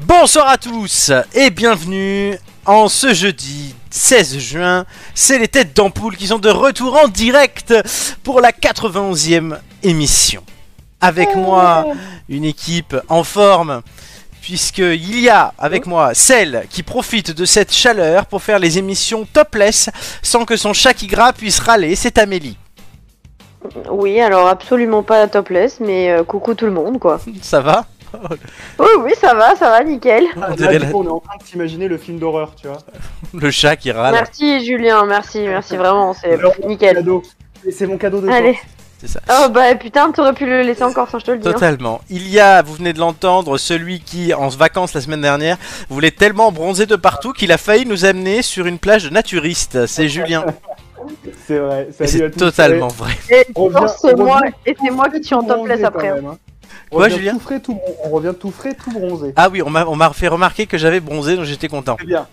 Bonsoir à tous et bienvenue en ce jeudi 16 juin. C'est les têtes d'ampoule qui sont de retour en direct pour la 91e émission. Avec moi, une équipe en forme. Puisqu'il y a avec moi celle qui profite de cette chaleur pour faire les émissions topless sans que son chat qui gras puisse râler, c'est Amélie. Oui, alors absolument pas la topless, mais euh, coucou tout le monde, quoi. Ça va Oui, oui, ça va, ça va, nickel. Ah, dirait là, la- du coup, on est en train de s'imaginer le film d'horreur, tu vois. Le chat qui râle. Merci Julien, merci, merci vraiment, c'est Alors, Eh, nickel. Cadeau. Et C'est mon cadeau de Allez. C'est ça. Oh bah putain, t'aurais pu le laisser encore sans je te le dis. hein. Totalement. Il y a, vous venez de l'entendre, celui qui, en vacances la semaine dernière, voulait tellement bronzer de partout qu'il a failli nous amener sur une plage de naturistes. C'est Julien. toi. C'est vrai. Et salut à c'est tous. totalement vrai. Et On revient- non, c'est on moi, revient et c'est moi qui suis en tout bronzé, topless quand après. hein. même, hein. On Quoi, revient Julien tout frais, tout bron- On revient tout frais, tout bronzé. Ah oui, on m'a on m'a fait remarquer que j'avais bronzé, donc j'étais content. C'est bien.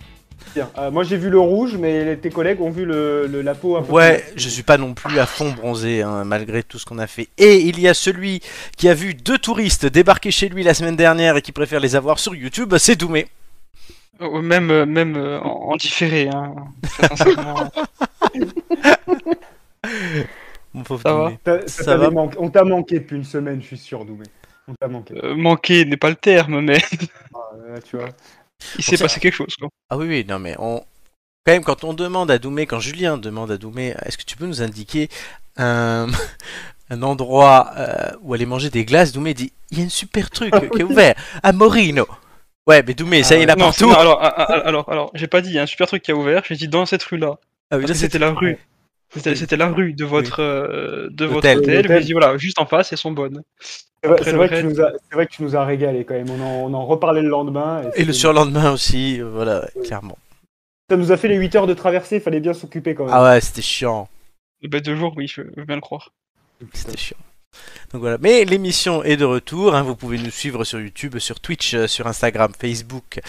C'est bien. Euh, moi, j'ai vu le rouge, mais les- tes collègues ont vu le, le- la peau un peu. Ouais, je suis pas non plus à fond bronzé, hein, malgré tout ce qu'on a fait. Et il y a celui qui a vu deux touristes débarquer chez lui la semaine dernière et qui préfère les avoir sur YouTube, c'est Doumé. Ou même euh, même euh, en, en différé. Hein. Très sincèrement. Mon pauvre Ça va Doumé. T'as- t'as- Ça t'avais va. manqué- On t'a manqué depuis une semaine, je suis sûr, Doumé. On t'a manqué. Euh, manquer n'est pas le terme, mais Euh, tu vois. il s'est ça- passé quelque chose. Quoi. Ah oui, oui, non, mais on. Quand même, quand on demande à Doumé, quand Julien demande à Doumé, est-ce que tu peux nous indiquer un, un endroit euh, où aller manger des glaces Doumé dit il y a un super truc qui est ouvert à Morino. Ouais, mais Doumé, ça, il y en a Non, partout. non, alors, ah, ah, alors, alors, j'ai pas dit, il y a un super truc qui a ouvert. J'ai dit dans cette rue-là. Ah oui, Parce là, que c'est- C'était la rue. C'était Oui. c'était la rue de votre, euh, de votre Hôtel. hôtel. Hôtel. J'ai dit voilà, juste en face, elles sont bonnes. C'est vrai, Après c'est le vrai que tu raid. nous as, c'est vrai que tu nous as régalé quand même. On en, on en reparlait le lendemain. Et le c'était- surlendemain aussi, euh, voilà, ouais, Oui. clairement. Ça nous a fait les 8 heures de traversée, fallait bien s'occuper quand même. Ah ouais, c'était chiant. Eh Ben, deux jours, oui, je veux bien le croire. C'était chiant. Donc voilà, mais l'émission est de retour. hein. Vous pouvez nous suivre sur YouTube, sur Twitch, euh, sur Instagram, Facebook,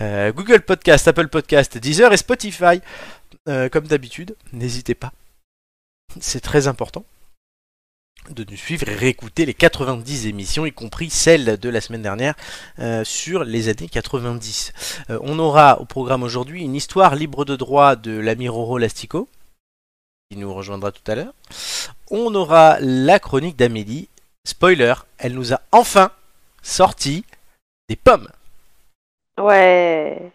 euh, Google Podcast, Apple Podcast, Deezer et Spotify. Euh, comme d'habitude, n'hésitez pas. C'est très important de nous suivre et réécouter les 90 émissions, y compris celle de la semaine dernière euh, sur les années 90. Euh, on aura au programme aujourd'hui une histoire libre de droit de l'ami Roro Lastico, qui nous rejoindra tout à l'heure on aura la chronique d'Amélie. Spoiler, elle nous a enfin sorti des pommes. Ouais.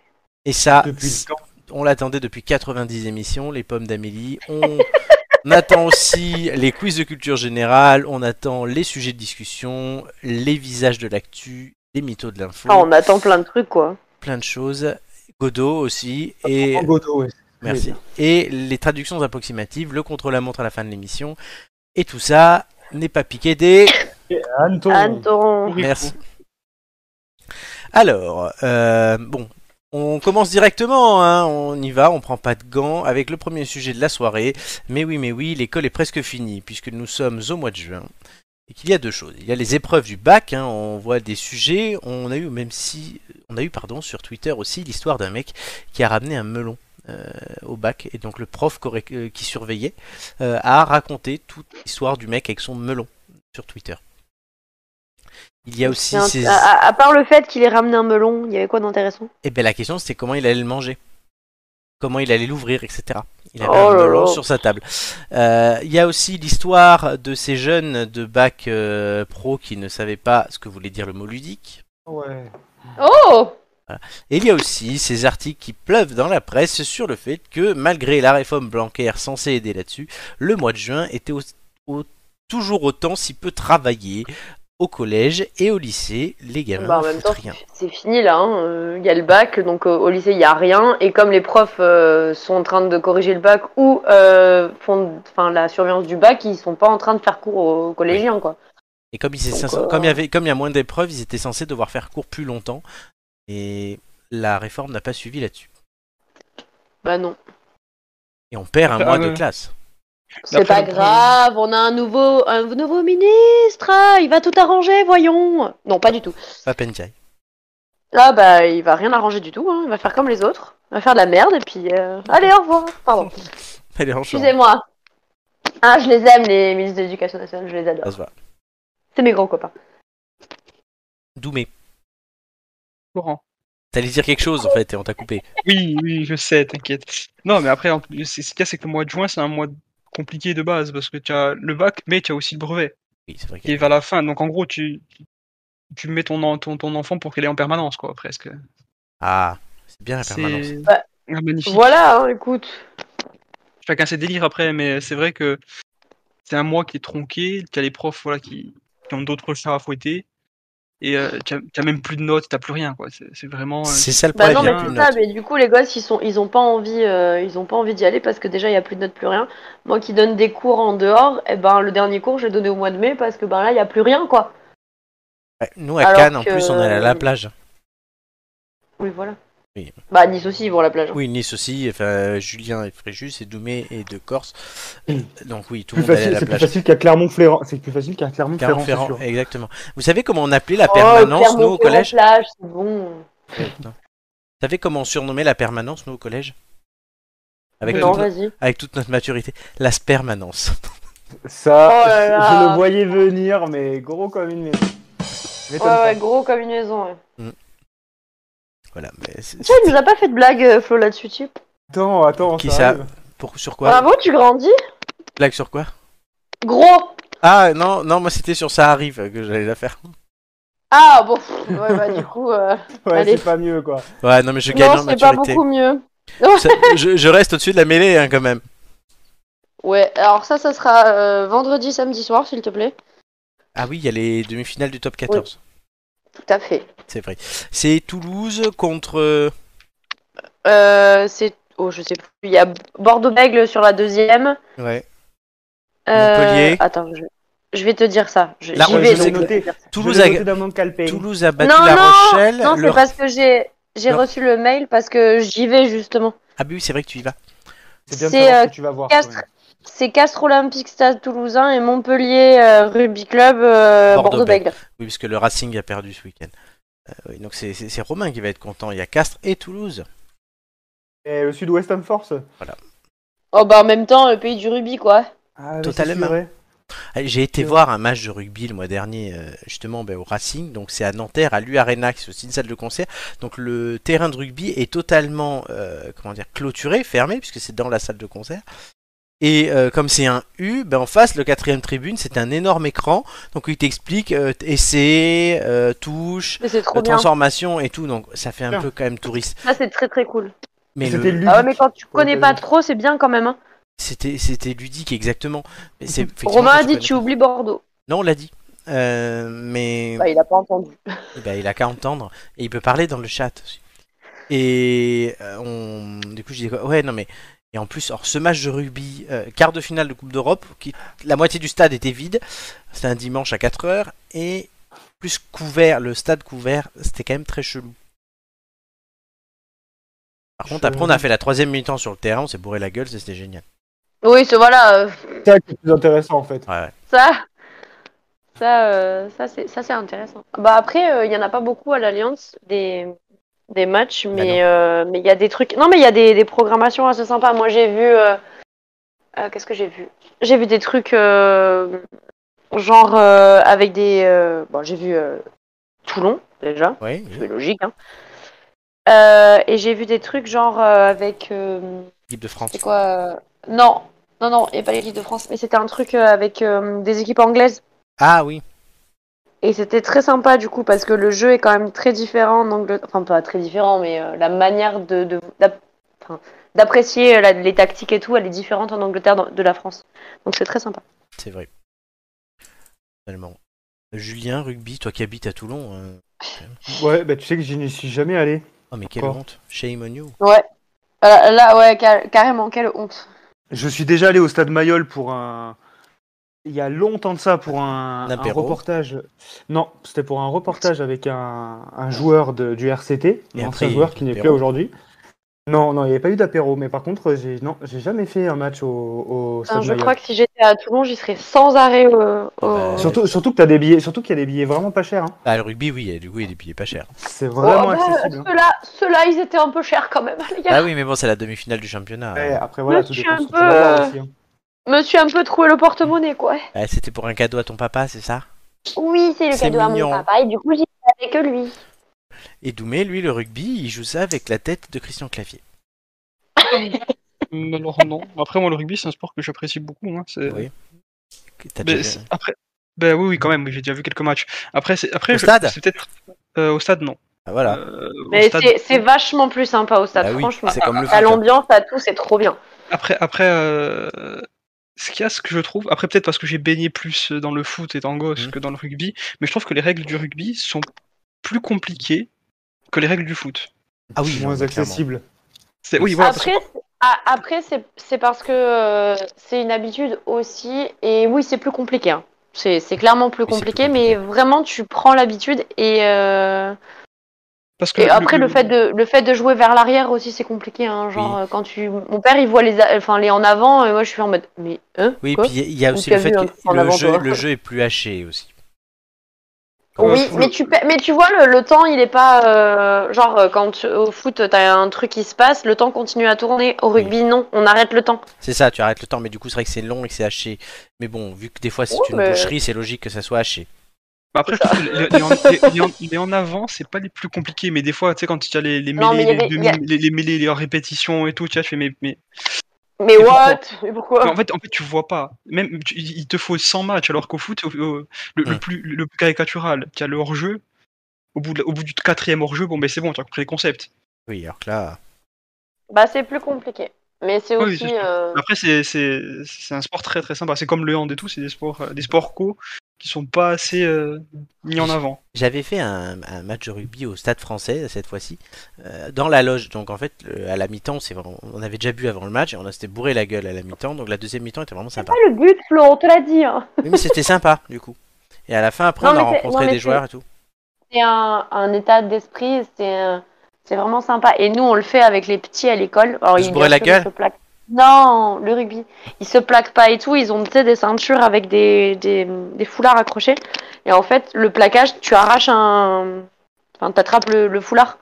Et ça, Depuis le c- on l'attendait depuis 90 émissions, les pommes d'Amélie. On, on attend aussi les quiz de culture générale, on attend les sujets de discussion, les visages de l'actu, les mythos de l'info, Ah, on attend plein de trucs, quoi. plein de choses. Godot aussi. Et En Godot, ouais. Merci. oh, Et les traductions approximatives, le contre-la-montre à la fin de l'émission. Et tout ça n'est pas piqué des... Oh. Anton. Anton. Oui, Merci. Alors, euh, bon, on commence directement, hein, on y va, on prend pas de gants avec le premier sujet de la soirée. Mais oui, mais oui, l'école est presque finie puisque nous sommes au mois de juin. Et qu'il y a deux choses. Il y a les épreuves du bac, hein, on voit des sujets. On a eu même si, on a eu pardon sur Twitter aussi l'histoire d'un mec qui a ramené un melon euh, au bac et donc le prof correct- euh, qui surveillait euh, a raconté toute l'histoire du mec avec son melon sur Twitter. Il y a aussi Tiens, ces... à, à- à part le fait qu'il ait ramené un melon, il y avait quoi d'intéressant Et bien Eh ben, la question c'était comment il allait le manger, comment il allait l'ouvrir, etc. Il avait Oh un là melon là. sur sa table. Euh, Il y a aussi l'histoire de ces jeunes de bac euh, pro qui ne savaient pas ce que voulait dire le mot ludique. Ouais. Oh Et il y a aussi ces articles qui pleuvent dans la presse sur le fait que malgré la réforme bancaire censée aider là-dessus, le mois de juin était au- au- toujours autant si peu travaillé au collège et au lycée. Les gamins Bah, en ne même foutent temps, rien. c'est fini là. hein. Euh, Il y a le bac, donc euh, au lycée il y a rien. Et comme les profs euh, sont en train de corriger le bac ou euh, font, enfin la surveillance du bac, ils sont pas en train de faire cours aux collégiens quoi. Et comme ils étaient Donc, censés- euh, comme il y avait, comme il y a moins d'épreuves, ils étaient censés devoir faire cours plus longtemps. Et la réforme n'a pas suivi là-dessus. Bah non. Et on perd un Ah, mois de ouais. classe. C'est pas D'après le- grave, on a un nouveau, un nouveau ministre. ah, Il va tout arranger, voyons. Non, pas du tout. Pas Penjai. Là, bah, il va rien arranger du tout. hein. Il va faire comme les autres. Il va faire de la merde et puis. euh, Allez, au revoir. Pardon. Elle est en chambre. Excusez-moi. Ah, je les aime les ministres de l'éducation nationale. Je les adore. Ah. Ça se voit. C'est mes grands copains. Doumé. Laurent. T'allais dire quelque chose en fait et on t'a coupé. Oui, oui, je sais, t'inquiète. Non, mais après, en plus, c'est- ce qu'il y a, c'est que le mois de juin, c'est un mois compliqué de base parce que tu as le bac, mais tu as aussi le brevet Oui, c'est vrai. que- qui est vers la fin. Donc en gros, tu, tu mets ton, en- ton, ton enfant pour qu'elle ait en permanence, quoi, presque. Ah, c'est bien la permanence. C'est Bah, Ah, magnifique. Voilà, hein, écoute. Chacun ses délires après, mais c'est vrai que c'est un mois qui est tronqué. Tu as les profs voilà, qui, qui ont d'autres chats à fouetter. Et euh, tu as même plus de notes, t'as plus rien, quoi. C'est c'est vraiment. euh, C'est ça le Bah problème. non, il y a mais bien. plus c'est de ça, notes. mais du coup, les gosses, ils, sont, ils ont pas envie, euh, ils ont pas envie d'y aller parce que déjà, il y a plus de notes, plus rien. Moi qui donne des cours en dehors, eh ben, le dernier cours, j'ai donné au mois de mai parce que ben là, il y a plus rien, quoi. Ouais, nous à Alors Cannes, en que- plus, on est à la plage. Oui, voilà. Oui. Bah, Nice aussi, ils vont à la plage. Oui, Nice aussi, enfin, Julien et Fréjus, et Doumé et de Corse. Euh, Donc oui, tout Mm. le Plus monde allait à facile- la C'est plus plage. facile qu'à Clermont-Ferrand. C'est plus facile qu'à Clermont-Ferrand. c'est Clermont-Ferrand, sûr. exactement. Vous savez comment on appelait la Oh, permanence, nous, au Clermont-Ferrand, collège plage, c'est bon. Ouais, putain. Vous savez comment on surnommait la permanence, nous, au collège avec, Euh, non, toute no- vas-y. avec toute notre maturité. La spermanence. Ça, Oh là je- là. je le voyais venir, mais gros comme une maison. Je m'étonne Ouais, Oh ouais, pas. gros comme une maison. Ouais. Voilà. Mais c'est- Tiens, il nous a pas fait de blague, euh, Flo, là-dessus, tu. Attends, attends. Qui ça ça arrive. pour, sur quoi Bravo, tu grandis. Blague sur quoi Gros. Ah non, non, moi c'était sur ça arrive que j'allais la faire. Ah, bon, pff, ouais, bah, du coup, euh, Ouais, Allez. c'est pas mieux quoi. Ouais, non, mais je gagne non, en c'est pas maturité. beaucoup mieux. Ça- je, je reste au-dessus de la mêlée, hein, quand même. Ouais, alors ça, ça sera euh, vendredi, samedi soir, s'il te plaît. Ah oui, il y a les demi-finales du top 14. Tout à fait. C'est vrai. C'est Toulouse contre. Euh, c'est. Oh, je sais plus. Il y a Bordeaux-Bègle sur la deuxième. Ouais. Euh, Montpellier. Attends, je... je vais te dire ça. Je- La J'y Rochelle, vais. c'est donc. noté. Toulouse Je a, l'ai noté dans mon calepin. Toulouse a battu Non, la non, Rochelle. Non, c'est Le- parce que j'ai j'ai Non. reçu le mail parce que j'y vais justement. Ah, bah oui, c'est vrai que tu y vas. C'est bien de c'est, savoir ce euh, que tu vas voir. Castres. ouais. C'est Castres Olympique Stade Toulousain et Montpellier euh, Rugby Club euh, Bordeaux-Bègle. Bordeaux-Bègle. Oui, parce que le Racing a perdu ce week-end. Euh, oui, donc c'est- c'est c'est Romain qui va être content. Il y a Castres et Toulouse. Et le Sud-Ouest en force. Oh bah en même temps, le pays du rugby quoi. Ah, mais Totalement. c'est vrai. Ah, J'ai été Ouais. voir un match de rugby le mois dernier, euh, justement ben, au Racing. Donc c'est à Nanterre, à l'U-Arena, qui est aussi une salle de concert. Donc le terrain de rugby est totalement euh, comment dire, clôturé, fermé, puisque c'est dans la salle de concert. Et euh, comme c'est un U, ben, en face, le quatrième tribune, c'est un énorme écran. Donc il t'explique euh, essai, euh, touche, Mais c'est trop euh, bien. transformation et tout. Donc ça fait un Bien. peu quand même touriste. Ça c'est très très cool. Mais C'était le- lui. Ah ouais, mais quand tu connais Ouais, bah pas ouais. trop, c'est bien quand même. hein. c'était c'était ludique exactement. Mais c'est effectivement Romain quand a tu dit connais- tu oublies Bordeaux. Non, on l'a dit. Euh, mais Bah, il a pas entendu. Eh ben, il a qu'à entendre et il peut parler dans le chat aussi. Et euh, on... du coup, je dis quoi Ouais, non, mais. Et en plus, alors, ce match de rugby, euh, quart de finale de Coupe d'Europe, qui... la moitié du stade était vide, c'était un dimanche à 4h, et plus couvert, le stade couvert, c'était quand même très chelou. Par contre, après, on a fait la troisième mi-temps sur le terrain, on s'est bourré la gueule, ça, c'était génial. Oui, ce voilà. euh, C'est ça qui est plus intéressant en fait. Ouais, ouais. Ça, ça, euh, ça c'est, ça c'est intéressant. Bah après, euh, il y en a pas beaucoup à l'Alliance des, des matchs, mais euh, mais il y a des trucs. Non, mais il y a des, des programmations assez sympas. Moi, j'ai vu. euh, euh, qu'est-ce que j'ai vu? J'ai vu des trucs euh, genre euh, avec des. euh, bon, j'ai vu euh, Toulon déjà, Ouais, c'est logique. Hein. Euh, et j'ai vu des trucs genre euh, avec. euh, l'équipe de France. c'est quoi euh, Non, non, non, et pas l'équipe de France, mais c'était un truc euh, avec euh, des équipes anglaises. Ah oui, Et c'était très sympa du coup parce que le jeu est quand même très différent en Angleterre. Enfin, pas très différent, mais euh, la manière de, de- d'ap- enfin, d'apprécier euh, la- les tactiques et tout, elle est différente en Angleterre dans- de la France. Donc c'est très sympa. c'est vrai. Finalement. Julien, rugby, toi qui habites à Toulon. euh, Ouais, bah tu sais que je n'y suis jamais allé. Oh mais quelle Quoi honte, shame on you. Ouais. Euh, là, ouais, carrément, quelle honte. Je suis déjà allé au stade Mayol pour un. Il y a longtemps de ça, pour un, Un un apéro. reportage. Non, c'était pour un reportage avec un, un joueur de- du RCT, Et après, un ancien il y a joueur qui n'est plus là l'apéro. aujourd'hui. Non, non, il n'y avait pas eu d'apéro, mais par contre, j'ai non, j'ai jamais fait un match au, au stade Ah, je Mayol. crois que si j'étais à Toulon, j'y serais sans arrêt au. au- Bah, Surtout, surtout que t'as des billets, surtout qu'il y a des billets vraiment pas chers. hein. Ah le rugby oui, et du coup il est payé pas cher. C'est Oh, vraiment bah, accessible. hein. Ceux-là, ceux-là, ils étaient un peu chers quand même, les gars. Ah oui mais bon c'est la demi-finale du championnat. Ouais, hein. après voilà, Moi, tout je dépend suis ce que tu un vas peu, euh, voir aussi. hein. Je Me suis un peu troué le porte-monnaie, quoi. Ah, C'était pour un cadeau à ton papa, c'est ça Oui, c'est le C'est cadeau à mon mignon. papa et du coup, j'y vais avec lui. Et Doumé, lui, le rugby, il joue ça avec la tête de Christian Clavier. Mais alors non. Après, moi, le rugby, c'est un sport que j'apprécie beaucoup. hein, c'est- Oui. T'as Mais déjà- c'est- après, ben oui, oui, quand même, oui, j'ai déjà vu quelques matchs. Après, c'est après, Au je- stade c'est peut-être euh, au stade, non. Ah, voilà. Euh, au Mais stade, c'est c'est vachement plus sympa au stade, Bah oui, franchement. c'est comme le À foot, hein. l'ambiance, à tout, c'est trop bien. Après, après, euh, ce qu'il y a, ce que je trouve, après peut-être parce que j'ai baigné plus dans le foot et dans gosse Mhm. que dans le rugby, mais je trouve que les règles du rugby sont plus compliquées que les règles du foot. Ah oui, non, moins mais accessible. C'est oui, voilà. après, c'est- ah, après c'est c'est parce que euh, c'est une habitude aussi. Et oui, c'est plus compliqué. hein. C'est c'est clairement plus Oui, c'est plus compliqué, compliqué. mais vraiment, tu prends l'habitude. Et, euh, Parce que et le- après, le- le fait, de, le fait de jouer vers l'arrière aussi, c'est compliqué. hein. Genre, Oui. euh, quand tu. Mon père, il voit les, a- enfin, les en avant, et moi, je suis en mode. Mais hein, Oui, quoi puis il y a aussi Donc, le fait t'as vu, hein, que en le avant, jeu, toi. le jeu est plus haché aussi. Comment Oui, ça se mais joue tu, pa- mais tu vois, le, le temps, il est pas. euh, genre, euh, quand tu- au foot, t'as un truc qui se passe, le temps continue à tourner. Au Oui. rugby, non, on arrête le temps. C'est ça, tu arrêtes le temps, mais du coup, c'est vrai que c'est long et que c'est haché. Mais bon, vu que des fois c'est Ouais, une mais- boucherie, c'est logique que ça soit haché. après, je trouve que les, les en, les- les en- les en avant, c'est pas les plus compliqués, mais des fois, tu sais, quand il y a les, les Non, mêlées, mais il y les, avait- demi- il y a- les, les mêlées, les répétitions et tout, tu vois, je fais, mais, mais- Mais Et what Mais pourquoi mais en fait, en fait, tu vois pas. Même, tu- il il te faut 100 matchs, alors qu'au foot, au- au- le, le Mm. plus, le plus caricatural, tu as le hors-jeu. Au bout, de la- au bout du quatrième hors-jeu, bon, ben c'est bon, tu as compris les concepts. Oui, alors que là. Bah, c'est plus compliqué. Mais c'est Oui, aussi. c'est sûr. euh, Après, c'est c'est- c'est un sport très très sympa. C'est comme le hand et tout, c'est des sports, euh, des sports co qui sont pas assez euh, mis en avant. J'avais fait un, un match de rugby au Stade français cette fois-ci, euh, dans la loge. Donc en fait, le- à la mi-temps, c'est vraiment- on avait déjà bu avant le match et on a s'était bourré la gueule à la mi-temps. Donc la deuxième mi-temps était vraiment sympa. Ah, le but, Flo, on te l'a dit. hein. Oui, mais c'était sympa du coup. Et à la fin, après, Non, on a mais c'est- rencontré non, mais des c'est- joueurs et tout. C'est un, un état d'esprit, c'est un- c'est vraiment sympa. Et nous, on le fait avec les petits à l'école. Alors, Ils se bien bourraient la sûr, gueule ils se plaquent. Non, le rugby. Ils se plaquent pas et tout. Ils ont tu sais, des ceintures avec des, des, des foulards accrochés. Et en fait, le plaquage, tu arraches un. Enfin, t'attrapes le, le foulard.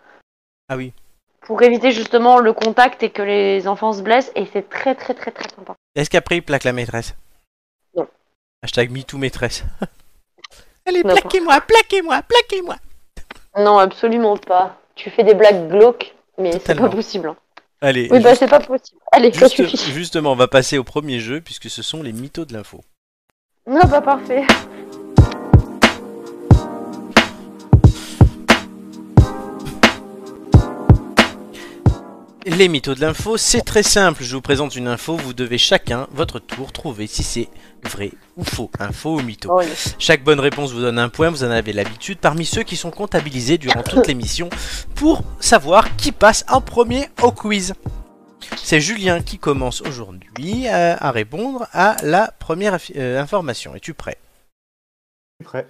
Ah oui. Pour éviter justement le contact et que les enfants se blessent. Et c'est très, très, très, très sympa. Est-ce qu'après, ils plaquent la maîtresse Non. Hashtag MeToo maîtresse. Allez, Non. plaquez-moi, plaquez-moi, plaquez-moi. Non, absolument pas. Tu fais des blagues glauques, mais c'est Totalement. pas possible. hein. Allez, Oui, bah, juste- c'est pas possible. Allez, ça juste- suffit. justement, on va passer au premier jeu puisque ce sont les mythos de l'info. Non, bah, parfait. Les mythos de l'info, c'est très simple. Je vous présente une info. Vous devez chacun, votre tour, trouver si c'est vrai ou faux. Info ou mytho. Oh, oui. Chaque bonne réponse vous donne un point. Vous en avez l'habitude. Parmi ceux qui sont comptabilisés durant toute l'émission pour savoir qui passe en premier au quiz. C'est Julien qui commence aujourd'hui euh, à répondre à la première affi- euh, information. Es-tu prêt Prêt.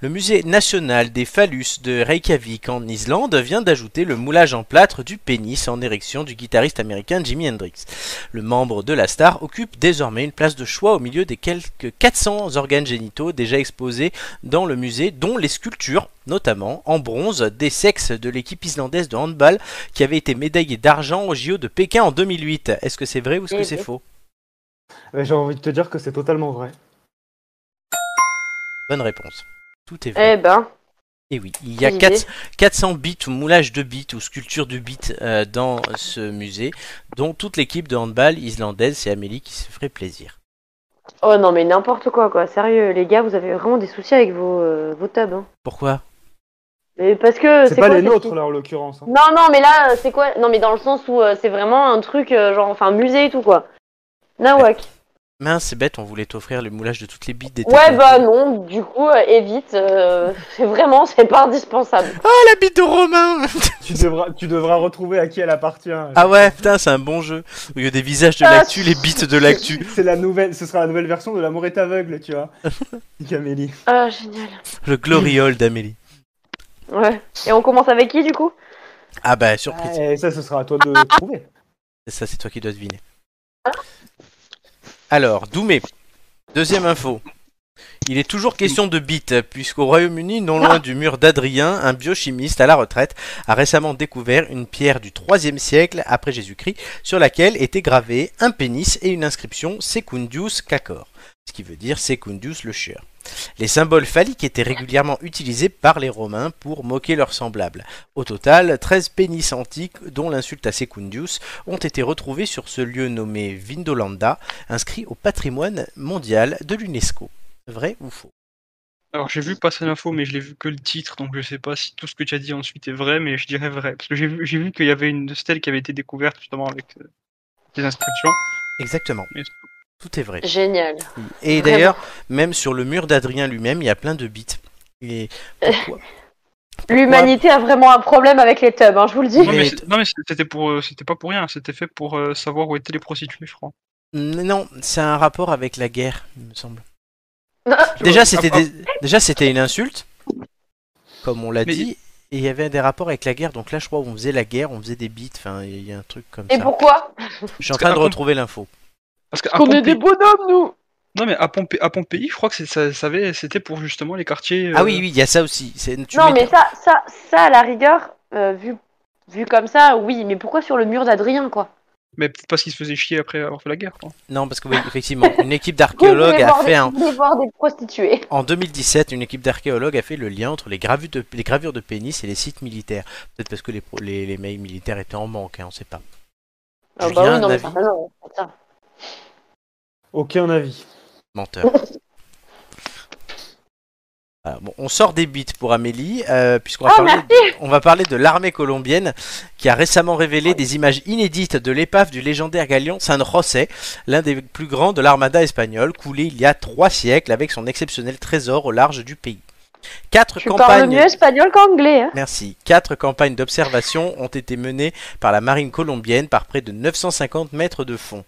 Le musée national des phallus de Reykjavik en Islande vient d'ajouter le moulage en plâtre du pénis en érection du guitariste américain Jimi Hendrix. Le membre de la star occupe désormais une place de choix au milieu des quelques 400 organes génitaux déjà exposés dans le musée, dont les sculptures, notamment en bronze, des sexes de l'équipe islandaise de handball qui avait été médaillée d'argent au JO de Pékin en 2008. Est-ce que c'est vrai ou est-ce que Eh c'est oui. faux Ouais, J'ai envie de te dire que c'est totalement vrai. Euh, Bonne réponse. Tout est vrai. Eh ben, Et oui, il y a Quelle 4 idée. 400 bits ou moulages de bits ou sculptures de bits euh, dans ce musée, dont toute l'équipe de handball islandaise, c'est Amélie qui se ferait plaisir. oh non, mais n'importe quoi, quoi. Sérieux, les gars, vous avez vraiment des soucis avec vos, euh, vos tubs. hein. Pourquoi Mais parce que. C'est pas quoi, les cette nôtres, petite- là, en l'occurrence. hein. Non, non, mais là, euh, c'est quoi Non, mais dans le sens où euh, c'est vraiment un truc, euh, genre, enfin, musée et tout, quoi. Nawak. Mince, c'est bête, on voulait t'offrir le moulage de toutes les bits des Ouais, techniciens. bah non, du coup, euh, évite. euh, c'est vraiment, c'est pas indispensable. Oh, la bite de Romain Tu devras, tu devras retrouver à qui elle appartient. Ah ouais, putain, c'est un bon jeu. Au lieu des visages de Ah, l'actu, les bits de l'actu. C'est la nouvelle, ce sera la nouvelle version de l'amour est aveugle, tu vois. Camélie. Ah, génial. Le glory hole d'Amélie. Ouais. Et on commence avec qui, du coup Ah bah, surprise. Et Eh, ça, ce sera à toi de trouver. Ça, c'est toi qui dois deviner. Alors, Doumé, deuxième info. Il est toujours question de bits, puisqu'au Royaume-Uni, non loin du mur d'Adrien, un biochimiste à la retraite a récemment découvert une pierre du 3 siècle après Jésus-Christ, sur laquelle étaient gravés un pénis et une inscription Secundius Cacor. ce qui veut dire Secundus le chieur. Les symboles phalliques étaient régulièrement utilisés par les Romains pour moquer leurs semblables. Au total, 13 pénis antiques, dont l'insulte à Secundius, ont été retrouvés sur ce lieu nommé Vindolanda, inscrit au patrimoine mondial de l'UNESCO. Vrai ou faux Alors j'ai vu passer l'info, mais je l'ai vu que le titre, donc je sais pas si tout ce que tu as dit ensuite est vrai, mais je dirais vrai. Parce que j'ai vu, j'ai vu qu'il y avait une stèle qui avait été découverte justement avec euh, des inscriptions. Exactement, Mais tout est vrai. Génial. Et Vraiment. d'ailleurs, même sur le mur d'Adrien lui-même, il y a plein de bites. Et pourquoi Euh. L'humanité a vraiment un problème avec les tubs, hein, je vous le dis. Non, mais Mais- c'est- non, mais c'était pour, euh, c'était pas pour rien, c'était fait pour euh, savoir où étaient les prostituées, je crois. Non, c'est un rapport avec la guerre, il me semble. Tu vois, Déjà, c'était après- des- déjà c'était une insulte, comme on l'a Mais- dit, et il y avait des rapports avec la guerre. Donc là, je crois, on faisait la guerre, on faisait des bites, enfin, il y a un truc comme Et ça. pourquoi Je suis en Parce train de qu'après- retrouver l'info. Parce qu'à Qu'on est des Pompéi, bonhommes, nous non, mais à Pompé- à Pompéi, je crois que c'est- ça, ça avait- c'était pour justement les quartiers. Ah euh, oui, oui, il y a ça aussi. C'est- tu Non, mets- mais ça, ça, ça, à la rigueur, euh, vu, vu comme ça, oui, mais pourquoi sur le mur d'Adrien, quoi Mais peut-être parce qu'ils se faisaient chier après avoir fait la guerre. Quoi. Non, parce que oui, effectivement, une équipe d'archéologues a fait un... Vous voulez voir des prostituées. En 2017, une équipe d'archéologues a fait le lien entre les gravures de, les gravures de pénis et les sites militaires. Peut-être parce que les, pro- les, les mails militaires étaient en manque, hein, on sait pas. Ah Julien, bah oui, non, mais l'avis certainement, attends. Aucun avis. Menteur. Voilà, bon, on sort des bites pour Amélie, euh, puisqu'on va, Ah, parler- on va parler de l'armée colombienne qui a récemment révélé des images inédites de l'épave du légendaire galion San José, l'un des plus grands de l'armada espagnole, coulé il y a trois siècles avec son exceptionnel trésor au large du pays. Quatre Tu parles campagnes mieux espagnol qu'anglais, hein Merci. Quatre campagnes d'observation ont été menées par la marine colombienne par près de 950 mètres de fond.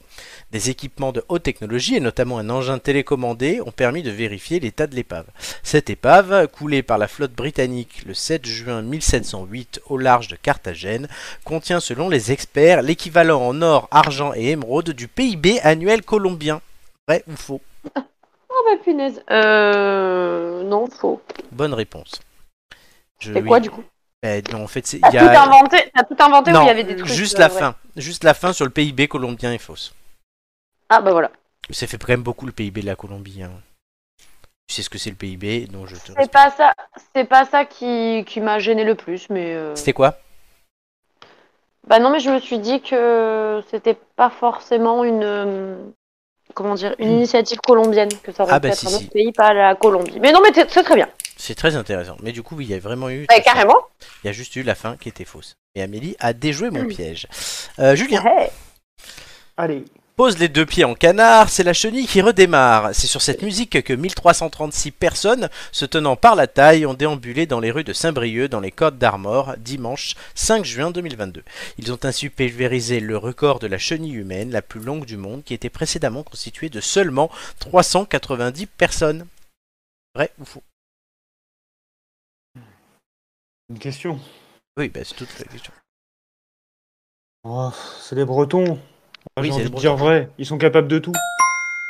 Des équipements de haute technologie et notamment un engin télécommandé ont permis de vérifier l'état de l'épave. Cette épave, coulée par la flotte britannique le 7 juin 1708 au large de Carthagène, contient selon les experts l'équivalent en or, argent et émeraude du PIB annuel colombien. Vrai ou faux Oh bah punaise. Euh... Non, faux. Bonne réponse. Je C'est lui- quoi, du coup Eh, non, en fait, c'est- T'as il y a- tout inventé, t'as tout inventé Non, ou il y avait des trucs Juste euh, la ouais. fin. Juste la fin sur le PIB colombien est fausse. Ah bah voilà. Ça fait quand même beaucoup le PIB de la Colombie. hein. Tu sais ce que c'est le PIB, donc je te C'est respecte. pas ça, c'est pas ça qui, qui m'a gêné le plus, mais... euh, C'était quoi Bah non, mais je me suis dit que c'était pas forcément une euh, comment dire une initiative colombienne que ça aurait Hmm. Ah bah pu si, être un si. autre pays, pas la Colombie. Mais non, mais c'est c'est très bien. C'est très intéressant. Mais du coup, oui, il y a vraiment eu. Bah, carrément. Il y a juste eu la fin qui était fausse. Et Amélie a déjoué Mm. mon piège. Euh, Julien, Ouais. Allez. pose les deux pieds en canard, c'est la chenille qui redémarre. C'est sur cette musique que 1336 personnes, se tenant par la taille, ont déambulé dans les rues de Saint-Brieuc, dans les Côtes d'Armor, dimanche 5 juin 2022. Ils ont ainsi pulvérisé le record de la chenille humaine, la plus longue du monde, qui était précédemment constituée de seulement 390 personnes. Vrai ou faux Une question. Oui, bah, c'est toute la question. Oh, c'est les Bretons. Ah, Oui, J'ai c'est envie les de dire vrai. Ils sont capables de tout.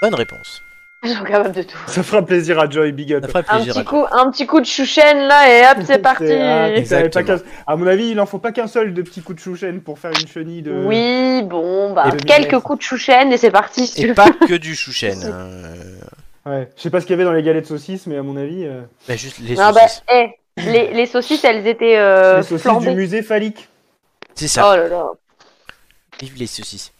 Bonne réponse. Ils sont capables de tout. Ça fera plaisir à Joy Big up. Ça ferait Un plaisir à petit coup, un petit coup de chouchen là et hop, c'est parti. ah, t'avais Exactement. pas qu'un- à mon avis, il en faut pas qu'un seul de petits coups de chouchen pour faire une chenille de. Oui, bon, bah Et le quelques millimètre. coups de chouchen et c'est parti. si tu Et veux. pas que du chouchen. hein. Euh, Ouais. Je sais pas ce qu'il y avait dans les galettes saucisses, mais à mon avis, euh, bah, juste les Non, bah, saucisses. eh, les, les saucisses, elles étaient euh, les saucisses flambées. du musée phallique. C'est ça. Oh là là. Vive les saucisses.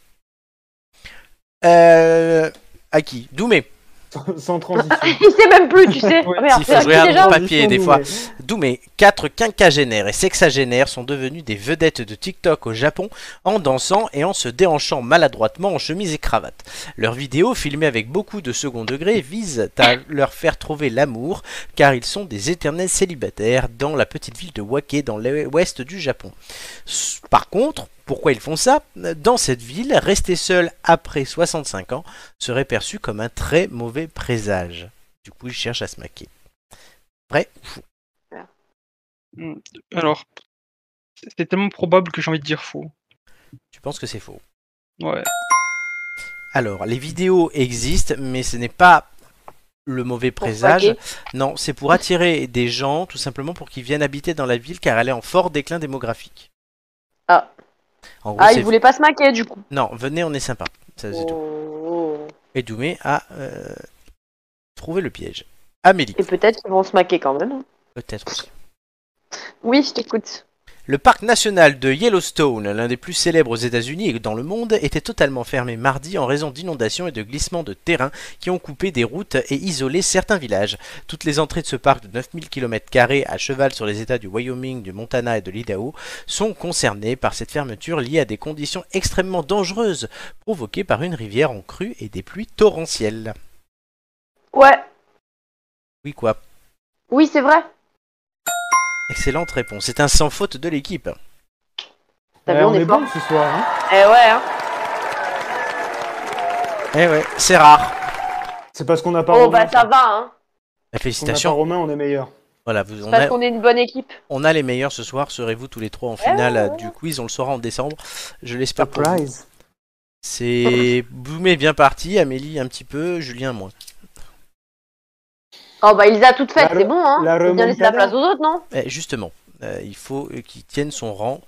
Euh, à qui Doumé. Sans, sans transition. Il sait même plus, tu sais. Ouais, Ah, merde, s'il faut c'est que je qui regarde déjà mon papier, des Transition, fois. mais- Doumé, quatre quinquagénaires et sexagénaires sont devenus des vedettes de TikTok au Japon en dansant et en se déhanchant maladroitement en chemise et cravate. Leurs vidéos, filmées avec beaucoup de second degré, visent à leur faire trouver l'amour car ils sont des éternels célibataires dans la petite ville de Wake dans l'ouest du Japon. S- Par contre, pourquoi ils font ça Dans cette ville, rester seul après 65 ans serait perçu comme un très mauvais présage. Du coup, ils cherchent à se maquer. Vrai ou faux Alors, c'est- c'est tellement probable que j'ai envie de dire faux. Tu penses que c'est faux Ouais. Alors, les vidéos existent, mais ce n'est pas le mauvais Pour présage. paquer. Non, c'est pour attirer des gens, tout simplement pour qu'ils viennent habiter dans la ville, car elle est en fort déclin démographique. Ah. En gros, Ah, c'est- il voulait Oh. pas se maquer du coup. Non, venez, on est sympa. Ça, c'est tout. Oh. Et Doumé a euh, trouver le piège. Amélie, Et peut-être qu'ils vont se maquer quand même. peut-être aussi. Oui, je t'écoute. Le parc national de Yellowstone, l'un des plus célèbres aux États-Unis et dans le monde, était totalement fermé mardi en raison d'inondations et de glissements de terrain qui ont coupé des routes et isolé certains villages. Toutes les entrées de ce parc de 9000 km à cheval sur les États du Wyoming, du Montana et de l'Idaho sont concernées par cette fermeture liée à des conditions extrêmement dangereuses provoquées par une rivière en crue et des pluies torrentielles. Ouais, Oui quoi. oui, c'est vrai. Excellente réponse. C'est un sans faute de l'équipe. T'as Eh, vu, on est fort. bon ce soir. hein. Eh ouais, hein. Eh ouais, c'est rare. C'est parce qu'on n'a pas Oh, Romain. bah ça va, hein. La Parce qu'on n'a pas félicitation. Romain, on est meilleur. Voilà, vous on Parce a- qu'on est une bonne équipe. On a les meilleurs ce soir, serez-vous tous les trois en finale euh, du quiz, on le saura en décembre, je l'espère pour vous. Surprise. C'est Boumé bien parti, Amélie un petit peu, Julien moins. Oh, bah il les a toutes faites, La c'est bon, hein. la Faut bien laisser la remontada. place aux autres, non Eh, justement, euh, il faut euh, qu'il tienne son rang,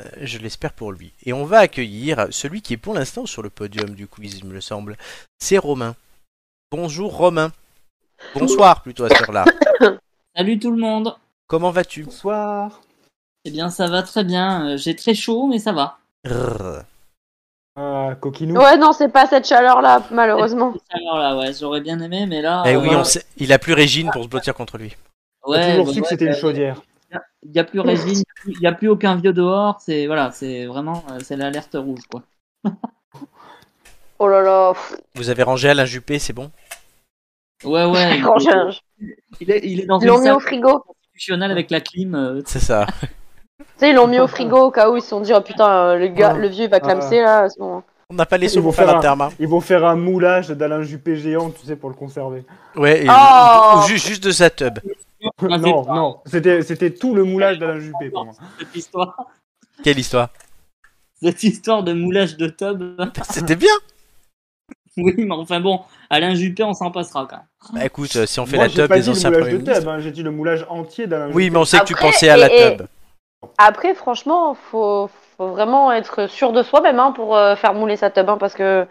euh, je l'espère pour lui. Et on va accueillir celui qui est pour l'instant sur le podium du quiz, il me semble, c'est Romain. Bonjour Romain. Bonsoir plutôt à cette heure-là. Salut tout le monde. Comment vas-tu Bonsoir. Eh bien, ça va très bien. Euh, J'ai très chaud, mais ça va. Rrr. Ah, coquinou. Ouais, non, c'est pas cette chaleur-là, malheureusement. Alors là, ouais, j'aurais bien aimé, mais là. Eh oui, euh, on sait- il a plus Régine pour se blottir contre lui. On a ouais, toujours bah su que ouais, c'était euh, une chaudière. Il n'y a plus Régine, il n'y a plus aucun vieux dehors. C'est voilà, c'est vraiment, euh, c'est l'alerte rouge, quoi. Oh là là. pff, Vous avez rangé Alain Juppé, c'est bon Ouais, ouais. il- grand change. il, est, il est dans Ils une l'ont mis salle au frigo. institutionnelle avec la clim. euh, C'est ça. Tu sais, ils l'ont mis au frigo au cas où ils se sont dit, oh putain, euh, le, gars, Ouais. le vieux, il va Ah. clamser là. à ce moment. On n'a pas les sous Ils vont pour faire faire un- l'internat. Ils vont faire un moulage d'Alain Juppé géant, tu sais, pour le conserver. Ouais, et- Oh ou juste, juste de sa tub. on a fait non, non. C'était c'était tout le moulage d'Alain Juppé pour moi. Cette histoire, Quelle histoire cette histoire de moulage de tub. C'était bien oui, mais enfin bon, Alain Juppé, on s'en passera quand même. Bah écoute, euh, si on fait Moi, la j'ai tub pas des dit le anciens moulage premiers de ministres... tub, hein, j'ai dit le moulage entier d'Alain Oui, mais on sait que tu Après, pensais à la et- et- tub. Après, franchement, faut, faut vraiment être sûr de soi-même hein, pour euh, faire mouler sa tub, hein, parce que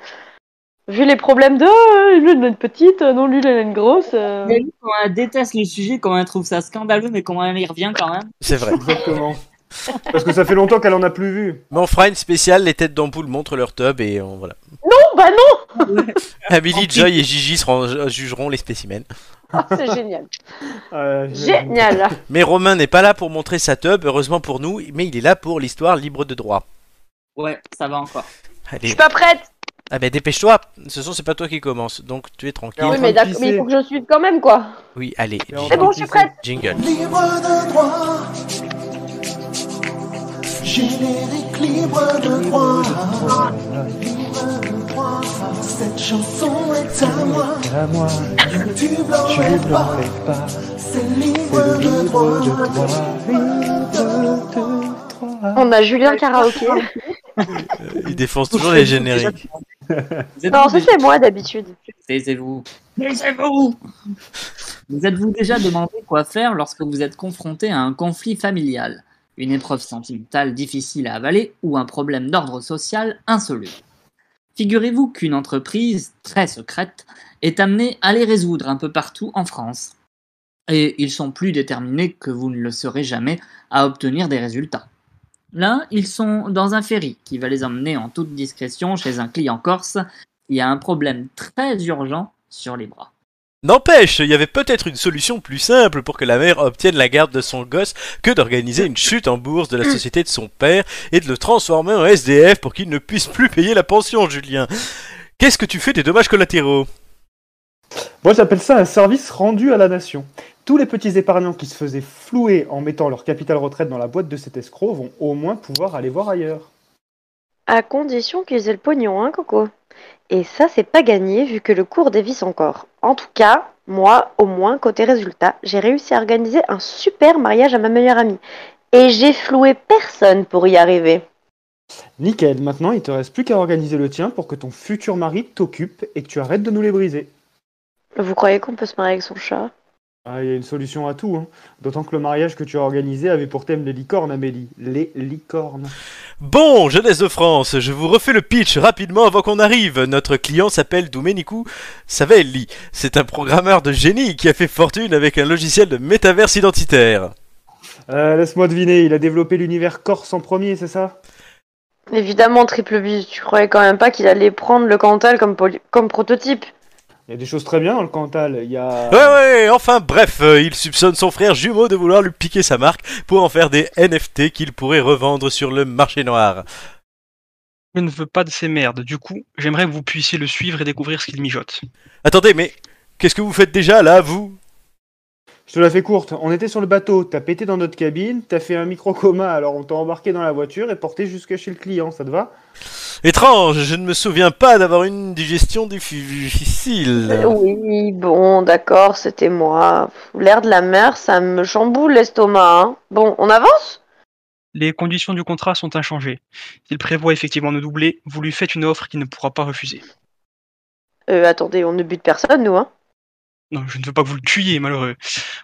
vu les problèmes de euh, lui, elle est petite, euh, non, lui, elle est une grosse. euh. Vous avez vu Comment elle déteste le sujet, comment elle trouve ça scandaleux, mais comment elle y revient quand même. C'est vrai. Juppé. Exactement. Parce que ça fait longtemps qu'elle en a plus vu. Mais on fera une spéciale, les têtes d'ampoule montrent leur tub et on, voilà. Oh, bah non, Ah, Amélie, pis. Joy et Gigi seront- euh, jugeront les spécimens. Ah, c'est génial. Euh, j'imagine. Génial. Mais Romain n'est pas là pour montrer sa tub, heureusement pour nous, mais il est là pour l'histoire libre de droit. Ouais, ça va encore. Je Allez, suis pas prête. ah ben dépêche-toi, ce sont c'est pas toi qui commence, donc tu es tranquille. en Ah Oui, train mais de d'accord, mais il pisser. faut que je suive quand même, quoi. Oui, allez, Et en jingle. C'est train bon, de je suis pisser. prête. jingle. Libre de droit, générique libre de droit. Libre de droit, cette chanson est à moi. YouTube l'enlève pas, c'est libre de droit. On a Julien Karaoké. Euh, Il défonce toujours les génériques. Vous êtes Non, vous ça c'est moi d'habitude. Taisez-vous. Taisez-vous Vous êtes-vous déjà demandé quoi faire lorsque vous êtes confronté à un conflit familial, une épreuve sentimentale difficile à avaler ou un problème d'ordre social insoluble Figurez-vous qu'une entreprise très secrète est amenée à les résoudre un peu partout en France. Et ils sont plus déterminés que vous ne le serez jamais à obtenir des résultats. Là, ils sont dans un ferry qui va les emmener en toute discrétion chez un client corse il y a un problème très urgent sur les bras. N'empêche, il y avait peut-être une solution plus simple pour que la mère obtienne la garde de son gosse que d'organiser une chute en bourse de la société de son père et de le transformer en SDF pour qu'il ne puisse plus payer la pension, Julien. Qu'est-ce que tu fais des dommages collatéraux Moi, j'appelle ça un service rendu à la nation. Tous les petits épargnants qui se faisaient flouer en mettant leur capital retraite dans la boîte de cet escroc vont au moins pouvoir aller voir ailleurs. À condition qu'ils aient le pognon, hein, Coco. Et ça, c'est pas gagné vu que le cours dévisse encore. En tout cas, moi, au moins, côté résultat, j'ai réussi à organiser un super mariage à ma meilleure amie. Et j'ai floué personne pour y arriver. Nickel, maintenant il te reste plus qu'à organiser le tien pour que ton futur mari t'occupe et que tu arrêtes de nous les briser. Vous croyez qu'on peut se marier avec son chat Ah, il y a une solution à tout. hein. D'autant que le mariage que tu as organisé avait pour thème les licornes, Amélie. Les licornes. Bon, jeunesse de France, je vous refais le pitch rapidement avant qu'on arrive. Notre client s'appelle Domenico Savelli. C'est un programmeur de génie qui a fait fortune avec un logiciel de métaverse identitaire. Euh, Laisse-moi deviner, il a développé l'univers Corse en premier, c'est ça Évidemment, Triple B, tu croyais quand même pas qu'il allait prendre le Cantal comme, poli- comme prototype. Il y a des choses très bien dans le Cantal. Il y a. Ouais, ouais, enfin bref, euh, il soupçonne son frère jumeau de vouloir lui piquer sa marque pour en faire des NFT qu'il pourrait revendre sur le marché noir. Je ne veux pas de ces merdes. Du coup, j'aimerais que vous puissiez le suivre et découvrir ce qu'il mijote. Attendez, mais qu'est-ce que vous faites déjà là, vous Je te la fais courte. On était sur le bateau, t'as pété dans notre cabine, t'as fait un micro-coma, alors on t'a embarqué dans la voiture et porté jusqu'à chez le client, ça te va Étrange, je ne me souviens pas d'avoir une digestion difficile. Oui, bon, d'accord, c'était moi. Pff, L'air de la mer, ça me chamboule l'estomac. hein. Bon, on avance Les conditions du contrat sont inchangées. S'il prévoit effectivement de doubler, vous lui faites une offre qu'il ne pourra pas refuser. euh, Attendez, on ne bute personne, nous, hein Non, je ne veux pas que vous le tuiez, malheureux.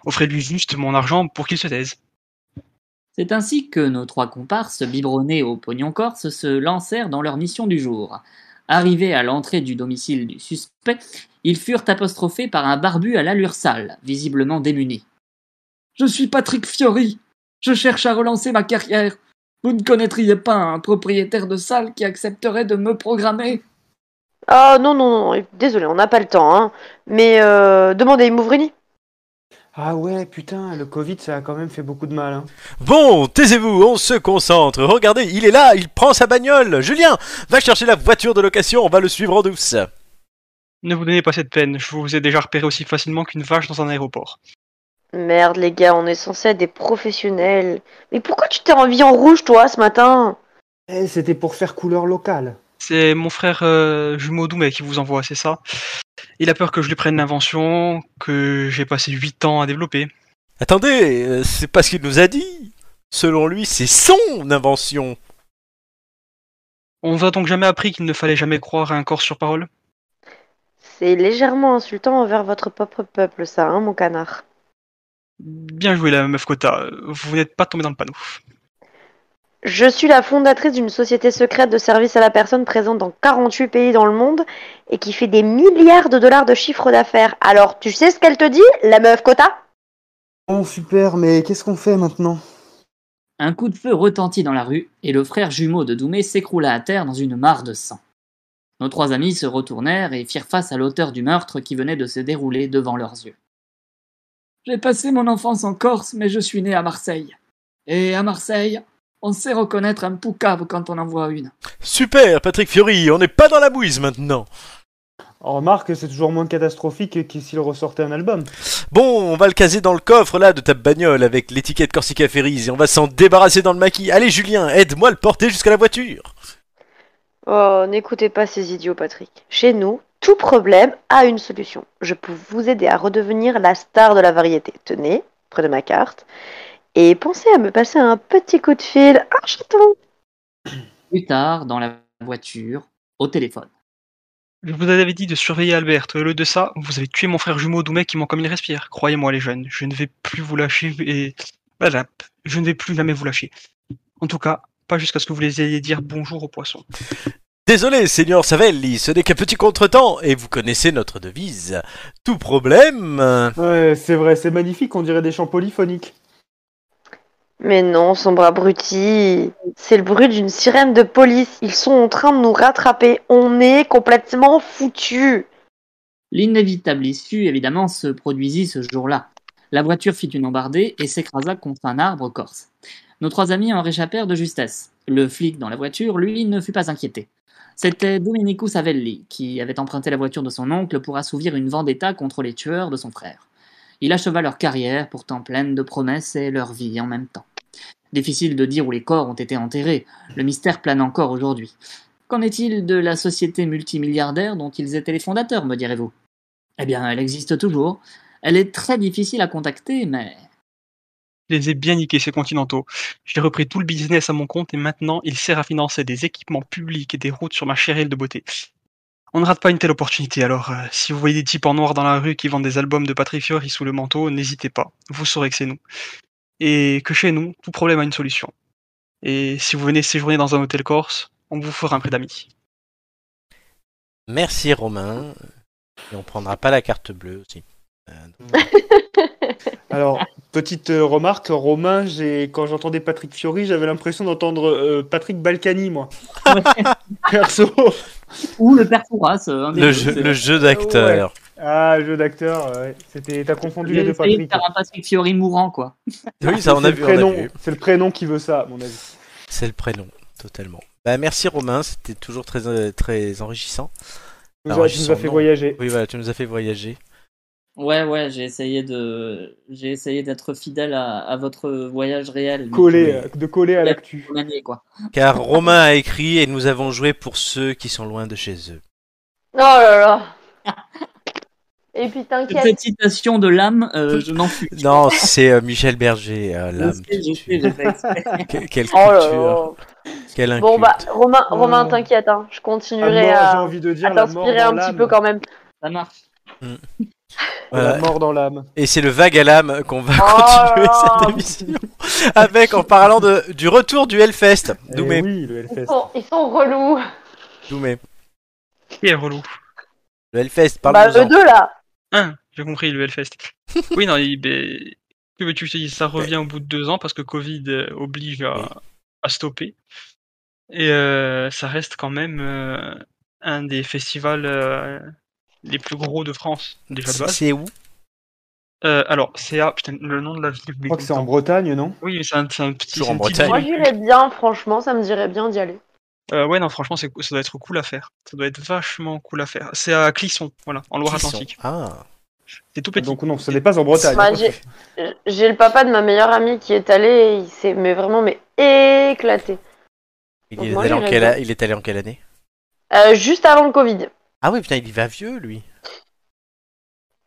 Offrez-lui juste mon argent pour qu'il se taise. C'est ainsi que nos trois comparses, biberonnés au pognon corse, se lancèrent dans leur mission du jour. Arrivés à l'entrée du domicile du suspect, ils furent apostrophés par un barbu à l'allure sale, visiblement démuni. Je suis Patrick Fiori. Je cherche à relancer ma carrière. Vous ne connaîtriez pas un propriétaire de salle qui accepterait de me programmer Ah non, non, non, désolé, on n'a pas le temps, hein. Mais euh, demandez à Imouvrini. Ah ouais, putain, le Covid, ça a quand même fait beaucoup de mal. hein. Bon, taisez-vous, on se concentre. Regardez, il est là, il prend sa bagnole. Julien, va chercher la voiture de location, on va le suivre en douce. Ne vous donnez pas cette peine, je vous ai déjà repéré aussi facilement qu'une vache dans un aéroport. Merde, les gars, on est censé être des professionnels. Mais pourquoi tu t'es envie en rouge, toi, ce matin Eh, c'était pour faire couleur locale. C'est mon frère euh, jumeau Doumé qui vous envoie, c'est ça Il a peur que je lui prenne l'invention que j'ai passé 8 ans à développer. Attendez, euh, c'est pas ce qu'il nous a dit. Selon lui, c'est son invention. On vous a donc jamais appris qu'il ne fallait jamais croire à un corps sur parole C'est légèrement insultant envers votre propre peuple, ça, hein, mon canard. Bien joué la meuf Cota, vous n'êtes pas tombé dans le panneau. Je suis la fondatrice d'une société secrète de service à la personne présente dans 48 pays dans le monde et qui fait des milliards de dollars de chiffre d'affaires. Alors, tu sais ce qu'elle te dit, la meuf quota Bon, super, mais qu'est-ce qu'on fait maintenant Un coup de feu retentit dans la rue et le frère jumeau de Doumé s'écroula à terre dans une mare de sang. Nos trois amis se retournèrent et firent face à l'auteur du meurtre qui venait de se dérouler devant leurs yeux. J'ai passé mon enfance en Corse, mais je suis né à Marseille. Et à Marseille, on sait reconnaître un poucave quand on en voit une. Super, Patrick Fiori, on n'est pas dans la bouise maintenant. Remarque, c'est toujours moins catastrophique que s'il ressortait un album. Bon, on va le caser dans le coffre là de ta bagnole avec l'étiquette Corsica Ferries et on va s'en débarrasser dans le maquis. Allez, Julien, aide-moi à le porter jusqu'à la voiture. Oh, n'écoutez pas ces idiots, Patrick. Chez nous, tout problème a une solution. Je peux vous aider à redevenir la star de la variété. Tenez, prenez ma carte et pensez à me passer un petit coup de fil. Un chaton Plus tard, dans la voiture, au téléphone. Je vous avais dit de surveiller Albert, au lieu de ça, vous avez tué mon frère jumeau Doumé qui ment comme il respire. Croyez-moi les jeunes, je ne vais plus vous lâcher et... Voilà, je ne vais plus jamais vous lâcher. En tout cas, pas jusqu'à ce que vous les ayez dire bonjour aux poissons. Désolé, Seigneur Savelli, ce n'est qu'un petit contretemps et vous connaissez notre devise. Tout problème. euh, Ouais, c'est vrai, c'est magnifique, on dirait des chants polyphoniques. Mais non, sombre abruti. C'est le bruit d'une sirène de police. Ils sont en train de nous rattraper. On est complètement foutus. L'inévitable issue, évidemment, se produisit ce jour-là. La voiture fit une embardée et s'écrasa contre un arbre corse. Nos trois amis en réchappèrent de justesse. Le flic dans la voiture, lui, ne fut pas inquiété. C'était Domenico Savelli, qui avait emprunté la voiture de son oncle pour assouvir une vendetta contre les tueurs de son frère. Il acheva leur carrière, pourtant pleine de promesses, et leur vie en même temps. Difficile de dire où les corps ont été enterrés, le mystère plane encore aujourd'hui. Qu'en est-il de la société multimilliardaire dont ils étaient les fondateurs, me direz-vous eh bien, elle existe toujours. Elle est très difficile à contacter, mais Je les ai bien niqués, ces continentaux. J'ai repris tout le business à mon compte et maintenant il sert à financer des équipements publics et des routes sur ma chérelle de beauté. On ne rate pas une telle opportunité, alors euh, si vous voyez des types en noir dans la rue qui vendent des albums de Patrick Fiori sous le manteau, n'hésitez pas, vous saurez que c'est nous. Et que chez nous, tout problème a une solution. Et si vous venez séjourner dans un hôtel corse, on vous fera un prêt d'amis. Merci Romain. Et on prendra pas la carte bleue aussi. Euh, Alors, petite euh, remarque, Romain, j'ai quand j'entendais Patrick Fiori, j'avais l'impression d'entendre euh, Patrick Balkany, moi. Perso. Ou le père Fouras, euh, un des le, deux, jeu, c'est- le jeu d'acteur. Ah, jeu d'acteur, ouais. c'était t'as confondu J'ai les deux essayé de Patrick. faire un Patrick Fiori mourant, quoi. Oui, ça on a C'est le vu. on a prénom- vu. C'est le prénom qui veut ça, à mon avis. C'est le prénom, totalement. Bah, merci Romain, c'était toujours très, euh, très enrichissant. Nous Alors, a- ils nous a sont fait non. voyager. Oui, voilà, tu nous as fait voyager. Ouais, ouais, j'ai essayé de, j'ai essayé d'être fidèle à, à votre voyage réel. mais Coller, Oui. euh, de coller à l'actu. vous maniez, quoi. Car Romain a écrit et nous avons joué pour ceux qui sont loin de chez eux. Oh là là. Et puis t'inquiète. Cette citation de l'âme, euh, je m'en fous. Non, c'est euh, Michel Berger, euh, Je l'âme. sais, je qui sais, tue. j'ai fait exprès. Que- Quelle Oh là culture, là. quel inculte. Bon bah Romain, Oh. Romain t'inquiète, hein. je Ah, continuerai mort, j'ai à, envie de dire à la mort t'inspirer dans un petit peu l'âme. quand même. Ça marche. Voilà. La mort dans l'âme. Et c'est le vague à l'âme qu'on va euh, Oh continuer là. cette émission avec en parlant de, du retour du Hellfest. Eh Doumé, oui, le Hellfest. Ils sont, ils sont relous. Doumé, Qui est relou le Hellfest, Bah parle-nous-en. eux deux là. Hein, j'ai compris, le Hellfest. oui, non, il, ben, que veux-tu que je te dise, ça revient au bout de deux ans parce que Covid euh, oblige à, Oui. à stopper. Et euh, ça reste quand même euh, un des festivals euh, les plus gros de France, déjà de C'est- base. c'est où Euh, alors, c'est à... Putain, le nom de la ville... je Je l'ai crois que c'est tout le en temps. Bretagne, non Oui, mais c'est un, c'est un petit... Toujours c'est en une petite Bretagne. Moi ville. j'irais bien, franchement, ça me dirait bien d'y aller. Euh, ouais, non, franchement, c'est, ça doit être cool à faire. Ça doit être vachement cool à faire. C'est à Clisson, voilà, en Loire-Atlantique. Clisson. Ah, C'est tout petit. Donc non, ce n'est pas en Bretagne. Bah, j'ai- J'ai le papa de ma meilleure amie qui est allé et il s'est mais vraiment mais éclaté. il Donc est, moi, allé en j'irais quelle bien. a- il est allé en quelle année Euh, juste avant le Covid. Ah oui, putain, il y va vieux, lui.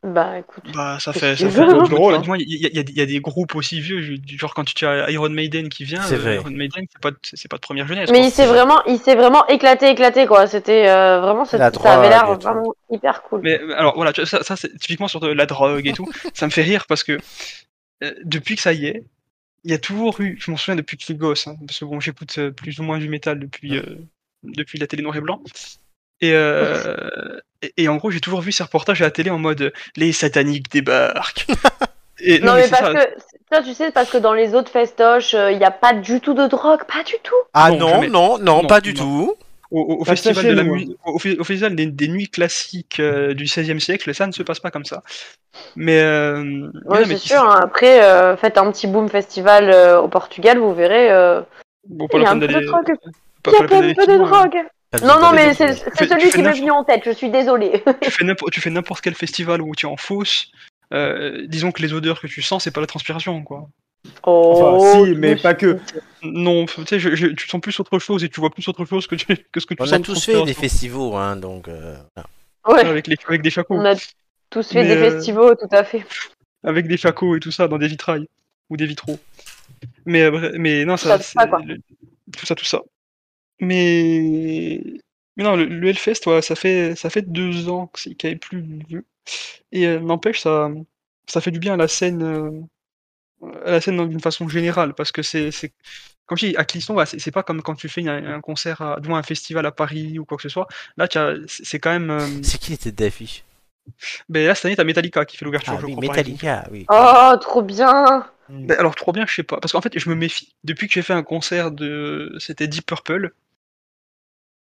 Bah écoute. Bah, ça fait. C'est Ça fait vraiment drôle, hein. Il y, a- y a- y a des groupes aussi vieux, je- du genre quand tu as Iron Maiden qui vient, C'est euh, vrai. Iron Maiden, c'est pas, de- c'est pas de première jeunesse. Mais quoi. il s'est vraiment, il s'est vraiment éclaté, éclaté quoi. C'était euh, vraiment, Il a c'était- trois ça avait l'air bientôt. vraiment hyper cool. Mais euh, alors voilà, tu vois, ça, ça c'est typiquement sur de la drogue et tout. ça me fait rire parce que euh, depuis que ça y est, il y a toujours eu, je m'en souviens depuis que je suis gosse, hein, parce que bon, j'écoute euh, plus ou moins du métal depuis, euh, depuis la télé noir et blanc. Et, euh, et, et en gros, j'ai toujours vu ces reportages à la télé en mode euh, les sataniques débarquent. et, non, mais, c'est parce ça. que ça, tu sais, parce que dans les autres festoches, euh, il n'y a pas du tout de drogue, pas du tout. Ah Non, non, jamais. non, non, Non, pas du non. tout. Au, au- au Pas festival, chez de la nous, mu- au, fe- au festival des, des nuits classiques euh, du XVIe siècle, ça ne se passe pas comme ça. Mais, euh, mais non, Ouais, mais c'est qui- sûr. hein. Après, euh, faites un petit boom festival euh, au Portugal, vous verrez. euh, bon, pas Il y la a un peine peu de d'aller- drogue. Il y pas- pas a plein la peine de d'aller peu si de loin. drogue. Pas Non, du non, tout. mais c'est fais- c'est tu celui fais qui m'est n'importe- venu en tête. Je suis désolée. tu fais n'importe, tu fais n'importe quel festival où tu es en fosse, euh, disons que les odeurs que tu sens, c'est pas la transpiration, quoi. Enfin, Oh, si, mais pas que. Non, tu sais, je- je- tu sens plus autre chose et tu vois plus autre chose que, tu- que ce que tu On sens a de tous fait des transpiration. festivals, hein, donc. euh, voilà. Ouais, avec, les, avec des chacos, on a tous fait Mais, des euh, festivals, tout à fait. avec des chacos et tout ça dans des vitrailles ou des vitraux. Mais, euh, vra- mais non, Ça, ça, c'est pas, c'est- quoi. le- tout ça, tout ça. Mais, mais non, le, le Hellfest, ouais, ça fait, ça fait deux ans que c'est- qu'il n'y avait plus lieu. Et euh, n'empêche, ça, ça fait du bien à la scène, euh, à la scène d'une façon générale, parce que c'est, c'est, comme je dis, à Clisson, voilà, c'est, c'est pas comme quand tu fais une- un concert, à, du moins un festival à Paris ou quoi que ce soit. Là, tu as- c'est c'est quand même. euh, C'est qui les têtes d'affiche ben là, cette année, t'as Metallica qui fait l'ouverture, Ah je oui, crois, par exemple. Metallica, oui. Ah, Oh, trop bien. Mm. Ben, alors trop bien, je sais pas. Parce qu'en fait, je me méfie. Depuis que j'ai fait un concert de... C'était Deep Purple.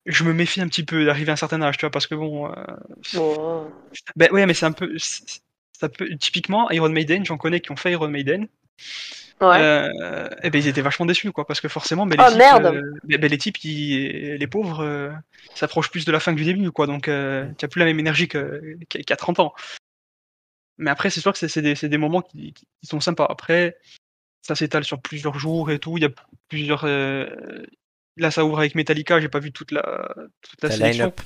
Je me méfie un petit peu d'arriver à un certain âge, tu vois, parce que bon... euh, Bon. Ben ouais, mais c'est un peu... c'est- Ça peut... Typiquement, Iron Maiden, j'en connais qui ont fait Iron Maiden. Ouais. euh, eh ben, ils étaient vachement déçus, quoi, parce que forcément, ben, les Oh, types, merde. euh, ben, ben, les types, ils- les pauvres, euh, s'approchent plus de la fin que du début, quoi. Donc, euh, Mm. t'as plus la même énergie que- qu'à qu'à 30 ans. Mais après, c'est sûr que c'est- c'est des, c'est des moments qui, qui- qui sont sympas. Après, ça s'étale sur plusieurs jours et tout. Il y a plusieurs. euh, Là, ça ouvre avec Metallica. J'ai pas vu toute la toute la La sélection. line-up.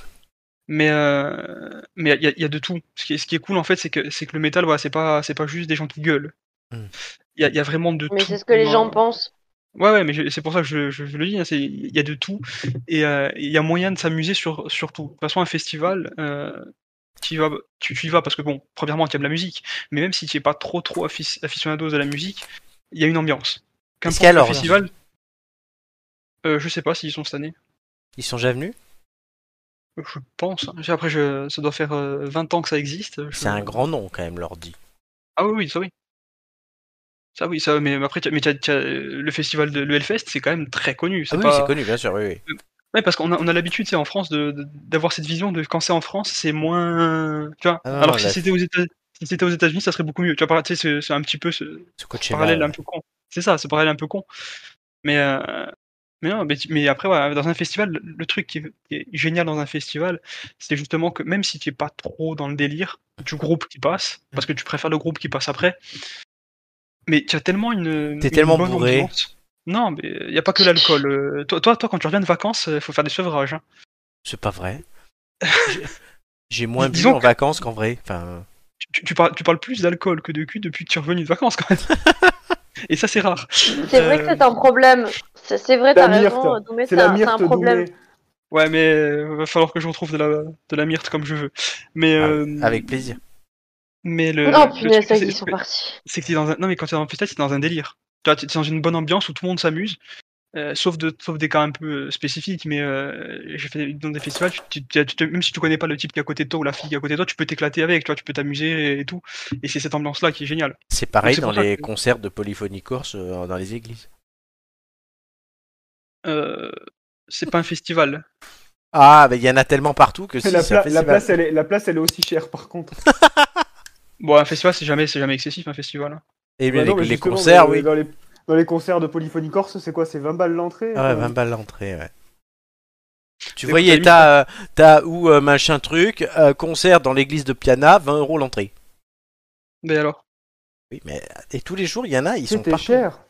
Mais euh, mais il y a, il y a de tout. Ce qui, est, ce qui est cool en fait, c'est que c'est que le métal, voilà, c'est pas c'est pas juste des gens qui gueulent. Hmm. Il y a, il y a vraiment de Mais tout. c'est ce que les dans- gens pensent. Ouais, ouais, mais je- c'est pour ça que je, je- je le dis, hein, c'est- il y a de tout, et euh, il y a moyen de s'amuser sur, sur tout. De toute façon, un festival, euh, tu, y vas, tu, tu y vas parce que, bon, premièrement, tu aimes la musique, mais même si tu n'es pas trop, trop affic- aficionado de la musique, il y a une ambiance. qu'il y a le l'ordre festival, euh, je sais pas s'ils sont cette année, Ils sont déjà venus je pense. hein. Après, je, ça doit faire euh, 20 ans que ça existe. je- C'est un grand nom quand même, l'ordi. Ah oui, oui, ça oui. Ça oui, ça, mais après, t'as- mais t'as- t'as, euh, le festival de le Hellfest, c'est quand même très connu. Ah C'est oui, pas... c'est connu, bien sûr, oui, oui. Ouais, parce qu'on a, on a l'habitude, c'est en France, de- de- d'avoir cette vision de quand c'est en France, c'est moins. Tu vois, Ah non, alors non, que là, si c'était aux États- si c'était aux États-Unis, ça serait beaucoup mieux. Tu vois, par- tu sais, c'est- c'est un petit peu ce Ce coach parallèle un peu con. C'est ça, ce parallèle un peu con. Mais, euh, mais non, mais, tu- mais après, ouais, dans un festival, le- le truc qui est, qui est génial dans un festival, c'est justement que même si tu n'es pas trop dans le délire du groupe qui Mmh. passe, parce que tu préfères le groupe qui passe après, mais tu as tellement une. T'es une tellement bonne bourré. ambiance. Non, mais il n'y a pas que l'alcool. euh, Toi, toi, toi, quand tu reviens de vacances, il faut faire des sevrages. hein. C'est pas vrai. J'ai- J'ai moins bu Disons en que- vacances qu'en vrai. Enfin, Tu, tu- tu parles, tu parles plus d'alcool que de cul depuis que tu es revenu de vacances, quand même. Et ça, c'est rare. C'est vrai que c'est Euh, un problème. C'est c'est vrai, t'as La myrte. raison, Doumé, C'est c'est la un, c'est un myrte problème. Doumé. Ouais, mais euh, va falloir que je retrouve de la, de la myrte comme je veux. Mais, euh, Ah, avec plaisir. mais le. Non, le Oh, punaise, truc, ça y est, c'est- ils sont partis. c'est que t'es dans un... non mais quand t'es dans un festival t'es dans un délire tu vois, t'es t'es dans une bonne ambiance où tout le monde s'amuse euh, sauf de sauf des cas un peu euh, spécifiques mais euh, j'ai fait dans des festivals tu- tu- tu- tu- même si tu connais pas le type qui est à côté de toi ou la fille qui est à côté de toi tu peux t'éclater avec tu vois tu peux t'amuser et, tout et c'est cette ambiance là qui est géniale C'est pareil c'est dans pour ça les que- concerts de polyphonie corse euh, dans les églises. euh, c'est pas un festival Ah, mais il y en a tellement partout que si, La, c'est un pla- la festival. place, elle est, la place, elle est aussi chère, par contre. bon un festival c'est jamais c'est jamais excessif un festival hein. Et Bah Eh les, non, mais les justement, concerts, dans- oui. Dans les, dans les concerts de Polyphonie Corse, c'est quoi C'est 20 balles l'entrée Ah ouais, euh, 20 balles l'entrée, ouais. Tu Écoute, voyais, Rémi, t'as, euh, t'as ou euh, machin truc, euh, concert dans l'église de Piana, 20 euros l'entrée. mais alors Oui, mais et tous les jours, il y en a, ils sont C'était partout. cher.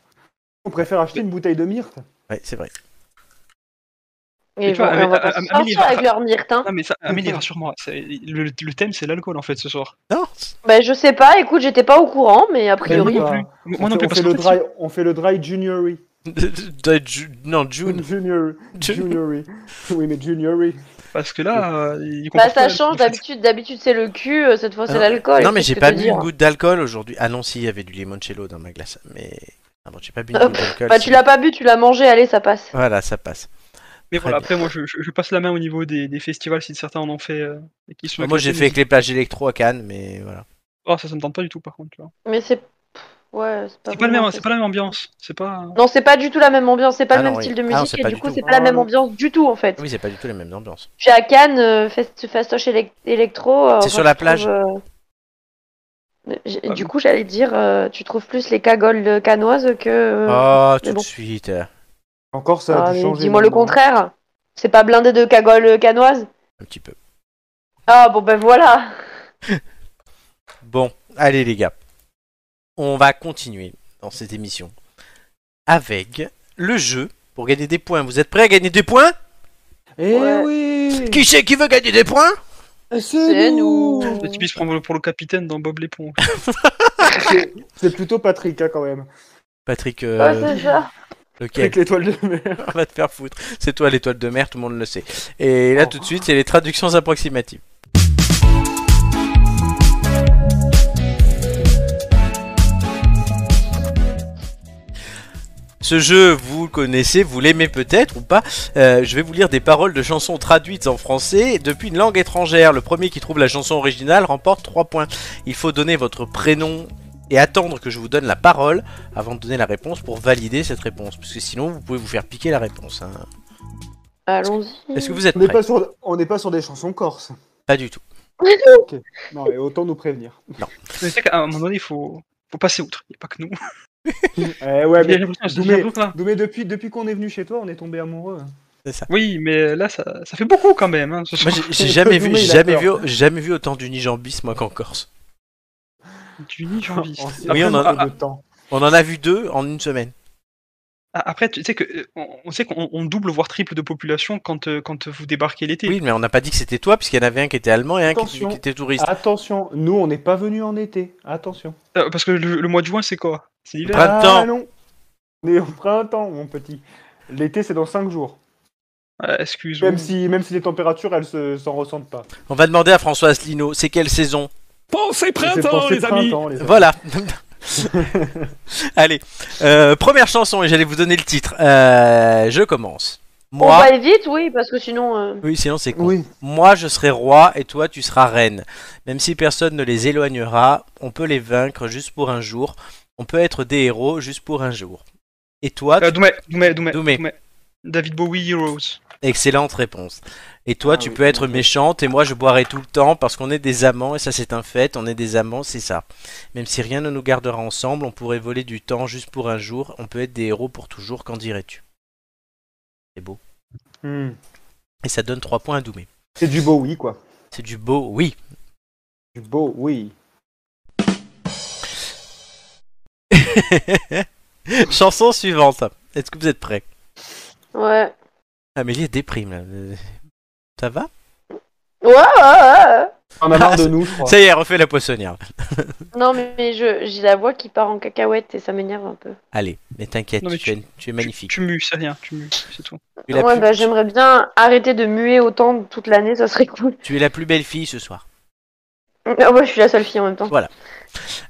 On préfère acheter une bouteille de myrte. Ouais, c'est vrai. Et tu vois, bon, on va Am- pas Am- se sortir Amélie- avec leur myrte, hein. ah mais ça Amélie rassure-moi c'est- le, le thème c'est l'alcool en fait ce soir Non, Bah, je sais pas, écoute, j'étais pas au courant, mais a priori. hein. Bah, moi on non fait, plus on parce fait que le dry, on fait le dry juniory. De Ju- non, June. Junior, juniory. Oui, mais juniory. parce que là euh, il Bah, comporte ça pas change, l'alcool, en fait. d'habitude, d'habitude c'est le cul, euh, cette fois c'est l'alcool. Non, mais j'ai qu'est-ce que hein. pas te bu dire une goutte d'alcool aujourd'hui. Ah non, si, il y avait du limoncello dans ma glace. Mais. Ah bon, j'ai pas bu une Hop. goutte d'alcool. Bah, si. tu l'as pas bu, tu l'as mangé, allez, ça passe. Voilà, ça passe. Mais Très voilà, bien. après, moi, je, je- je passe la main au niveau des, des festivals, si certains en ont fait. euh, et qui sont Bah, Moi, j'ai fait éclatés, avec les plages électro à Cannes, mais voilà. mais- Oh, ça, ça me tente pas du tout, par contre. tu vois. Mais c'est. pff, Ouais, Bah, c'est pas, C'est pas, le vraiment même- ça. c'est pas la même ambiance. C'est pas. Non, c'est pas du tout la même ambiance, c'est pas Ah le non, même oui. style de Ah non, musique, c'est et pas du Oh du coup, tout. c'est pas la Ah, même non. ambiance du tout en fait. Oui, c'est pas du tout les mêmes ambiances. Puis à Cannes, euh, fest- Fastoche élec- Electro. euh, C'est enfin, sur la je plage. trouve, euh, j'ai- Ah Du bon coup, j'allais dire, euh, tu trouves plus les cagoles de canoises que. euh, Oh, mais tout bon. de suite. Encore, Ah, ça ah, a mais dû changer. Dis-moi le maintenant. hein. contraire. C'est pas blindé de cagoles euh, canoises Un petit peu. Ah bon, ben voilà. Bon, allez les gars. On va continuer dans cette émission avec le jeu pour gagner des points. Vous êtes prêts à gagner des points Eh Ouais. oui Qui c'est qui veut gagner des points C'est nous. Et tu puisses prendre pour le capitaine dans Bob l'éponge. C'est- C'est plutôt Patrick, hein, quand même. Patrick, Ouais, euh, c'est ça. lequel Avec l'étoile de mer. on va te faire foutre C'est toi l'étoile de mer, tout le monde le sait. Et là Oh. tout de suite, c'est les traductions approximatives. Ce jeu, vous le connaissez, vous l'aimez peut-être ou pas. Euh, je vais vous lire des paroles de chansons traduites en français depuis une langue étrangère. Le premier qui trouve la chanson originale remporte 3 points. Il faut donner votre prénom et attendre que je vous donne la parole avant de donner la réponse pour valider cette réponse. Parce que sinon, vous pouvez vous faire piquer la réponse. hein. Allons-y. Est-ce que vous êtes On n'est prêts pas, sur- on n'est pas sur des chansons corses. Pas du tout. Non, mais autant nous prévenir. Mais tu sais qu'à un moment donné, il faut, faut passer outre. Il n'y a pas que nous. Eh ouais, J'ai mais, l'impression- j'ai Doumé- l'impression que- Doumé, depuis, depuis qu'on est venu chez toi, on est tombé amoureux. Oui, mais là, ça, ça fait beaucoup quand même. hein, ce Moi, soir. j'ai- j'ai jamais vu, Doumé, il a jamais vu, peur. jamais vu autant d'unijambistes moi qu'en Corse. Tu dis, j'ai envie. Ah En si Oui, on en peu a- de temps. On en a vu deux en une semaine. Ah, Après, tu sais que euh, on on sait qu'on on double voire triple de population quand, euh, quand vous débarquez l'été. Oui, mais on n'a pas dit que c'était toi, puisqu'il y en avait un qui était allemand et un qui, Attention. Ah. qui était touriste. Attention, nous, on n'est pas venus en été. Attention. Euh, Parce que le, le mois de juin, c'est quoi C'est l'hiver. Printemps. non. On est au printemps, mon petit. L'été, c'est dans 5 jours. Ouais, Euh, excuse-moi. Même si, même si les températures, elles se- s'en ressentent pas. On va demander à François Asselineau, c'est quelle saison Pensez C'est printemps, pensé les amis printemps, les amis. Voilà. Allez, euh, première chanson, et j'allais vous donner le titre. Euh, je commence. On Moi, va vite, oui, parce que sinon. euh, oui, sinon c'est con. Oui. Moi, je serai roi et toi, tu seras reine. Même si personne ne les éloignera, on peut les vaincre juste pour un jour. On peut être des héros juste pour un jour. Et Bah, toi, Euh, tu- Doumé, Doumé, Doumé, Doumé. Doumé. David Bowie Heroes. excellente réponse. Et toi, Ah tu oui, peux être oui. méchante et moi, je boirai tout le temps parce qu'on est des amants et ça, c'est un fait. On est des amants, c'est ça. Même si rien ne nous gardera ensemble, on pourrait voler du temps juste pour un jour. On peut être des héros pour toujours. Qu'en dirais-tu C'est beau. Hmm. Et ça donne 3 points à Doumé. C'est du beau, oui, quoi. C'est du beau, oui. Du beau, oui. Chanson suivante. Est-ce que vous êtes prêts Ouais. Amélie elle déprime là. Euh, Ça va Ouais, ouais, ouais, ouais. On a marre de nous, je crois. Ça y est, refait la poissonnière. Non, mais mais je- j'ai la voix qui part en cacahuète et ça m'énerve un peu. Allez, mais t'inquiète, Non, mais tu, tu- es, tu es magnifique. Tu, tu mues, c'est rien, tu mues, c'est tout. Tu, es la ouais, plus, bah j'aimerais bien arrêter de muer autant toute l'année, ça serait cool. tu es la plus belle fille ce soir. Ah ouais, je suis la seule fille en même temps.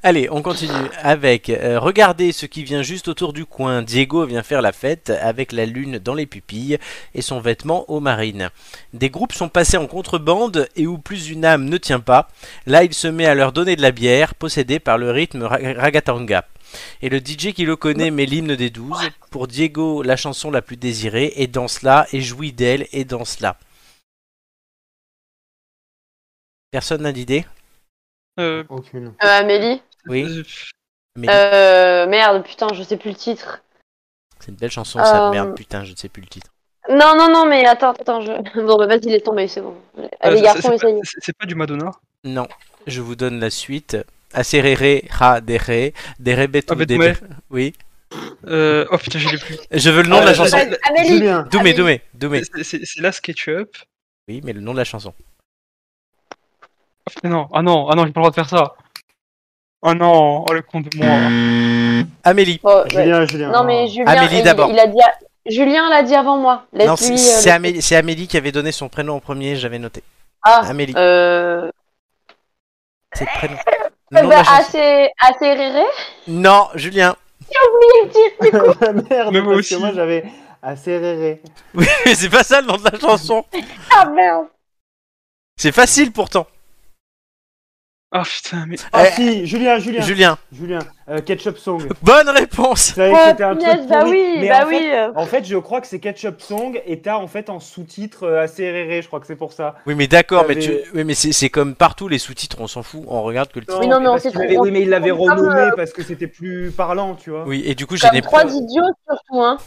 Allez, on continue avec euh, Regardez ce qui vient juste autour du coin. Diego vient faire la fête avec la lune dans les pupilles et son vêtement aux marines. Des groupes sont passés en contrebande et où plus une âme ne tient pas. Là, il se met à leur donner de la bière, possédé par le rythme ra- ragatanga. Et le DJ qui le connaît met l'hymne des douze. Pour Diego, la chanson la plus désirée, et danse là, et jouit d'elle, et danse là. Personne n'a d'idée Euh, Aucune. Euh, Amélie Oui, euh, mais Euh, merde, putain, je sais plus le titre. c'est une belle chanson, ça euh, merde, putain, je ne sais plus le titre. Non, non, non, mais attends, attends, je... Bon, bah vas-y, il est tombé, c'est bon. euh, Ah, Les c'est- garçons, c'est pas- essayez. c'est- c'est pas du Madonna. Non, je vous donne la suite. Aserere ha dere, dere betu Ah, mais dere- Doumé. Oui, Euh, oh putain, je l'ai plus. je veux le nom de la Euh, chanson. c'est- Amélie Julien. Doumé, Ah, Amélie. Doumé, Doumé. c'est- C'est c'est la SketchUp. Oui, mais le nom de la chanson. Oh, putain, non, ah non, ah non, j'ai pas le droit de faire ça. Oh non, oh le con de moi. Amélie. Oh, ouais. Julien, hein. Julien. Ah. Non, mais Julien, Amélie il- d'abord. Il, a dit à- Julien l'a dit avant moi. non, Laisse-lui. c'est euh, c'est le- Amélie, c'est Amélie qui avait donné son prénom en premier, j'avais noté. Ah, Amélie, euh... c'est le prénom. Le eh nom de ben, la chanson. assez, assez réré. Non, Julien. Ah, merde, Mais moi parce que aussi. moi j'avais assez réré. Oui, mais c'est pas ça le nom de la chanson. Ah merde. C'est facile pourtant. Ah putain, mais Ah Eh, Oh, si, Julien, Julien, Julien. Julien, euh, Ketchup Song. Bonne réponse. Ça Oh, c'était un truc punaise, bah pourri, oui, mais bah en fait, oui. euh, En fait, je crois que c'est Ketchup Song et t'as en fait en sous-titre euh, assez réré, je crois que c'est pour ça. Oui, mais d'accord, mais, tu... J'avais- oui, mais c'est c'est comme partout, les sous-titres, on s'en fout, on regarde que le titre. Oui, non, non, parce c'est qu'il trop- l'avait- Oui, mais il l'avait comme, renommé euh, parce que c'était plus parlant, tu vois. Oui, et du coup, je Comme n'ai trois pas. idiots surtout, hein.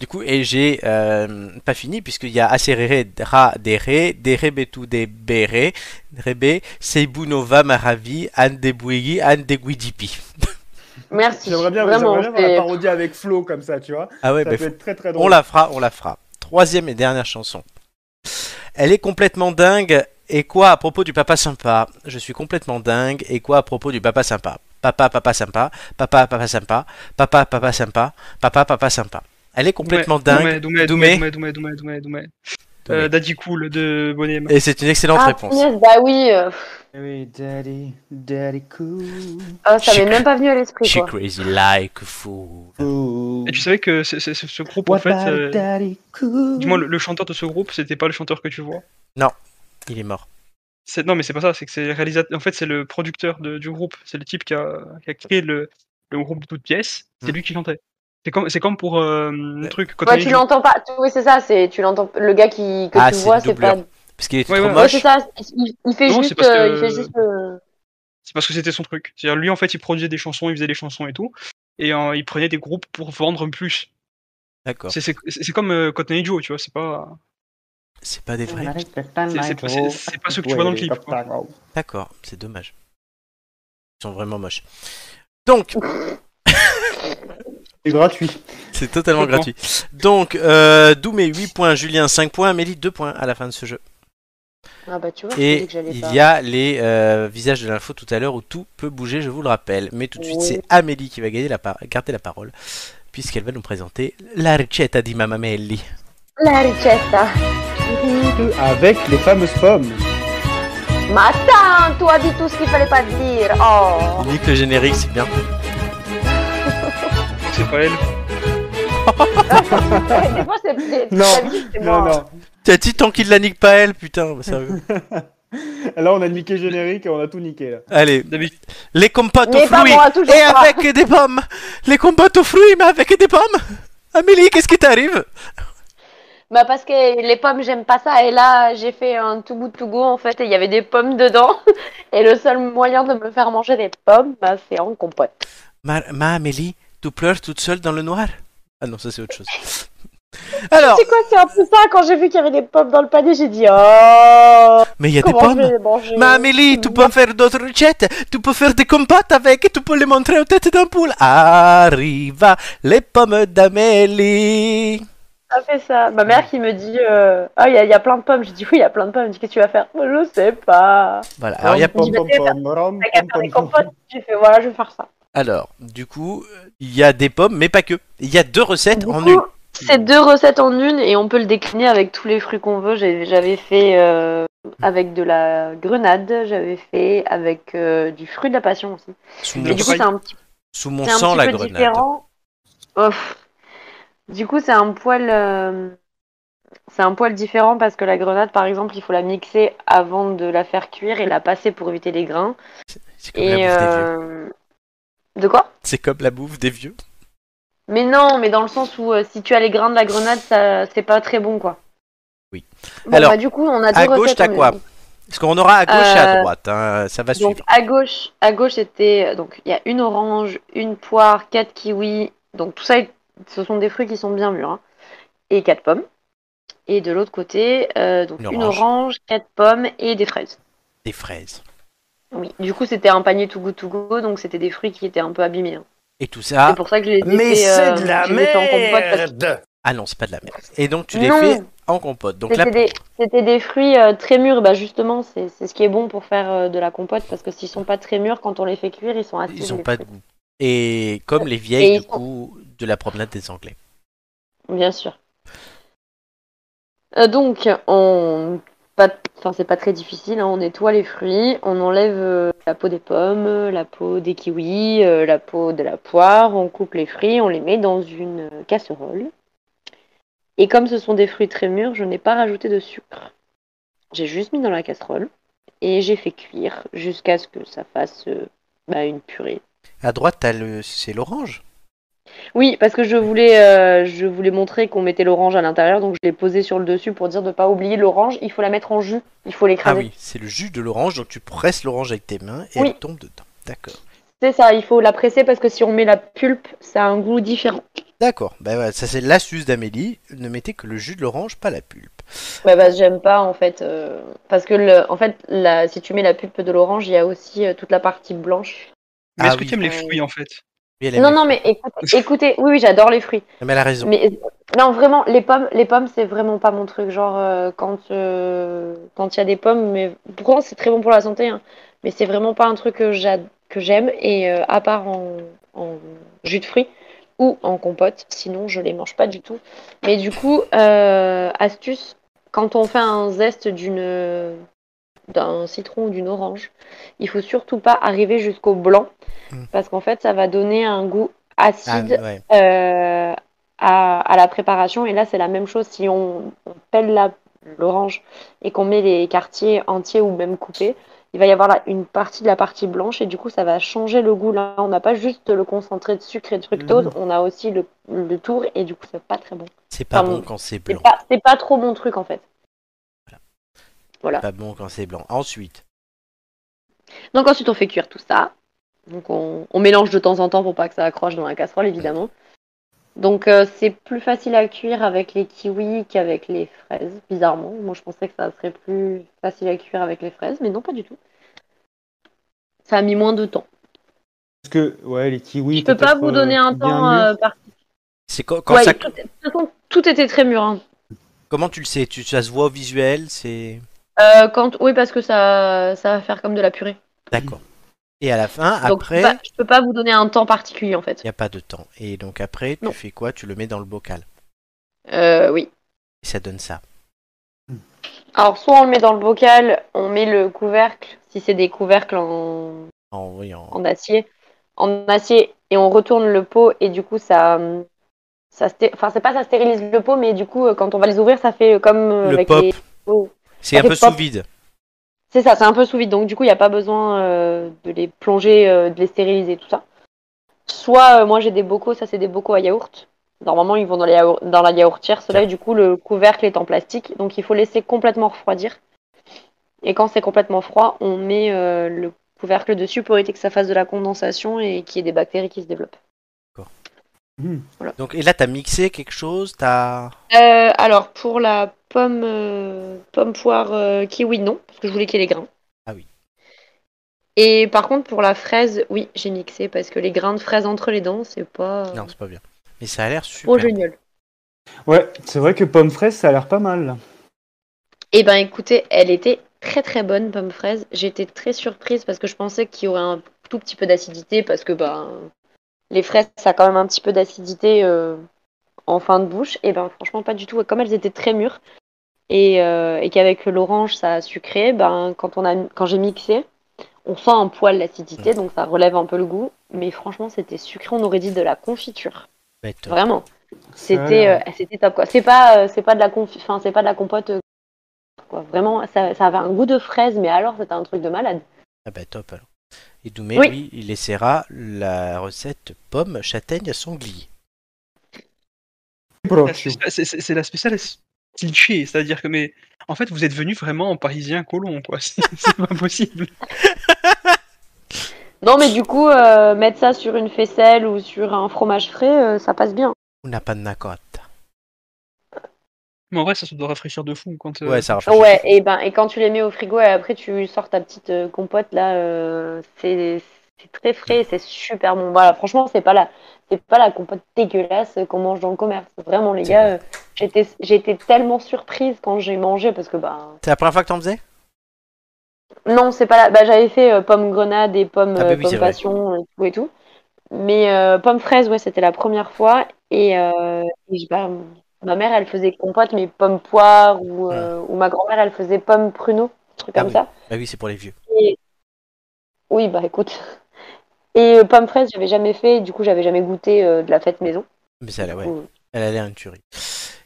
Du coup, et j'ai euh, pas fini, puisqu'il y a Aserere Dra Dere, Dere Betu De Bere, Rebe, Seibunova Maravi, Anne de Bouigi, Anne de Guidipi. Merci. J'aimerais bien, Vraiment, j'aimerais bien faire la c'est- parodie avec Flo comme ça, tu vois. Ah ouais, ça bah, peut être très très drôle. on la fera, on la fera. Troisième et dernière chanson. Elle est complètement dingue, et quoi à propos du papa sympa Je suis complètement dingue, et quoi à propos du papa sympa Papa, papa sympa, papa, papa sympa, papa, papa sympa, papa, papa sympa. Elle est complètement dingue, Doumé, Doumé, Doumé. Doumé, Doumé, Doumé, Doumé, Doumé, Doumé. Doumé. Euh, Daddy Cool de Bonhomme. et c'est une excellente Ah, réponse. punaise, bah oui. euh, Oui, daddy, daddy cool. ah, ça Chic. m'est même pas venu à l'esprit, She quoi. crazy like a fool. Ooh. Et tu savais que c'est- c'est- c'est- ce groupe, en What fait, about euh, daddy cool du moins le, le chanteur de ce groupe, c'était pas le chanteur que tu vois. Il est mort. C'est- Non, mais c'est pas ça, c'est que c'est le réalisateur. En fait, c'est le producteur de- du groupe. C'est le type qui a, qui a créé le, le groupe de toutes pièces. C'est Hmm. lui qui chantait. C'est comme, c'est comme pour euh, le truc. Quand Ouais, il y tu a eu- l'entends pas. tu- Oui, c'est ça. C'est tu l'entends. Le gars qui que Ah, tu c'est vois, le c'est pas. doubleur. Parce qu'il était Ouais, trop ouais. Ouais, moche. c'est ça. Il, il fait Non, c'est juste. parce euh, que- Il fait juste. euh, C'est parce que c'était son truc. C'est-à-dire, lui, en fait, il produisait des chansons, il faisait des chansons et tout. Et euh, il prenait des groupes pour vendre plus. D'accord. C'est- C'est c'est- c'est comme euh, Cotton Eye Joe, tu vois. C'est pas, C'est pas des vrais. c'est- c'est pas, c'est- c'est pas ce que tu vois dans le clip. quoi. D'accord. C'est dommage. Ils sont vraiment moches. Donc, C'est gratuit. c'est totalement Je comprends. gratuit. Donc, euh, Doumé 8 points, Julien 5 points, Amélie 2 points à la fin de ce jeu. Ah bah tu vois. je te dis Et que j'allais il pas. y a les euh, visages de l'info tout à l'heure où tout peut bouger, je vous le rappelle. Mais tout de suite, c'est Amélie qui va gagner la par- garder la parole puisqu'elle va nous présenter la ricetta di Mamma Melli. La ricetta. Avec les fameuses pommes. Ma tanto, a dit tout ce qu'il fallait pas dire. Oh. Nique le générique, c'est bien. C'est pas elle. Des fois, c'est- c'est Non. d'habitude, c'est Non, moi. non. T'as dit tant qu'il la nique pas elle, putain, bah, sérieux. Là, on a niqué le générique et on a tout niqué. Là. Allez, D'habitude, les compotes aux Mais pas fruits moi, toujours et pas. avec des pommes. Les compotes aux fruits, mais avec des pommes. Amélie, qu'est-ce qui t'arrive Bah parce que les pommes, j'aime pas ça. Et là, j'ai fait un tout bout de tout go en fait, et il y avait des pommes dedans. Et le seul moyen de me faire manger des pommes, bah, c'est en compote. ma, ma Amélie, tu pleures toute seule dans le noir Ah non, ça c'est autre chose. Alors, C'est quoi, c'est un peu ça. Quand j'ai vu qu'il y avait des pommes dans le panier, j'ai dit oh. mais il y a des Comment je pommes. vais les manger Mais Amélie, tu peux faire d'autres recettes, tu peux faire des compotes avec, tu peux les montrer aux têtes d'un poule. Arriva les pommes d'Amélie. Ça fait ça. Ma mère qui me dit euh, Ah, il y, a- il y a plein de pommes. J'ai dit Oui, il y a plein de pommes. Elle me dit Qu'est-ce que tu vas faire Moi, Je sais pas. Voilà. Alors, il y a- Pom, pom, pom, rom, T'as qu'à pom, faire des pom, pom. compotes. J'ai fait Voilà, je vais faire ça. Alors, du coup, il y a des pommes, mais pas que. Il y a deux recettes Du en coup, une. C'est deux recettes en une et on peut le décliner avec tous les fruits qu'on veut. J'ai- J'avais fait euh, avec de la grenade, j'avais fait avec euh, du fruit de la passion aussi. Sous Mais Et mon, du coup, pareil. c'est un petit, sous mon c'est un sang, petit la peu grenade. différent. Oh, pff. Du coup, c'est un poil, euh, c'est un poil différent parce que la grenade, par exemple, il faut la mixer avant de la faire cuire et la passer pour éviter les grains. C'est comme, la Et bouffe des vieux. euh, de quoi C'est comme la bouffe des vieux. Mais non, mais dans le sens où euh, si tu as les grains de la grenade, ça c'est pas très bon quoi. Oui. Bon, Alors, bah, du coup, on a deux à gauche, recettes t'as en quoi une. Parce qu'on aura à gauche et à Euh, droite. hein, Ça va Donc suivre. à gauche, à gauche c'était euh, donc il y a une orange, une poire, quatre kiwis. Donc tout ça, ce sont des fruits qui sont bien mûrs hein, et quatre pommes. Et de l'autre côté, euh, donc Une une, orange. orange, quatre pommes et des fraises. Des fraises. Oui. Du coup, c'était un panier to go to go, donc c'était des fruits qui étaient un peu abîmés. hein. Et tout ça. c'est pour ça que je les ai Mais fait, c'est euh, de la je les ai fait en compote parce que- merde Ah non, c'est pas de la merde. Et donc, tu les Non. fais en compote. Donc là, C'était des, c'était des fruits euh, très mûrs, bah justement, c'est c'est ce qui est bon pour faire euh, de la compote parce que s'ils sont pas très mûrs, quand on les fait cuire, ils sont assez. ils ont pas de goût. Et comme les vieilles, Et ils du sont- coup, de la promenade des Anglais. Bien sûr. Euh, donc, on. Pas... Enfin, c'est pas très difficile, hein, on nettoie les fruits, on enlève euh, la peau des pommes, la peau des kiwis, euh, la peau de la poire, on coupe les fruits, on les met dans une euh, casserole. Et comme ce sont des fruits très mûrs, je n'ai pas rajouté de sucre. J'ai juste mis dans la casserole et j'ai fait cuire jusqu'à ce que ça fasse euh, bah, une purée. À droite, t'as le... c'est l'orange. Oui, parce que je voulais, euh, je voulais montrer qu'on mettait l'orange à l'intérieur, donc je l'ai posé sur le dessus pour dire de pas oublier l'orange. Il faut la mettre en jus, il faut Ah l'écraser. oui, c'est le jus de l'orange. Donc, tu presses l'orange avec tes mains et Oui. elle tombe dedans. D'accord. C'est ça, il faut la presser parce que si on met la pulpe, ça a un goût différent. D'accord. Ben, voilà, ça, c'est l'astuce d'Amélie. Ne mettez que le jus de l'orange, pas la pulpe. Bah, bah j'aime pas en fait, euh, parce que le, en fait, la, si tu mets la pulpe de l'orange, il y a aussi euh, toute la partie blanche. mais est-ce Ah que oui. t'aimes les Euh, fruits en fait Oui, elle a Non, mis- non, mais écoutez, écoutez oui, oui, j'adore les fruits. Mais elle a raison. Mais non, vraiment, les pommes, les pommes, c'est vraiment pas mon truc. Genre, euh, quand euh, quand il y a des pommes, mais pourtant c'est très bon pour la santé, hein, mais c'est vraiment pas un truc que j'ad- que j'aime. Et euh, à part en, en jus de fruits ou en compote, sinon je les mange pas du tout. Mais du coup, euh, astuce, quand on fait un zeste d'une d'un citron ou d'une orange, il faut surtout pas arriver jusqu'au blanc, Mm. parce qu'en fait, ça va donner un goût Ah, acide ouais. euh, à, à la préparation. Et là, c'est la même chose si on, on pèle la- l'orange et qu'on met les quartiers entiers ou même coupés. Il va y avoir là une partie de la partie blanche et du coup, ça va changer le goût. Là, on n'a pas juste le concentré de sucre et de fructose, Mhm. on a aussi le, le tour et du coup, c'est pas très bon. C'est pas Pardon. bon quand c'est blanc. C'est pas, c'est pas trop mon truc en fait. Ah. pas bon quand c'est blanc. Ensuite, Donc ensuite, on fait cuire tout ça. Donc on, on mélange de temps en temps pour pas que ça accroche dans la casserole, évidemment. Donc euh, c'est plus facile à cuire avec les kiwis qu'avec les fraises, bizarrement. Moi, je pensais que ça serait plus facile à cuire avec les fraises, mais non, pas du tout. Ça a mis moins de temps. Parce que, ouais, les kiwis. je peux pas vous donner un temps euh, par... c'est quand, quand Ouais, ça, tout, de toute façon, tout était très mûr. hein. comment tu le sais Tu ça se voit au visuel, c'est Euh, quand... Oui, parce que ça, ça va faire comme de la purée. d'accord. Et à la fin, Donc, bah- après, je peux pas- je peux pas vous donner un temps particulier en fait. il n'y a pas de temps. Et donc après, tu Non. fais quoi Tu le mets dans le bocal. Euh, oui. Et ça donne ça. Alors, soit on le met dans le bocal, on met le couvercle, si c'est des couvercles en, En voyant. en acier, en acier, et on retourne le pot, et du coup, ça. hum, ça sté- Enfin, c'est pas ça stérilise le pot, mais du coup, euh, quand on va les ouvrir, ça fait euh, comme euh, Le avec pop. les. Oh. C'est un fait peu pop. sous vide. C'est ça, c'est un peu sous vide, donc du coup, il n'y a pas besoin euh, de les plonger, euh, de les stériliser, tout ça. Soit, euh, moi j'ai des bocaux, ça c'est des bocaux à yaourt. Normalement, ils vont dans, les yaour- dans la yaourtière. Cela, du coup, le couvercle est en plastique, donc il faut laisser complètement refroidir. Et quand c'est complètement froid, on met euh, le couvercle dessus pour éviter que ça fasse de la condensation et qu'il y ait des bactéries qui se développent. Donc, et là, t'as mixé quelque chose T'as. Euh, alors, pour la pomme, euh, pomme poire euh, kiwi, non, parce que je voulais qu'il y ait les grains. Ah oui. Et par contre, pour la fraise, oui, j'ai mixé parce que les grains de fraise entre les dents, c'est pas euh, Non, c'est pas bien. Mais ça a l'air super. trop génial. Ouais, c'est vrai que pomme fraise, ça a l'air pas mal. Eh ben, écoutez, elle était très très bonne, pomme fraise. J'étais très surprise parce que je pensais qu'il y aurait un tout petit peu d'acidité parce que ben, les fraises, ça a quand même un petit peu d'acidité euh, en fin de bouche. Et ben, franchement, pas du tout. Et comme elles étaient très mûres et, euh, et qu'avec l'orange, ça a sucré, ben, quand, on a, quand j'ai mixé, on sent un poil l'acidité, donc ça relève un peu le goût. Mais franchement, c'était sucré. On aurait dit de la confiture. Bête. Vraiment. Ça a C'était l'air- euh, c'était top quoi. C'est pas euh, c'est pas de la confi- enfin, c'est pas de la compote euh, quoi. Vraiment ça, ça avait un goût de fraise mais alors c'était un truc de malade. Ah bah top alors. Et Doumé, Oui. lui, il essaiera la recette pomme, châtaigne, sanglier. Bravo. euh, La spéciale- C'est c'est- c'est la spéciale cliché, c'est-à-dire que mais en fait vous êtes venu vraiment en parisien colon quoi, c'est c'est pas possible. Non mais du coup euh, mettre ça sur une faisselle ou sur un fromage frais euh, ça passe bien. On n'a pas de nacote. Mais en vrai ça, ça doit rafraîchir de fou quand. euh, Ouais, ça rafraîchit. Ouais et ben et quand tu les mets au frigo et après tu sors ta petite euh, compote là euh, c'est c'est très frais, c'est super bon. Voilà, franchement, c'est pas la c'est pas la compote dégueulasse qu'on mange dans le commerce. Vraiment les C'est gars, vrai. euh, j'étais j'étais tellement surprise quand j'ai mangé parce que bah C'est la première fois que t'en faisais Non, c'est pas là. Bah, j'avais fait euh, pomme grenade et pomme, Ah bah euh, oui, pomme c'est vrai. passion et tout et tout. Mais euh, pomme fraise, ouais, c'était la première fois. Et, euh, et je- bah, ma mère, elle faisait compote, mais pomme poire ou, euh, ou ma grand-mère, elle faisait pomme pruneau, un truc Ah comme ça. Bah oui, c'est pour les vieux. Oui, bah écoute. Et euh, pomme fraise, j'avais jamais fait. Du coup, j'avais jamais goûté euh, de la fête maison. Mais ça, elle, ouais. Ouh. elle a l'air une tuerie.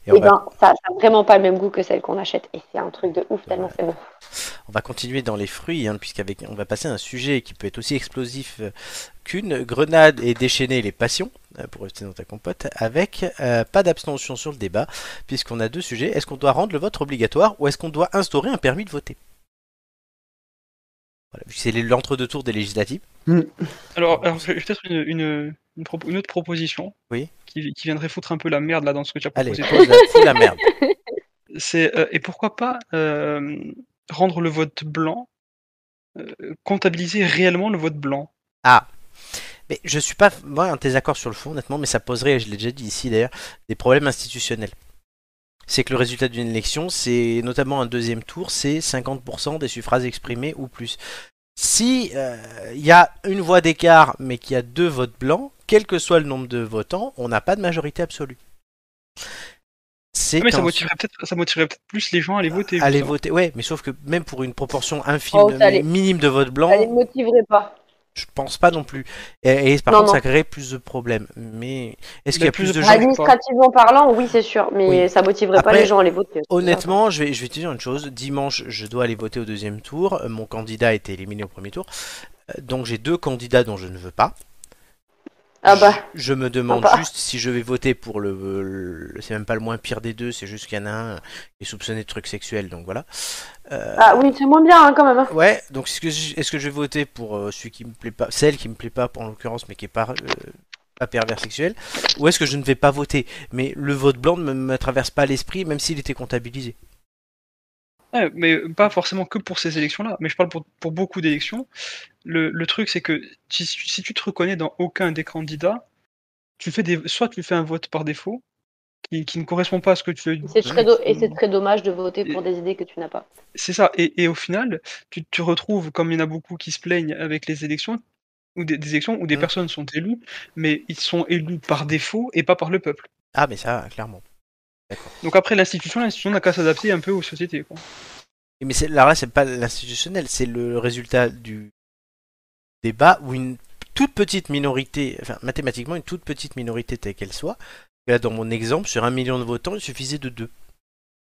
Et Et, on, va, ben, ça, ça a vraiment pas le même goût que celle qu'on achète. Et c'est un truc de ouf, tellement Ouais. c'est bon. on va continuer dans les fruits, hein, puisqu'avec on va passer à un sujet qui peut être aussi explosif euh, qu'une grenade et déchaîner les passions, euh, pour rester dans ta compote, avec euh, pas d'abstention sur le débat, puisqu'on a deux sujets. Est-ce qu'on doit rendre le vote obligatoire ou est-ce qu'on doit instaurer un permis de voter voilà, vu que c'est l'entre-deux tours des législatives. Alors, alors j'ai j'ai peut-être une, une, une propo- une autre proposition Oui. qui, qui viendrait foutre un peu la merde là dans ce que tu as Allez, proposé. pose la, fous la merde. C'est euh, et pourquoi pas euh, rendre le vote blanc euh, comptabiliser réellement le vote blanc. Mais je suis pas moi en désaccord sur le fond, honnêtement, mais ça poserait, je l'ai déjà dit ici d'ailleurs, des problèmes institutionnels. C'est que le résultat d'une élection, c'est notamment un deuxième tour, c'est 50% des suffrages exprimés ou plus. Si euh, il y a une voix d'écart, mais qu'il y a deux votes blancs, quel que soit le nombre de votants, on n'a pas de majorité absolue. C'est Ah, mais ça un- motiverait peut-être ça motiverait peut-être plus les gens Ah, à aller voter. aller justement. voter, ouais, mais sauf que même pour une proportion infime, Oh, ça les- minime de votes blancs, Elle ne motiverait pas. je pense pas non plus. Et, et par Non, contre, non. ça créerait plus de problèmes. Mais est-ce Mais qu'il y a plus plus de de gens problèmes. Administrativement parlant, oui, c'est sûr. Mais Oui. ça motiverait pas Après, les gens à les voter. Honnêtement, je vais, je vais te dire une chose. Dimanche, je dois aller voter au deuxième tour. Euh, Mon candidat a été éliminé au premier tour. Euh, Donc j'ai deux candidats dont je ne veux pas. Ah bah. Je, je me demande Ah bah. juste si je vais voter pour le, le- C'est même pas le moins pire des deux, c'est juste qu'il y en a un qui est soupçonné de trucs sexuels, donc voilà. Euh, Ah oui, c'est moins bien hein, quand même. hein. Ouais, donc est-ce que, je- est-ce que je vais voter pour euh, celui qui me plaît pas, celle qui me plaît pas en l'occurrence, mais qui est pas, euh, pas pervers sexuel, ou est-ce que je ne vais pas voter Mais le vote blanc ne me, me traverse pas l'esprit, même s'il était comptabilisé. Ouais, mais pas forcément que pour ces élections-là, mais je parle pour, pour beaucoup d'élections. Le, le truc, c'est que si, si tu te reconnais dans aucun des candidats, tu fais des, soit tu fais un vote par défaut, qui, qui ne correspond pas à ce que tu as C'est très do- Et c'est très dommage de voter pour des idées que tu n'as pas. C'est ça. Et, et au final, tu te retrouves, comme il y en a beaucoup qui se plaignent avec les élections, ou des, des élections où des Mhm. personnes sont élues, mais ils sont élus par défaut et pas par le peuple. Ah, mais ça, clairement. Donc après, l'institution, l'institution n'a qu'à s'adapter un peu aux sociétés. Quoi. Mais c'est, là, là, c'est pas l'institutionnel, c'est le résultat du débat où une toute petite minorité, enfin mathématiquement une toute petite minorité telle qu'elle soit, là dans mon exemple, sur un million de votants, il suffisait de deux.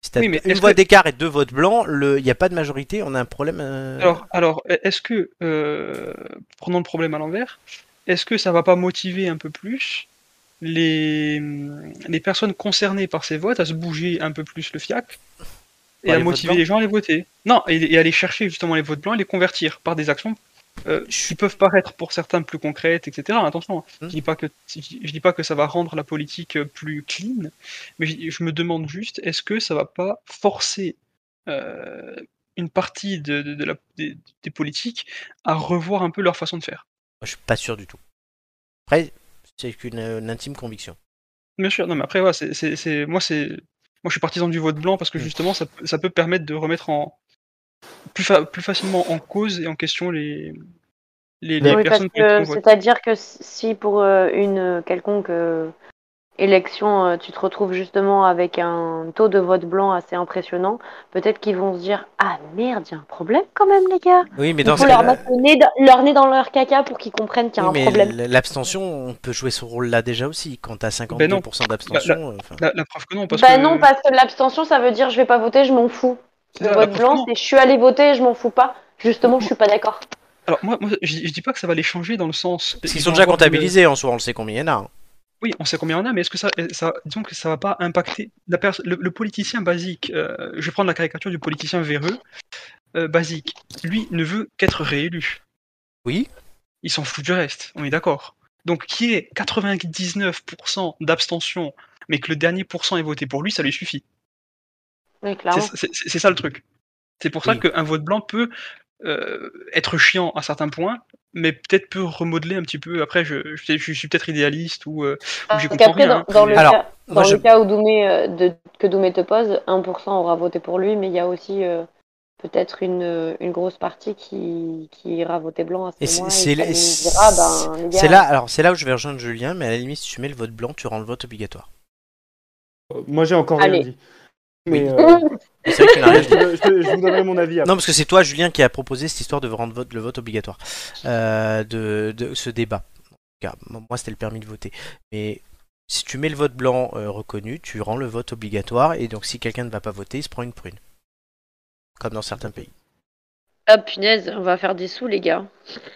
C'est-à-dire Oui, mais une est-ce voix que- d'écart et deux votes blancs, le- il n'y a pas de majorité, on a un problème. euh, Alors, alors e-, est-ce que, euh, prenons le problème à l'envers, est-ce que ça va pas motiver un peu plus les, mm, les personnes concernées par ces votes à se bouger un peu plus le fiac et Par à les votes motiver blancs les gens à les voter Non, et, et à aller chercher justement les votes blancs et les convertir par des actions euh, qui peuvent paraître pour certains plus concrètes, etc. Attention, hein. Hmm. je dis pas que je dis pas que ça va rendre la politique euh, plus clean, mais je, je me demande juste, est-ce que ça va pas forcer euh, une partie de, de- de la- des, des politiques à revoir un peu leur façon de faire. moi, je suis pas sûr du tout. Après, c'est qu'une euh, une intime conviction. Bien sûr, non, mais après, voilà, c'est, c'est, c'est- moi, c'est, moi, je suis partisan du vote blanc parce que Mm. justement, ça, peut- ça peut permettre de remettre en plus, fa- plus facilement en cause et en question les, les, les Oui, parce personnes contre que qui on vote. c'est-à-dire que si pour euh, une quelconque euh, élection, euh, tu te retrouves justement avec un taux de vote blanc assez impressionnant, peut-être qu'ils vont se dire Ah merde, il y a un problème quand même, les gars. Oui, mais Il dans ce faut leur cas-là, mettre le nez dans- leur nez dans leur caca pour qu'ils comprennent qu'il y a oui, mais un problème. l- l'abstention, on peut jouer ce rôle-là déjà aussi. Quand t'as 52% Ben non. d'abstention, euh, enfin, La, la preuve que non, parce Bah que non, parce que l'abstention, ça veut dire je vais pas voter, je m'en fous. c'est Le ça, la vote bah, preuve que blanc, non. c'est je suis allé voter, je m'en fous pas. Justement, je suis pas d'accord. Alors moi, moi, je, dis- je dis pas que ça va les changer dans le sens. parce ils qu'ils sont vont déjà avoir une- comptabilisés en soi, on le sait combien il y en a. hein. Oui, on sait combien on a, mais est-ce que ça, ça, disons que ça va pas impacter la perso- le, le politicien basique euh, Je vais prendre la caricature du politicien véreux euh, basique. Lui ne veut qu'être réélu. Oui. Il s'en fout du reste. On est d'accord. Donc qui est 99% d'abstention, mais que le dernier pourcent est voté pour lui, ça lui suffit. Mais C'est- clairement. C'est c'est- c'est ça le truc. C'est pour ça Oui. qu'un vote blanc peut euh, être chiant à certains points, mais peut-être peut remodeler un petit peu. Après, je, je, je suis peut-être idéaliste ou euh, Parce j'y comprends qu'après, rien, Ah, dans, dans le, hein. Alors, cas, moi, dans je- le cas où Doumé, euh, de, que Doumé te pose, 1% aura voté pour lui, mais il y a aussi euh, peut-être une, euh, une grosse partie qui, qui ira voter blanc à Et ce c'est- moment c'est et qui le- nous dira, ben, les gars, C'est là, alors c'est là où je vais rejoindre Julien, mais à la limite, si tu mets le vote blanc, tu rends le vote obligatoire. Euh, Moi, j'ai encore Allez. rien dit. Mais Oui. euh, Mais C'est vrai que tu n'as rien je, dit. te- je te- je vous donnerai mon avis après. Non, parce que c'est toi, Julien, qui a proposé cette histoire de rendre vote- le vote obligatoire euh, de, de ce débat. En tout cas, m- moi, c'était le permis de voter. Mais si tu mets le vote blanc euh, reconnu, tu rends le vote obligatoire, et donc si quelqu'un ne va pas voter, il se prend une prune. Comme dans certains pays. Ah punaise, on va faire des sous, les gars.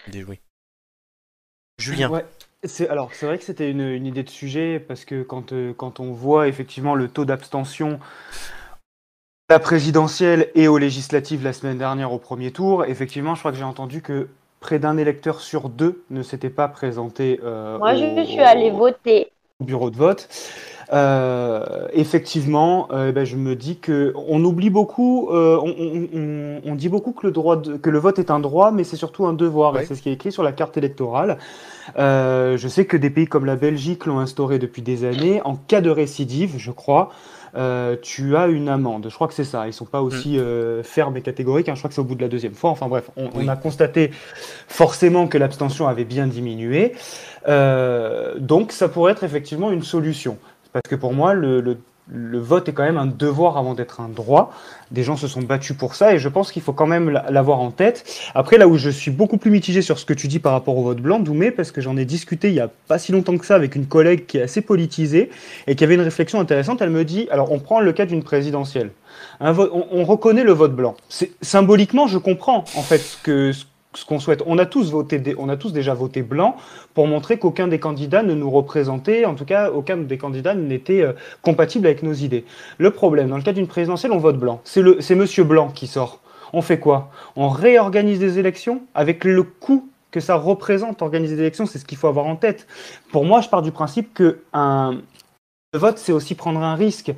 Des- oui. Julien, Ouais. C'est, alors, c'est vrai que c'était une, une idée de sujet parce que quand, euh, quand on voit effectivement le taux d'abstention à la présidentielle et aux législatives la semaine dernière au premier tour, effectivement, je crois que j'ai entendu que près d'un électeur sur deux ne s'était pas présenté euh, Moi, au, je Oh. suis allée au- voter. au bureau de vote. Euh, effectivement, euh, ben, je me dis que on oublie beaucoup, euh, on, on- on- on dit beaucoup que le droit, de- que le vote est un droit, mais c'est surtout un devoir. Ouais. Et c'est ce qui est écrit sur la carte électorale. Euh, je sais que des pays comme la Belgique l'ont instauré depuis des années. En cas de récidive, je crois, euh, tu as une amende. Je crois que c'est ça. Ils sont pas Mm. aussi euh, fermes et catégoriques. hein. Je crois que c'est au bout de la deuxième fois. Enfin bref, on, on Oui. a constaté forcément que l'abstention avait bien diminué. Euh, donc ça pourrait être effectivement une solution. Parce que pour moi, le, le- le vote est quand même un devoir avant d'être un droit. Des gens se sont battus pour ça et je pense qu'il faut quand même la- l'avoir en tête. Après, là où je suis beaucoup plus mitigé sur ce que tu dis par rapport au vote blanc, Doumé, parce que j'en ai discuté il y a pas si longtemps que ça avec une collègue qui est assez politisée et qui avait une réflexion intéressante. Elle me dit, alors on prend le cas d'une présidentielle. Un vote- on, on reconnaît le vote blanc. C'est- Symboliquement, je comprends en fait ce que... ce- ce qu'on souhaite. On a tous voté, dé- on a tous déjà voté blanc pour montrer qu'aucun des candidats ne nous représentait, en tout cas aucun des candidats n'était euh, compatible avec nos idées. Le problème, dans le cas d'une présidentielle, on vote blanc. C'est le, c'est Monsieur Blanc qui sort. On fait quoi On réorganise des élections avec le coût que ça représente organiser des élections. C'est ce qu'il faut avoir en tête. Pour moi, je pars du principe que un le vote, c'est aussi prendre un risque.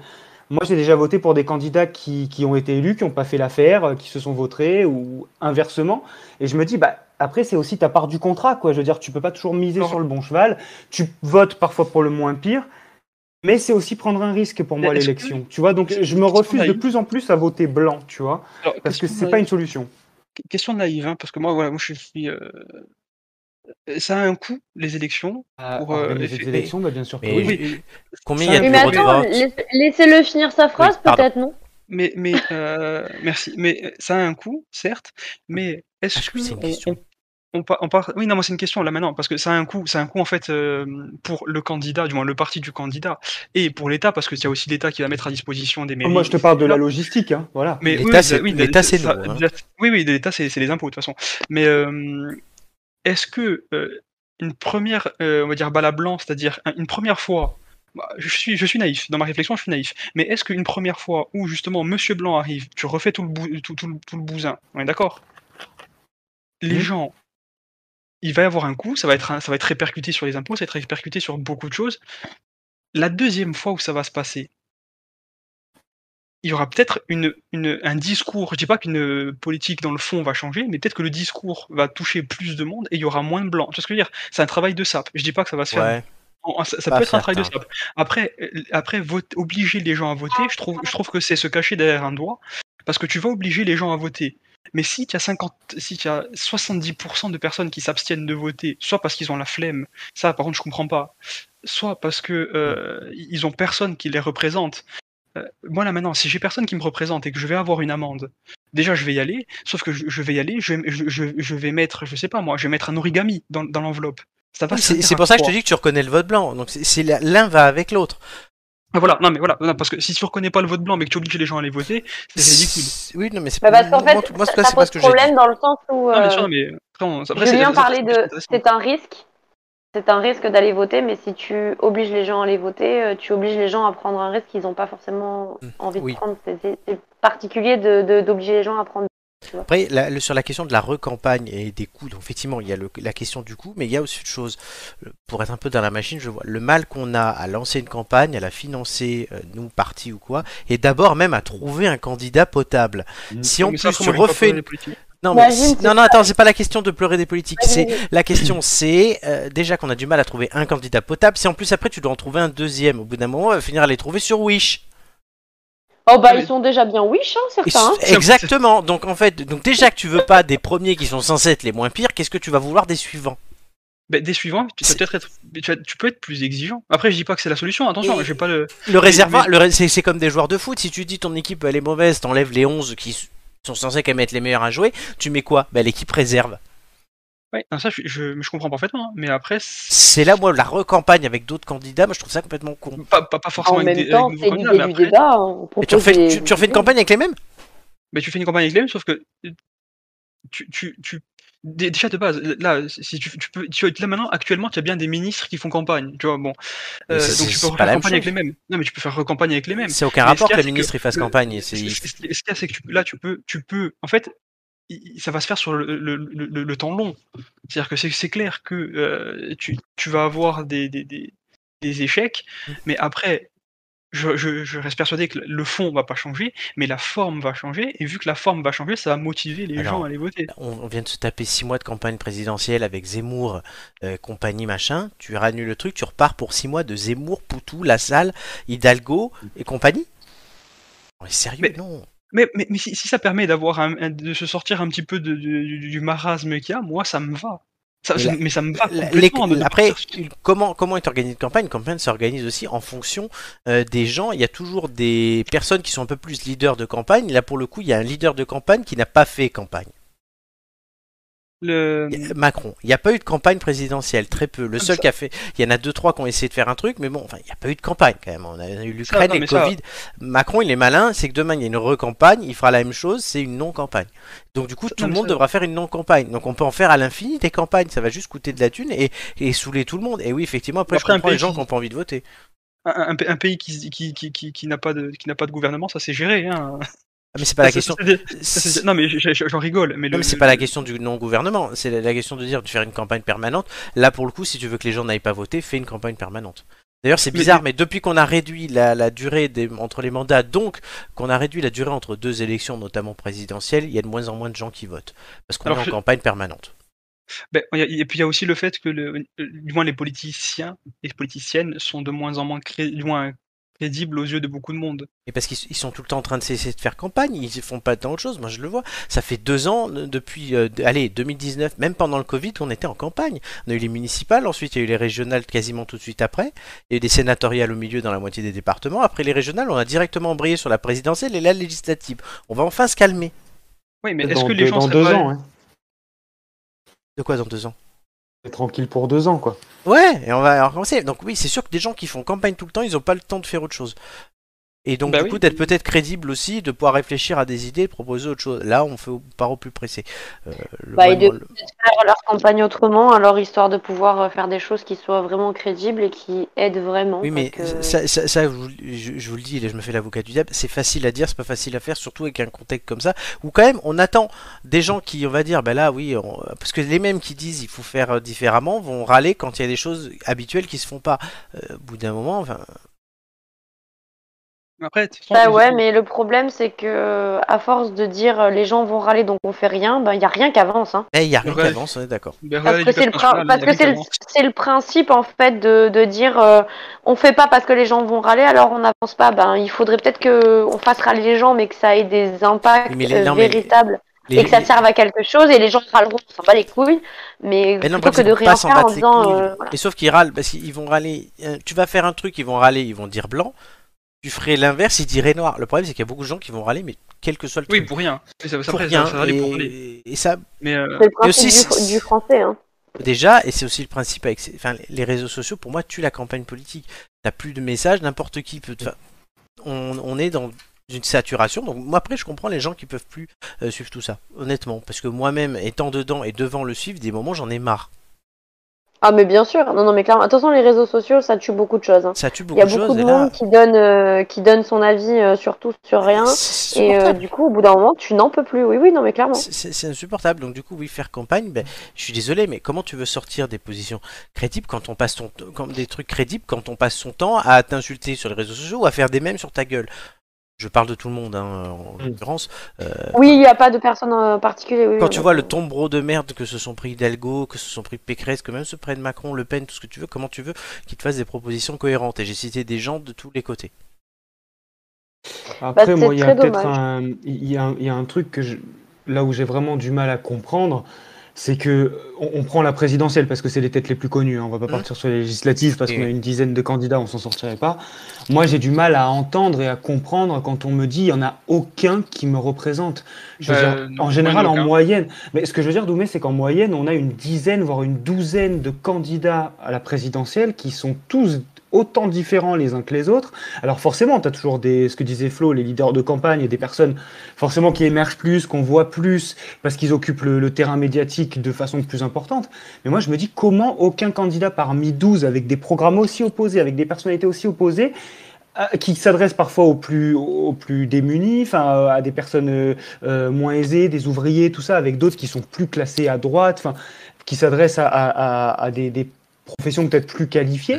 Moi, j'ai déjà voté pour des candidats qui, qui ont été élus, qui n'ont pas fait l'affaire, euh, qui se sont votés ou inversement. Et je me dis, bah, après, c'est aussi ta part du contrat, quoi. Je veux dire, tu peux pas toujours miser Non. sur le bon cheval. Tu votes parfois pour le moins pire. mais c'est aussi prendre un risque pour moi Mais est-ce l'élection. Tu vois, donc je me refuse de plus en plus à voter blanc, tu vois, Alors, parce que question c'est naï- pas une solution. Question naïve, hein, parce que moi, voilà, moi je suis. euh, Ça a un coût, les élections. Pour, euh, organiser des effet- élections, bah, bien sûr. que Mais oui. oui. combien il y a Oui, de Oui, mais bureaux de attends, vote laisse- laissez-le finir sa phrase, Oui, pardon. peut-être, non Mais, mais euh, merci. Mais euh, ça a un coût, certes. Mais est-ce Est-ce que que c'est une on- question on, on, par- on part Oui, non, moi c'est une question là maintenant, parce que ça a un coût. Ça a un coût en fait euh, pour le candidat, du moins le parti du candidat, et pour l'État, parce que c'est aussi l'État qui va mettre à disposition des mairies. Moi, je te parle de la etc. logistique, hein, voilà. Mais L'État, oui, c'est- oui, l'État, ça- c'est ça- nous, hein. déjà- Oui, oui, l'État, c'est c'est les impôts de toute façon. Mais euh, est-ce que euh, une première, euh, on va dire, balle à blanc, c'est-à-dire un- une première fois, bah, je suis, je suis naïf, dans ma réflexion, je suis naïf, mais est-ce qu'une première fois où justement Monsieur Blanc arrive, tu refais tout le, bou- tout, tout le, tout le bousin, on est d'accord Les Mhm. gens, il va y avoir un coût, ça va, être un- ça va être répercuté sur les impôts, ça va être répercuté sur beaucoup de choses. La deuxième fois où ça va se passer, il y aura peut-être une, une- un discours. Je dis pas qu'une politique dans le fond va changer, mais peut-être que le discours va toucher plus de monde et il y aura moins de blancs. Tu vois ce que je veux dire C'est un travail de sape. Je dis pas que ça va se faire. Ouais. en- en- Ça, ça pas peut être un travail de certain. sape. Après, euh, après vote- obliger les gens à voter, je trouve, je trouve que c'est se cacher derrière un doigt parce que tu vas obliger les gens à voter. Mais si tu as 50, si tu as 70% de personnes qui s'abstiennent de voter, soit parce qu'ils ont la flemme, ça par contre je comprends pas, soit parce que euh, ils ont personne qui les représente. Euh, moi là maintenant, si j'ai personne qui me représente et que je vais avoir une amende, déjà je vais y aller, sauf que je, je vais y aller, je, vais- je, je, je vais mettre, je sais pas moi, je vais mettre un origami dans, dans l'enveloppe. Ça va C'est servir c'est à pour ça que je te quoi dis que tu reconnais le vote blanc. Donc c'est- c'est la- l'un va avec l'autre. Ah, Voilà, non mais voilà, non, parce que si tu reconnais pas le vote blanc mais que tu obliges les gens à aller voter, c'est ridicule. Oui, non, mais c'est Bah, Parce qu'en moi, fait, en tout- moi, en tout cas, ça c'est pas pose ce que j'ai dit. problème dans le sens où Non, bien euh, sûr, non, mais après, on- après, c'est- Julien c'est- parlait de c'est- c'est un risque. C'est un risque d'aller voter, mais si tu obliges les gens à aller voter, euh, tu obliges les gens à prendre un risque qu'ils n'ont pas forcément envie Hmm, oui. de prendre. C'est- C'est c'est particulier de- de- d'obliger les gens à prendre. Après, la- le- sur la question de la recampagne et des coûts, donc effectivement, il y a le- la question du coût, mais il y a aussi une chose, euh, pour être un peu dans la machine, je vois, le mal qu'on a à lancer une campagne, à la financer, euh, nous, partis ou quoi, et d'abord même à trouver un candidat potable. Mm. Si en Mmh. Mais ça, plus tu après, moi, je vais pas refais... pleurer une- les politiques. Non, mais Imagine, si- c'est non, non, attends, c'est pas la question de pleurer des politiques, Vas-y, c'est... vas-y. La question c'est, euh, déjà qu'on a du mal à trouver un candidat potable, si en plus après tu dois en trouver un deuxième, au bout d'un moment, on va finir à les trouver sur Wish. Oh bah Oui. ils sont déjà bien wish, hein, Et- certains. hein. Exactement. Donc en fait, donc déjà que tu veux pas des premiers qui sont censés être les moins pires, qu'est-ce que tu vas vouloir des suivants Ben, des suivants, tu, vas C'est- peut-être être, mais tu, vas- tu peux être plus exigeant. Après, je dis pas que c'est la solution, attention, Et- j'ai pas le. Le réservoir, le ré- c'est c'est comme des joueurs de foot. Si tu dis ton équipe elle est mauvaise, t'enlèves les 11 qui s- sont censés quand même être les meilleurs à jouer. Tu mets quoi Bah l'équipe réserve. Ouais, non, ça, je, je, je comprends parfaitement, hein, mais après, c'est- C'est là moi la recampagne avec d'autres candidats. Moi je trouve ça complètement con. pas, pas, pas forcément en avec même des, temps, avec des nouveaux c'est l'idée candidats, mais du après, débat. on Et tu propose refais, des- tu, tu refais une campagne avec les mêmes ben, tu fais une campagne avec les mêmes, sauf que tu, tu, tu dé- déjà de base, là, si tu, tu peux, tu, là maintenant, actuellement, tu as bien des ministres qui font campagne, tu vois, bon, Mais Euh, c'est- donc c'est- tu c'est peux pas refaire la même campagne avec chose. les mêmes. Non, mais tu peux faire recampagne avec les mêmes. C'est aucun Mais rapport ce qu'il y que les a, c'est ministres ils fassent le- campagne. Ce c'est- ce- ce- ce qu'il y a, c'est que tu- là, tu peux, tu peux, en fait, il- ça va se faire sur le, le- le- le- le temps long. C'est-à-dire que c'est- c'est clair que euh, tu, tu vas avoir des, des- des- des échecs, Mmh. mais après, je, je- je reste persuadé que le fond va pas changer, mais la forme va changer, et vu que la forme va changer, ça va motiver les Alors, gens à aller voter. On, on vient de se taper 6 mois de campagne présidentielle avec Zemmour, euh, compagnie machin. Tu rannules le truc, tu repars pour 6 mois de Zemmour, Poutou, Lassalle, Hidalgo et compagnie Mais sérieux, Mais- non Mais, mais, mais si, si ça permet d'avoir un- un- de se sortir un petit peu de- de- du, du marasme qu'il y a, moi ça me va. Ça- Mais ça- la- mais ça me va La- complètement. les- de- de après, partir sur- une- comment, comment est organisée une campagne Une campagne s'organise aussi en fonction euh, des gens. Il y a toujours des personnes qui sont un peu plus leaders de campagne. Là, pour le coup, il y a un leader de campagne qui n'a pas fait campagne. le... Il y a- Macron. Il n'y a pas eu de campagne présidentielle, très peu. Le Comme seul Hum. Ah, ça. qui a fait. Il y en a deux, trois qui ont essayé de faire un truc, mais bon, enfin, il n'y a pas eu de campagne quand même. On a eu l'Ukraine non, et le mais ça- Covid. Macron, il est malin, c'est que demain, il y a une recampagne, il fera la même chose, c'est une non-campagne. Donc, du coup, tout Non, le mais monde ça- devra faire une non-campagne. Donc, on peut en faire à l'infini des campagnes, ça va juste coûter de la thune et, et saouler tout le monde. Et oui, effectivement, après, Après, je un comprends les pays gens qui- qui n'ont pas envie de voter. un, un- un pays qui, se- qui, qui, qui, qui n'a pas de qui n'a pas de gouvernement, ça c'est géré. Hein. Ah, mais c'est pas la Ça, question. ça, c'est- ça, c'est- c'est- non mais j'ai- j'ai- j'en rigole. Mais, Non, le- mais c'est le- pas la question du non-gouvernement, c'est la, la question de dire de faire une campagne permanente. Là, pour le coup, si tu veux que les gens n'aillent pas voter, fais une campagne permanente. D'ailleurs, c'est Mais- bizarre, mais depuis qu'on a réduit la, la durée des, entre les mandats, donc qu'on a réduit la durée entre deux élections, notamment présidentielles, il y a de moins en moins de gens qui votent. Parce qu'on Alors, est en je- campagne permanente. Ben, il y a- et puis il y a aussi le fait que le, euh, du moins les politiciens et les politiciennes sont de moins en moins, cré- du moins crédibles aux yeux de beaucoup de monde. Et parce qu'ils ils sont tout le temps en train de cesser de faire campagne, ils font pas tant de choses, moi je le vois. Ça fait deux ans, euh, depuis, euh, d- allez, 2019, même pendant le Covid, on était en campagne. On a eu les municipales, ensuite il y a eu les régionales quasiment tout de suite après, il y a eu des sénatoriales au milieu dans la moitié des départements, après les régionales, on a directement embrayé sur la présidentielle et la législative. On va enfin se calmer. Oui, mais est-ce Dans, que deux- les gens dans seraient deux pas- ans, hein. De quoi dans deux ans C'est tranquille pour deux ans, quoi. Ouais, et on va alors commencer. Donc oui, c'est sûr que des gens qui font campagne tout le temps, ils n'ont pas le temps de faire autre chose. Et donc Bah du oui. coup d'être peut-être crédible aussi, de pouvoir réfléchir à des idées, de proposer autre chose. Là, on fait au- part au plus pressé. Euh, le- Bah, et de- vraiment, le- faire leur campagne autrement, alors histoire de pouvoir euh, faire des choses qui soient vraiment crédibles et qui aident vraiment. Oui, mais parce que- ça, ça- ça, je, vous, je- je vous le dis, là, je me fais l'avocat du diable, c'est facile à dire, c'est pas facile à faire, surtout avec un contexte comme ça, où quand même on attend des gens qui, on va dire, ben là, oui, on- parce que les mêmes qui disent il faut faire euh, différemment vont râler quand il y a des choses habituelles qui se font pas. Euh, au bout d'un moment, enfin, Après, de toute façon, Bah ils- ouais, mais le problème c'est que euh, à force de dire euh, les gens vont râler donc on fait rien, ben il y a rien qui avance. hein. eh, il y a rien qui Ouais. avance, on est d'accord. ben, Parce regardez que c'est le, l'éducation prin- parce nationale, que c'est le- évidemment. c'est le principe en fait de, de dire euh, on fait pas parce que les gens vont râler alors on n'avance pas. Ben il faudrait peut-être que on fasse râler les gens mais que ça ait des impacts Oui, mais les- euh, non, mais- véritables Les- et que ça serve à quelque chose et les gens râleront, on s'en bat les couilles. Mais Mais non, plutôt parce que de qu'ils vont rien pas s'en faire en battre les disant couilles. euh, voilà. Et sauf qu'ils râlent, parce qu'ils vont râler. euh, Tu vas faire un truc, ils vont râler, ils vont dire blanc. Tu ferais l'inverse, ils diraient noir. Le problème, c'est qu'il y a beaucoup de gens qui vont râler, mais quel que soit le Oui, truc. pour rien. hein. Mais ça, ça, pour après, rien. ça, ça va aller pour aller. et... et ça, Mais euh, c'est le principe aussi, du fr- c'est- du français. hein. déjà, et c'est aussi le principe avec ces- enfin, les réseaux sociaux, pour moi, tuent la campagne politique. T'as plus de messages, n'importe qui peut. te- enfin, on, on est dans une saturation. Donc, moi, après, je comprends les gens qui peuvent plus euh, suivre tout ça, honnêtement. Parce que moi-même, étant dedans et devant le suivre, des moments, j'en ai marre. Ah mais bien sûr, non non mais clairement. Attention les réseaux sociaux, ça tue beaucoup de choses. hein. Ça tue beaucoup Il y a de beaucoup choses. de et là, monde qui donne euh, qui donne son avis euh, sur tout sur rien c'est et euh, insupportable. du coup au bout d'un moment tu n'en peux plus. Oui oui non mais clairement. C'est- C'est c'est insupportable. Donc du coup, oui, faire campagne, ben, je suis désolé, mais comment tu veux sortir des positions crédibles quand on passe ton quand- des trucs crédibles quand on passe son temps à t'insulter sur les réseaux sociaux ou à faire des mèmes sur ta gueule Je parle de tout le monde, hein, en Mm. l'occurrence. Oui il n'y a pas de personne en particulier. oui, Quand oui, tu non. vois le tombereau de merde que se sont pris Hidalgo, que se sont pris Pécresse, que même se prennent Macron, Le Pen, tout ce que tu veux, comment tu veux qu'ils te fassent des propositions cohérentes Et j'ai cité des gens de tous les côtés. c'est Après, moi, il y a très peut-être dommage. un, il y a un- il y a un truc que je- là où j'ai vraiment du mal à comprendre, c'est que euh, on, on prend la présidentielle parce que c'est les têtes les plus connues. hein, on va pas Mhm. partir sur les législatives parce Et qu'on a oui. une dizaine de candidats, on s'en sortirait pas. Moi, j'ai du mal à entendre et à comprendre quand on me dit il y en a aucun qui me représente. Je veux Bah, dire, non, en général, moi, il y en a en aucun. moyenne. Mais ce que je veux dire, Doumé, c'est qu'en moyenne, on a une dizaine, voire une douzaine de candidats à la présidentielle qui sont tous autant différents les uns que les autres. Alors forcément, tu as toujours des, ce que disait Flo, les leaders de campagne et des personnes forcément qui émergent plus, qu'on voit plus, parce qu'ils occupent le, le terrain médiatique de façon plus importante. Mais moi, je me dis comment aucun candidat parmi 12, avec des programmes aussi opposés, avec des personnalités aussi opposées, à- qui s'adressent parfois aux plus, aux plus démunis, enfin euh, à des personnes euh, euh, moins aisées, des ouvriers, tout ça, avec d'autres qui sont plus classés à droite, enfin qui s'adressent à, à- à- à des, des professions peut-être plus qualifiées.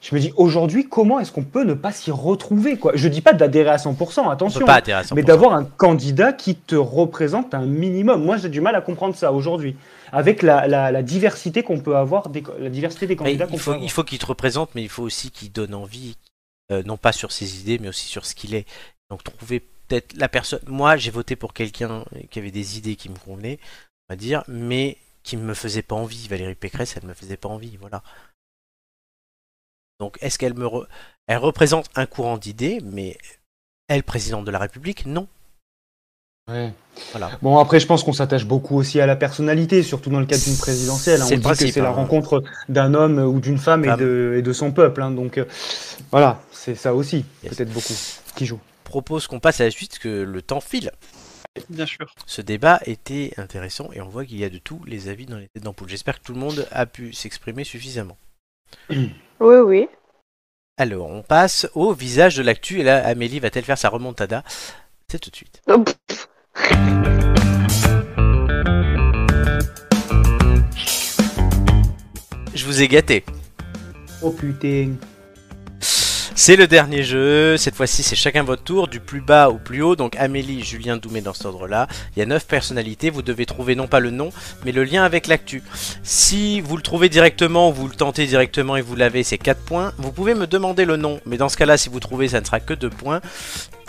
Je me dis aujourd'hui, comment est-ce qu'on peut ne pas s'y retrouver quoi Je dis pas d'adhérer à 100%, On peut attention. pas adhérer à 100%. Mais d'avoir un candidat qui te représente un minimum. Moi, j'ai du mal à comprendre ça aujourd'hui, avec la, la- la diversité qu'on peut avoir, des, la diversité des Mais candidats qu'on il peut faut, avoir. il faut qu'il te représente, mais il faut aussi qu'il donne envie, euh, non pas sur ses idées, mais aussi sur ce qu'il est. Donc trouver peut-être la personne. Moi, j'ai voté pour quelqu'un qui avait des idées qui me convenaient, on va dire, mais qui ne me faisait pas envie. Valérie Pécresse, elle ne me faisait pas envie, voilà. Donc est-ce qu'elle me re- elle représente un courant d'idées, mais elle présidente de la République, non. Ouais. Voilà. Bon, après, je pense qu'on s'attache beaucoup aussi à la personnalité, surtout dans le cadre d'une présidentielle. hein. C'est On le dit principe, que c'est hein. la rencontre d'un homme ou d'une femme, et, Femme. de, et de son peuple. hein. Donc euh, voilà, c'est ça aussi, Yes. peut-être beaucoup, qui joue. Propose qu'on passe à la suite, parce que le temps file. bien sûr. Ce débat était intéressant et on voit qu'il y a de tous les avis dans les têtes d'ampoule. J'espère que tout le monde a pu s'exprimer suffisamment. Oui oui. Alors, on passe au visage de l'actu et là, Amélie va-t-elle faire sa remontada C'est tout de suite. Oh, pff. Je vous ai gâté. Oh putain. C'est le dernier jeu. Cette fois-ci, c'est chacun votre tour, du plus bas au plus haut. Donc Amélie, Julien, Doumé dans cet ordre-là. Il y a 9 personnalités. Vous devez trouver non pas le nom, mais le lien avec l'actu. Si vous le trouvez directement, vous le tentez directement et vous l'avez, c'est 4 points. Vous pouvez me demander le nom, mais dans ce cas-là, si vous trouvez, ça ne sera que 2 points.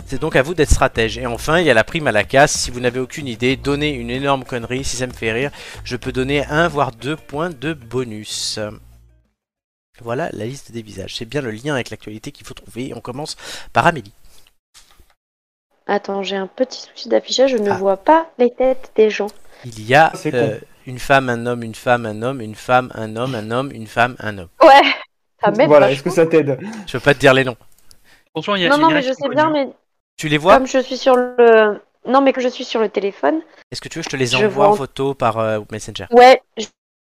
C'est donc à vous d'être stratège. Et enfin, il y a la prime à la casse. Si vous n'avez aucune idée, donnez une énorme connerie. Si ça me fait rire, je peux donner 1 voire 2 points de bonus. Voilà la liste des visages. C'est bien le lien avec l'actualité qu'il faut trouver. On commence par Amélie. Attends, j'ai un petit souci d'affichage, je ne Ah. vois pas les têtes des gens. Il y a C'est euh, une femme, un homme, une femme, un homme, une femme, un homme, un homme, une femme, un homme. Ouais, ça m'aide Voilà, est-ce que vachement. ça t'aide Je peux pas te dire les noms. Pourtant, il y a Non, il y non, en a mais qui je sont sais connus. bien, mais Tu les vois comme je suis sur le... Non, mais que je suis sur le téléphone. Est-ce que tu veux que je te les Je envoie vois en en- photo par euh, Messenger Ouais, je,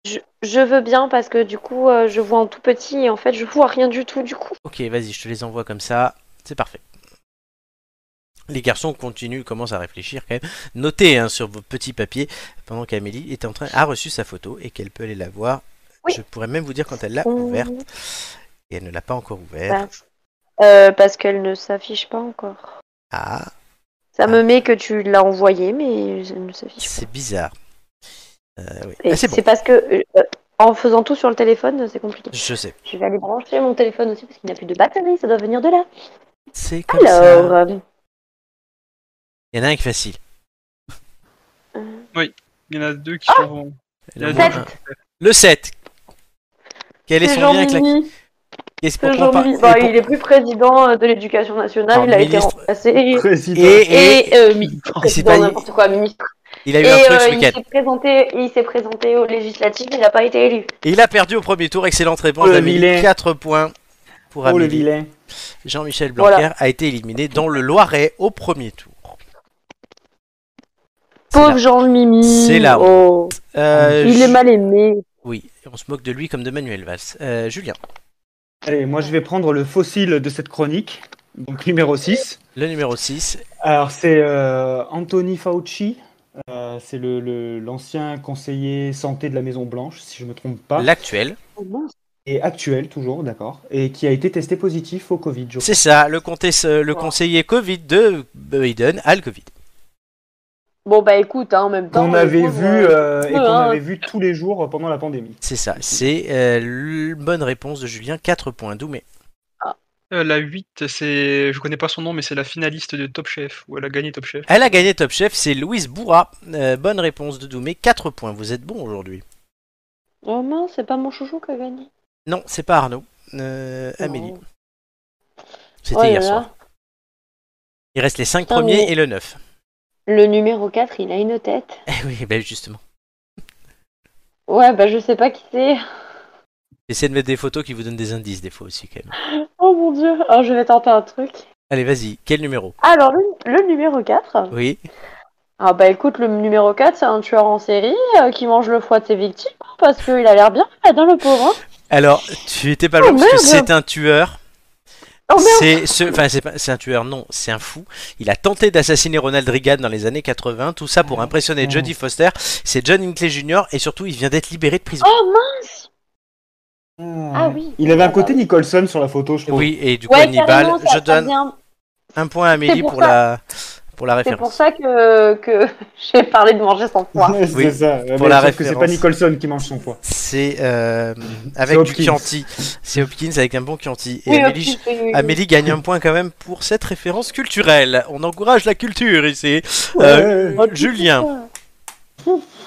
je- je veux bien parce que du coup, euh, je vois en tout petit et en fait, je vois rien du tout du coup. Ok, vas-y, je te les envoie comme ça. C'est parfait. Les garçons continuent, commencent à réfléchir quand même. Notez hein, sur vos petits papiers pendant qu'Amélie est en train a reçu sa photo et qu'elle peut aller la voir. Oui. Je pourrais même vous dire quand elle l'a Mmh. ouverte. Et elle ne l'a pas encore ouverte. Bah, euh, parce qu'elle ne s'affiche pas encore. Ah. Ça Ah. me met que tu l'as envoyée, mais elle ne s'affiche pas. C'est bizarre. Euh, oui. Et Ah, c'est bon. c'est parce que euh, euh, en faisant tout sur le téléphone, c'est compliqué. Je sais. Je vais aller brancher mon téléphone aussi parce qu'il n'a plus de batterie, ça doit venir de là. C'est comme Alors, Ah, ça. euh, Il y en a un qui est facile. Il y en a deux qui Ah sont. Il y en a Le deux sept. qui- Le 7. Quel est c'est son lien avec la Jean-Mimi. Qu'est-ce- C'est pourquoi pas- Jean-Mimi. et Bah, pour- il est plus président euh, de l'éducation nationale, Alors, il a ministre. été remplacé. Président. Et- oh, Et, euh, mi- c'est président, pas- n'importe quoi, ministre. Il a eu Et un truc euh, ce il week-end. s'est présenté, il s'est présenté aux législatives, il n'a pas été élu. Et il a perdu au premier tour. Excellente réponse Oh, le d'Amélie. vilain. 4 points pour Oh le Amélie. vilain. Jean-Michel Blanquer Voilà. a été éliminé dans le Loiret au premier tour. C'est Pauvre là. Jean-Mimi. C'est la Oh, Euh, il Ju- est mal aimé. Oui, on se moque de lui comme de Manuel Valls. Euh, Julien, Allez, moi je vais prendre le fossile de cette chronique, donc numéro 6. le numéro 6. Alors c'est euh, Anthony Fauci, euh, c'est l'ancien le, l'ancien conseiller santé de la Maison Blanche, si je ne me trompe pas, L'actuel. Oh et actuel toujours, d'accord, et qui a été testé positif au Covid. je C'est ça, le, comtesse- le conseiller Covid de Biden a le Covid. Bon, bah écoute, hein, en même temps. qu'on euh, avait pauvre, vu euh, euh, et qu'on hein. avait vu tous les jours pendant la pandémie. C'est ça, c'est euh, l- bonne réponse de Julien, 4 points. Doumé, Euh, La 8, c'est. Je connais pas son nom, mais c'est la finaliste de Top Chef, où elle a gagné Top Chef. elle a gagné Top Chef, c'est Louise Bourra. Euh, bonne réponse de Doumé, 4 points. Vous êtes bon aujourd'hui. Oh mince, c'est pas mon chouchou qui a gagné. Non, c'est pas Arnaud. Euh, Amélie, Non. c'était Oh là hier là. soir. Il reste les 5 Putain, premiers mais- et le 9. Le numéro 4, il a une tête. Eh oui, ben justement. Ouais, bah je sais pas qui c'est. Essayez de mettre des photos qui vous donnent des indices des fois aussi quand même. Oh mon dieu. Alors je vais tenter un truc. Allez, vas-y, quel numéro Alors le, le numéro 4. Oui, Ah bah écoute, le numéro 4, c'est un tueur en série euh, qui mange le foie de ses victimes hein, parce qu'il a l'air bien dans le pauvre. hein. alors tu étais pas loin Oh, parce que merde. c'est un tueur. Oh merde. C'est ce... enfin, c'est pas- c'est un tueur, non, c'est un fou. Il a tenté d'assassiner Ronald Reagan dans les années 80, tout ça Ah, pour impressionner Oh. Jodie Foster. C'est John Hinckley Jr. et surtout, il vient d'être libéré de prison. Oh mince. Ah oui. Il avait Ah un bah côté oui. Nicholson sur la photo, je trouve. oui, et Mm. du coup, Oh. Ouais, Hannibal, carrément, ça, je ça donne vient- un point à Amélie pour pour ça. la... pour la C'est pour référence. ça que, que j'ai parlé de manger sans foie. Ouais, c'est Oui, ça. pour Mais la sauf que c'est référence. pas Nicholson qui mange son poids. C'est euh, avec du Hopkins. Chianti. C'est Hopkins avec un bon Chianti. Et Oui, Amélie, ok, oui, oui, oui. Amélie gagne un point quand même pour cette référence culturelle. On encourage la culture ici. Euh, Ouais. Julien,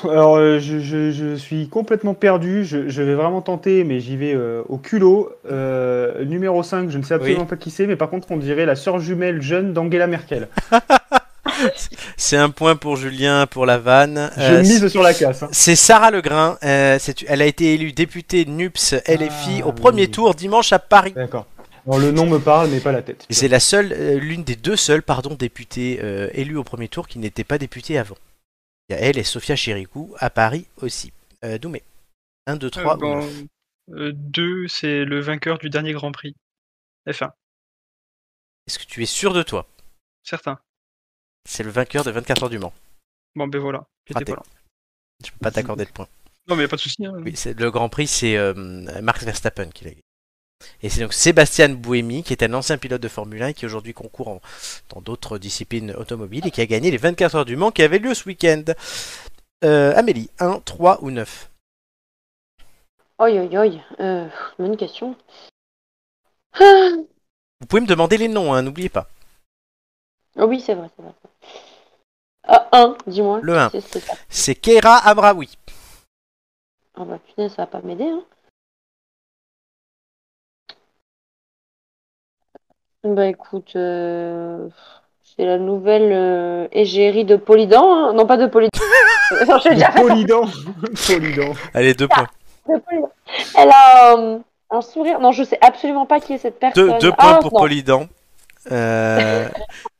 Alors, euh, je, je- je suis complètement perdu. Je, je vais vraiment tenter, mais j'y vais euh, au culot. Euh, numéro 5, je ne sais absolument pas qui c'est, mais par contre, on dirait la sœur jumelle jeune d'Angela Merkel. c'est un point pour Julien pour la vanne. Je Euh, mise sur la casse. hein. c'est Sarah Legrain. euh, c'est- elle a été élue députée NUPS LFI Ah, au premier oui. tour dimanche à Paris. D'accord. Alors, le nom me parle, mais pas la tête. Et C'est la seule, euh, l'une des deux seules, pardon, députées euh, élues au premier tour qui n'étaient pas députées avant. Il y a elle et Sophia Chirikou à Paris aussi. Euh, Doumé. 1, 2, Euh, 3. 2, Euh, c'est le vainqueur du dernier Grand Prix. F1, Est-ce que tu es sûr de toi certain. C'est le vainqueur de 24 heures du Mans. Bon, ben voilà. J'étais Raté. pas là. Je peux pas t'accorder de points. Non, mais y a pas de souci. hein. Oui, c'est- le Grand Prix, c'est euh, Max Verstappen qui l'a gagné. Et c'est donc Sébastien Buemi, qui est un ancien pilote de Formule 1 qui aujourd'hui concourt en- dans d'autres disciplines automobiles et qui a gagné les 24 heures du Mans qui avaient lieu ce week-end. Euh, Amélie, 1, 3 ou 9 Oi, oi, oi. Euh, bonne question. Ah, Vous pouvez me demander les noms, hein, n'oubliez pas. oh oui, c'est vrai, c'est vrai. Ah, un, dis-moi. Le un. C'est- c'est ça. C'est Keira Amraoui. Ah bah putain, ça va pas m'aider, hein. Bah écoute, euh, c'est la nouvelle euh, égérie de Polydent, hein. Non, pas de Polydent. Non, je veux dire, Polydent. Polydent. Allez, deux points. de Polydent. Elle a euh, un sourire. Non, je sais absolument pas qui est cette personne. Deux, deux points Ah, pour non. Polydent. Euh,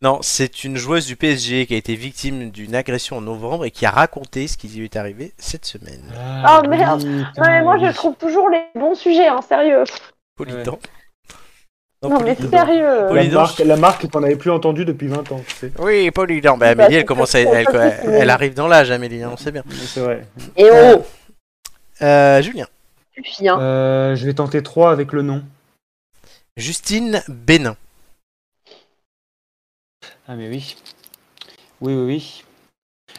non, c'est une joueuse du PSG qui a été victime d'une agression en novembre et qui a raconté ce qui lui est arrivé cette semaine. Ah, Oh, merde. oui, Non, mais moi, putain, je trouve toujours les bons sujets, hein, sérieux. Polydent. Non, mais Polydent. sérieux. La Polydent. marque, la marque qu'on n'avait plus entendue depuis 20 ans, tu sais. Oui, Polydent. Bah, Bah, Amélie, elle c'est commence à, sûr, elle, c'est elle- sûr. elle arrive dans l'âge, Amélie, hein, on sait bien. C'est vrai. Et Euh, oh, Euh, Julien. tu fies, hein. Euh, je vais tenter 3 avec le nom. Justine Bénin. Ah mais oui. Oui, oui, oui.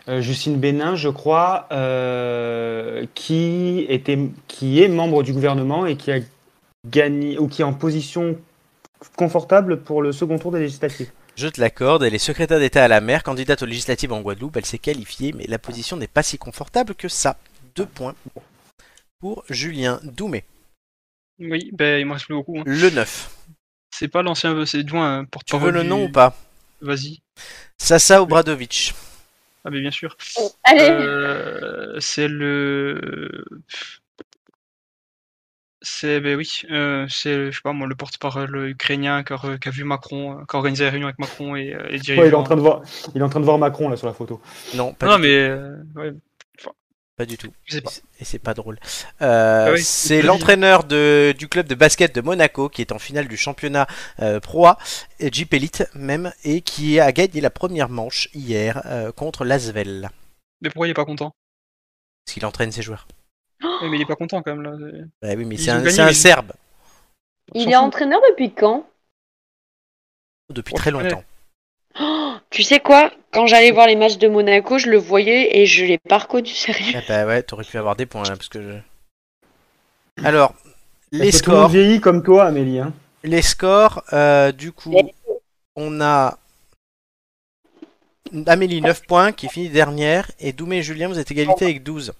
Euh, Justine Bénin, je crois, euh, qui était, qui est membre du gouvernement et qui a gagné ou qui est en position confortable pour le second tour des législatives. Je te l'accorde, elle est secrétaire d'État à la mer, candidate aux législatives en Guadeloupe, elle s'est qualifiée, mais la position n'est pas si confortable que ça. Deux points pour Julien Doumé. Oui, ben il me reste plus beaucoup. hein. Le 9. C'est pas l'ancien, c'est adjoint hein, Tu porte-parole. veux le du- nom ou pas Vas-y. Sasa Obradovic. Ah mais bien sûr. Allez. Euh, c'est le. C'est ben oui, euh, c'est je sais pas moi le porte-parole ukrainien qui a, re- qui a vu Macron, euh, qui a organisé la réunion avec Macron et, euh, Ouais, et les il est dirigeants. en train de voir, il est en train de voir Macron là sur la photo. Non, pas, Non, non, du, mais euh, ouais, pas du tout. je sais pas. Et c'est pas drôle. Euh, Ah oui, c'est je le l'entraîneur de- du club de basket de Monaco qui est en finale du championnat euh, Pro A, euh, Jeep Elite même, et qui a gagné la première manche hier euh, contre l'Asvel. Mais pourquoi il est pas content? Parce qu'il entraîne ses joueurs. Ouais, mais il est pas content quand même là. c'est- Bah oui, mais Ils c'est ont un, gagné, c'est un mais- Serbe Il s'en est fout. entraîneur depuis quand depuis On très le connaît. longtemps. Tu sais quoi? Quand j'allais voir les matchs de Monaco, je le voyais et je l'ai pas reconnu, sérieux. Ah bah ouais, t'aurais pu avoir des points là, parce que je- Alors, les Parce que Bah, tout le monde scores. vieillit comme toi, Amélie. hein. Les scores, euh, du coup, on a Amélie 9 points qui finit dernière et Doumé et Julien, vous êtes égalité avec 12.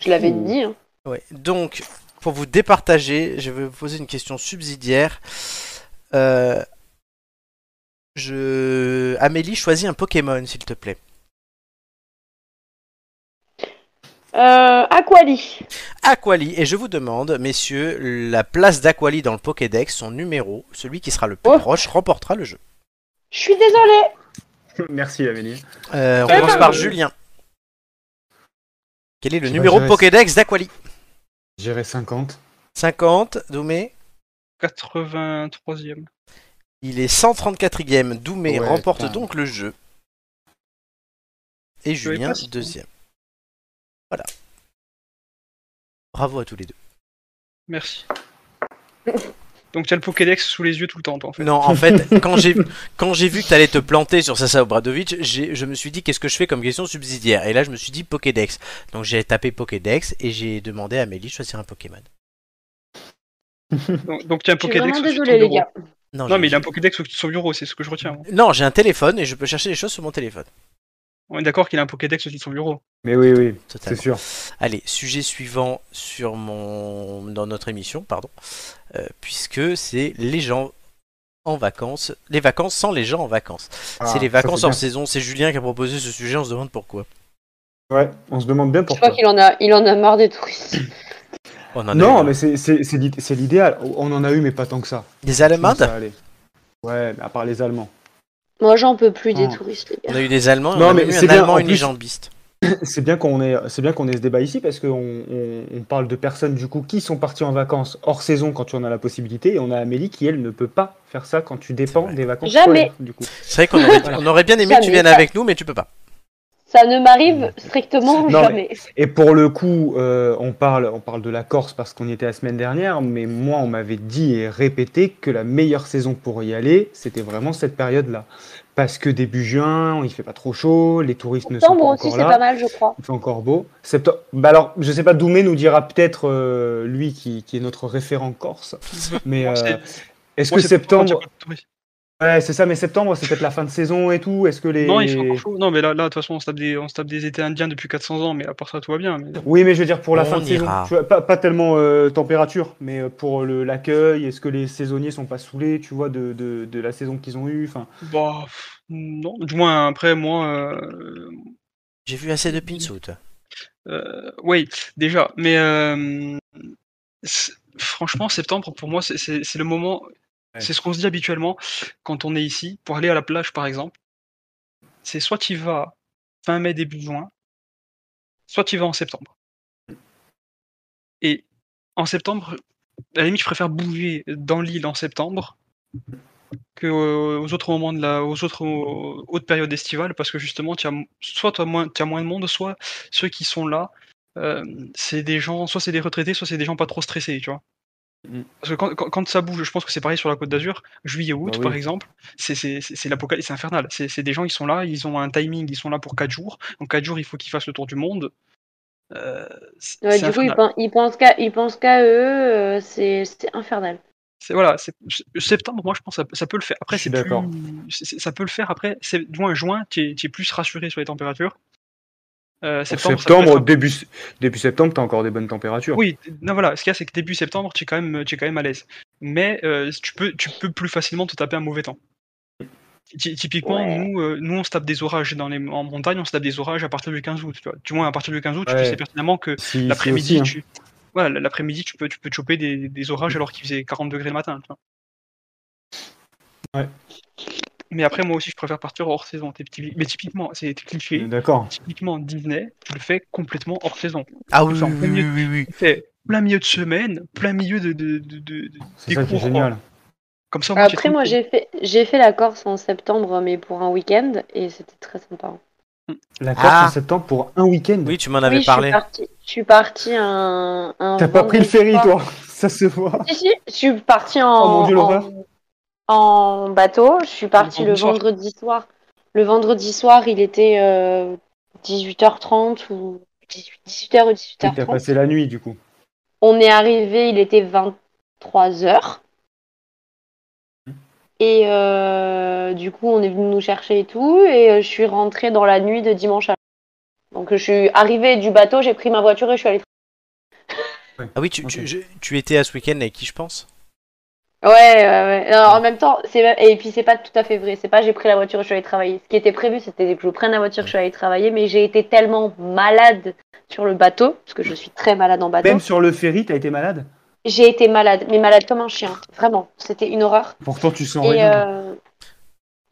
Je l'avais dit. hein. Ouais. Donc, pour vous départager, je vais vous poser une question subsidiaire. Euh, je... Amélie, choisis un Pokémon, s'il te plaît. Euh, Aquali. Aquali, et je vous demande, messieurs, la place d'Aquali dans le Pokédex, son numéro, celui qui sera le plus Oh. proche remportera le jeu. Je suis désolée. Merci Amélie. Euh, on Eh commence ben, par je- Julien. Quel est le Je sais pas, numéro je reste. Pokédex d'Aquali J'irai 50. 50, Doumé. 83e. Il est 134e. Doumé Ouais, remporte putain. donc le jeu. Et Ah. Je vais Julien, pas si loin. deuxième. Voilà. Bravo à tous les deux. Merci. Donc t'as le Pokédex sous les yeux tout le temps, toi, en fait. Non, en fait, quand j'ai quand j'ai vu que t'allais te planter sur Sasa Obradovic, j'ai- je me suis dit qu'est-ce que je fais comme question subsidiaire. Et là, je me suis dit Pokédex. Donc j'ai tapé Pokédex et j'ai demandé à Amélie de choisir un Pokémon. Donc, donc, t'as un Je suis Pokédex vraiment au-dessus de ton désolée, les bureau. gars. j'ai- Non, mais il a un Pokédex au-dessus de son bureau, c'est ce que je retiens. hein. Non, j'ai un téléphone et je peux chercher les choses sur mon téléphone. On est d'accord qu'il a un Pokédex au-dessus de son bureau. Mais oui, oui, c'est Totalement. sûr. Allez, sujet suivant sur mon dans notre émission, pardon, euh, puisque c'est les gens en vacances, les vacances sans les gens en vacances. Ah, c'est les ça, vacances c'est hors saison. C'est Julien qui a proposé ce sujet. On se demande pourquoi. hein. bien. Ouais, on se demande bien Je crois pourquoi. qu'il en a, il en a marre des touristes. On en a Non, eu- mais c'est- c'est c'est l'id- c'est l'idéal. On en a eu, mais pas tant que ça. les Allemandes. Ça allait. Ouais, mais à part les Allemands. Moi, j'en peux plus des Oh. touristes, les On gars. a eu des Allemands. et Non, on a mais même eu c'est un bien, Allemand en et une plus- jambiste. C'est bien qu'on ait, c'est bien qu'on ait ce débat ici parce qu'on on, on parle de personnes du coup qui sont parties en vacances hors saison quand tu en as la possibilité et on a Amélie qui elle ne peut pas faire ça quand tu C'est dépends vrai. des vacances Jamais. scolaires, du coup. C'est vrai qu'on aurait, on aurait bien aimé que tu Jamais. viennes avec nous, mais tu peux pas. Ça ne m'arrive strictement Hmm. Non, jamais. Et pour le coup, euh, on, parle, on parle de la Corse parce qu'on y était la semaine dernière, mais moi, on m'avait dit et répété que la meilleure saison pour y aller, c'était vraiment cette période-là. Parce que début juin, il fait pas trop chaud, les touristes ne sont pas Septembre aussi, encore c'est là. pas mal, je crois. Il fait encore beau. Septembre. Bah alors, je sais pas, Doumé nous dira peut-être, euh, lui qui, qui est notre référent corse, mais euh, C'est- est-ce moi, que c'est pour septembre. quand il y a pas de touristes. Ouais, c'est ça, mais septembre, c'est peut-être la fin de saison et tout. Est-ce que les. Non, il fait encore chaud. Non, mais là, là, de toute façon, on se tape des, on se tape des étés indiens depuis 400 ans, mais à part ça, tout va bien. mais- Oui, mais je veux dire pour la On fin de ira. saison. Tu vois, pas, pas tellement euh, température, mais euh, pour le- l'accueil. Est-ce que les saisonniers sont pas saoulés, tu vois, de, de, de la saison qu'ils ont eue enfin, Bah, pff, non. Du moins, après, moi, euh, J'ai vu assez de pinsout. Euh, oui, déjà, mais euh, c'est- franchement, septembre, pour moi, c'est- c'est c'est le moment, Ouais. c'est ce qu'on se dit habituellement quand on est ici, pour aller à la plage, par exemple. C'est soit tu vas fin mai, début juin, soit tu vas en septembre. Et en septembre, à la limite, je préfère bouger dans l'île en septembre que euh, aux autres moments de la, aux autres euh, autres périodes estivales, parce que justement, tu as mo- soit tu as moins, tu as moins de monde, soit ceux qui sont là, euh, c'est des gens, soit c'est des retraités, soit c'est des gens pas trop stressés, tu vois. Mm. Parce que quand, quand, quand ça bouge, je pense que c'est pareil sur la Côte d'Azur, juillet-août Bah oui. par exemple, c'est c'est- c'est- c'est l'apocalypse, c'est infernal. C'est c'est des gens, ils sont là, ils ont un timing, ils sont là pour 4 jours. En 4 jours, il faut qu'ils fassent le tour du monde. Euh, c'est Ouais, c'est du coup, ils infernal. pen- ils pensent qu'à ils pensent qu'à eux, euh, c'est c'est infernal. C'est- voilà, c'est- c'est- septembre, moi je pense ça, ça peut le faire. Après, Je suis c'est plus- d'accord. c'est- c'est- ça peut le faire. Après, c'est- juin, juin, tu es, plus rassuré sur les températures. Euh, Septembre, ça peut être un début, début septembre, t'as encore des bonnes températures. Oui, non, voilà, ce qu'il y a, c'est que début septembre, tu es quand même, tu es quand même à l'aise. Mais euh, tu, peux, tu peux plus facilement te taper un mauvais temps. Ty- typiquement, Ouais. nous, euh, nous, on se tape des orages dans les, en montagne, on se tape des orages à partir du 15 août. Tu vois. Du moins, à partir du 15 août, tu Ouais. sais pertinemment que Si- si l'après-midi, aussi, hein. tu... voilà, l- l'après-midi, tu peux, tu peux te choper des, des orages alors qu'il faisait 40 degrés le matin. tu vois. Ouais. Mais après, moi aussi, je préfère partir hors saison. T'es petit- Mais typiquement, c'est cliché. D'accord. Typiquement, Disney, tu le fais complètement hors saison. Ah oui, Genre, oui, oui, oui, oui. Il fait plein milieu de semaine, plein milieu de, de, de- de- de- C'est des ça qui est cours. génial. Comme ça, au moins, tu es Bah, Après, moi, tranquille. j'ai fait, j'ai fait la Corse en septembre, mais pour un week-end, et c'était très sympa. La Corse Ah. en septembre pour un week-end. Oui, tu m'en avais oui, parlé. Je suis partie, je suis partie un. un T'as pas pris le vendredi ferry, soir. toi Ça se voit. Si, si, je suis partie en. Oh mon Dieu, l'horreur. en, en bateau. Je suis partie Le le, vendredi soir. vendredi soir. Le vendredi soir, il était euh, 18h30 ou 18, 18h ou Oui, T'as 18h30. passé la nuit, du coup. On est arrivé, il était 23h. Et euh, du coup, on est venu nous chercher et tout. Et euh, je suis rentrée dans la nuit de dimanche à. Donc, je suis arrivée du bateau, j'ai pris ma voiture et je suis allée. Ah oui, tu, tu- Ok. je- tu étais à ce week-end avec qui je pense Ouais, ouais, ouais. Non, en même temps, c'est et puis c'est pas tout à fait vrai. C'est pas j'ai pris la voiture et je suis allée travailler. Ce qui était prévu, c'était que je prenne la voiture, et je suis allée travailler, mais j'ai été tellement malade sur le bateau, parce que je suis très malade en bateau. Même sur le ferry, t'as été malade J'ai été malade, mais malade comme un chien, vraiment. C'était une horreur. Pourtant, tu sens Et rien. euh,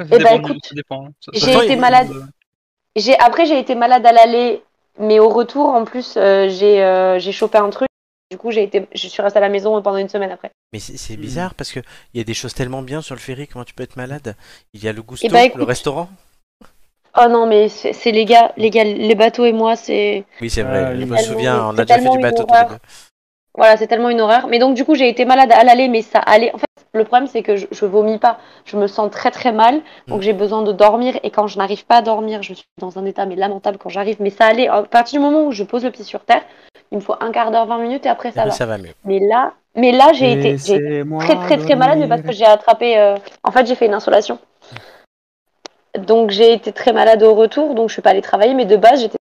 Ça, ça Eh ben, dépend du- écoute, ça dépend, hein. Ça- j'ai ça dépend été du- malade. de- j'ai après j'ai été malade à l'aller, mais au retour en plus euh, j'ai euh, j'ai chopé un truc. Du coup, j'ai été je suis restée à la maison pendant une semaine après. Mais c'est c'est bizarre parce que il y a des choses tellement bien sur le ferry, comment tu peux être malade Il y a le gusto, Eh ben, écoute. le restaurant Oh non, mais c'est c'est les gars, les gars, les bateaux et moi, c'est Oui, c'est vrai, Euh, je me c'est souviens, tellement- on a c'est déjà fait tellement du bateau une tous les horreur. deux. Voilà, c'est tellement une horreur. Mais donc, du coup, j'ai été malade à l'aller, mais ça allait. En fait, le problème, c'est que je, je vomis pas. Je me sens très très mal, donc j'ai besoin de dormir. Et quand je n'arrive pas à dormir, je suis dans un état mais lamentable quand j'arrive. Mais ça allait. À partir du moment où je pose le pied sur terre, il me faut un quart d'heure, 20 minutes, et après ça Mais va. Ah ça va mieux. Mais là, mais là, j'ai été, j'ai été très Ah, très très malade, mais parce que j'ai attrapé. euh, En fait, j'ai fait une insolation. Donc, j'ai été très malade au retour, donc je suis pas allée travailler. Mais de base, j'étais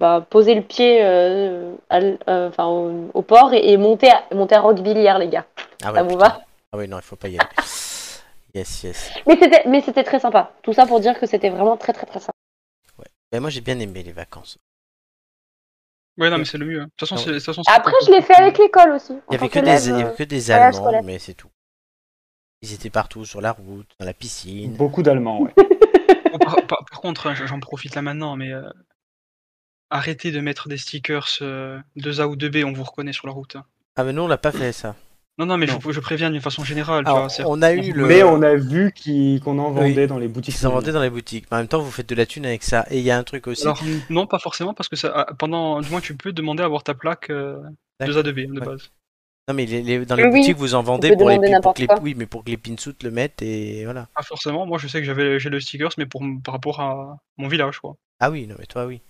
bah, posé le pied euh, à l- euh, enfin, au, au port et, et monter à, monter à Roqueville hier, les gars. Ah Ça ouais, vous putain. va Ah oui, non, il faut pas y aller. Yes, yes. Mais c'était mais c'était très sympa. Tout ça pour dire que c'était vraiment très très très sympa. Mais Ben, moi j'ai bien aimé les vacances. Ouais, non, mais c'est le mieux. hein. De toute façon, Ah ouais. c'est- de toute façon, c'est- Après, je l'ai fait avec l'école aussi. en Il y avait tant que qu'élève, des, il y euh, avait que des voyage Allemands, scolaire. mais c'est tout. Ils étaient partout, sur la route, dans la piscine. Beaucoup d'Allemands, ouais. Bon, par, par- par contre, hein, j'en profite là maintenant, mais euh, arrêtez de mettre des stickers euh, 2A ou 2B, on vous reconnaît sur la route. hein. Ah mais nous on l'a pas fait ça. Non, non, mais Non. faut- je préviens d'une façon générale. tu Alors, vois, c'est- on a eu le. Mais on a vu qui- qu'on en Oui. vendait dans les boutiques. Ils en vendaient dans les boutiques. Mais En même temps, vous faites de la thune avec ça. Et il y a un truc aussi. Alors, non, pas forcément, parce que ça, ah, pendant, du moins, tu peux demander à avoir ta plaque euh, D'accord. 2A2B de Ouais. base. Non, mais les- les- dans les Oui, boutiques, vous en vendez peut pour, les, demander pour que les, n'importe quoi. oui, mais pour que les pinsoutes le mettent et voilà. Pas forcément. Moi, je sais que j'avais, j'ai le stickers, mais pour, par rapport à mon village, quoi. Ah oui, non, mais toi, oui.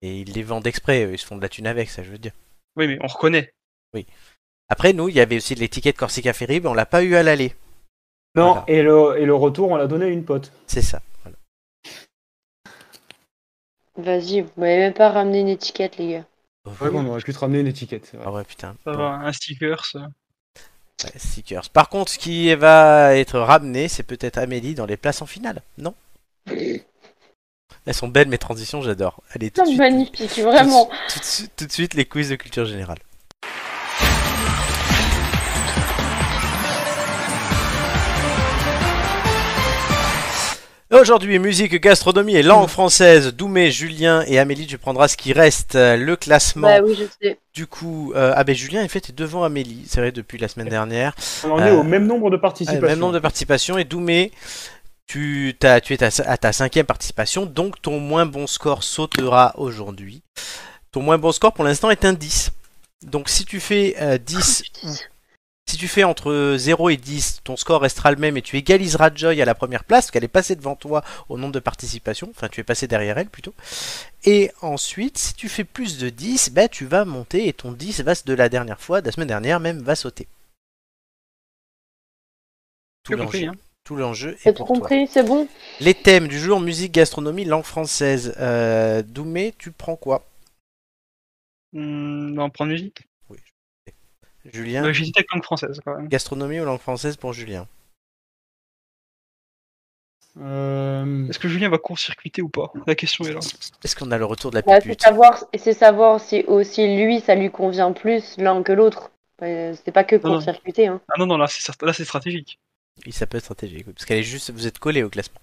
Et ils les vendent exprès, eux, ils se font de la thune avec, ça, je veux dire. Oui, mais on reconnaît. Après, nous, il y avait aussi de l'étiquette Corsica Ferry, mais on l'a pas eu à l'aller. Non, Voilà. et, le, et le retour, on l'a donné à une pote. C'est ça. voilà. euh, Vas-y, vous m'avez même pas ramené une étiquette, les gars. C'est vrai qu'on aurait pu te ramener une étiquette. c'est vrai. Ah ouais, putain. Ça Bon, va, un stickers. euh, ouais, stickers. Par contre, ce qui va être ramené, c'est peut-être Amélie dans les places en finale, non Elles sont belles, mes transitions, j'adore. Allez, tout de suite. Magnifique, tout de vraiment. su- Tout de, suite- tout de suite, les quiz de culture générale. Aujourd'hui, musique, gastronomie et langue française. Doumé, Julien et Amélie, tu prendras ce qui reste, euh, le classement. Bah oui, je sais. Du coup, euh, ah ben Julien, en fait, t'es devant Amélie, c'est vrai, depuis la semaine dernière. On en est Euh, au même nombre de Ah, participations. le même nombre de participations. Et Doumé, tu, t'as- tu es à, à ta cinquième participation, donc ton moins bon score sautera aujourd'hui. Ton moins bon score pour l'instant est un 10. Donc si tu fais euh, 10, si tu fais entre 0 et 10, ton score restera le même et tu égaliseras Joy à la première place, parce qu'elle est passée devant toi au nombre de participations, enfin tu es passé derrière elle plutôt. Et ensuite, si tu fais plus de 10, ben, tu vas monter et ton 10 va, de la dernière fois, de la semaine dernière même, va sauter. Tout j'ai compris, l'enjeu- hein. tout l'enjeu est J'ai tout pour toi. compris, c'est bon. Les thèmes du jour, musique, gastronomie, langue française. Euh, Doumé, tu prends quoi Hmm, on prend musique. Julien Euh, J'hésite avec langue française, quand même. Gastronomie ou langue française pour Julien Euh, Est-ce que Julien va court-circuiter ou pas La question est là. Est-ce qu'on a le retour de la Bah, c'est pupute savoir, c'est savoir si aussi lui, ça lui convient plus l'un que l'autre. Euh, C'est pas que Non, non. court-circuiter. Hein. Ah non, non, là, c'est, certain- là, c'est stratégique. Oui, ça peut être stratégique, oui, parce qu'elle est juste, vous êtes collé au classement.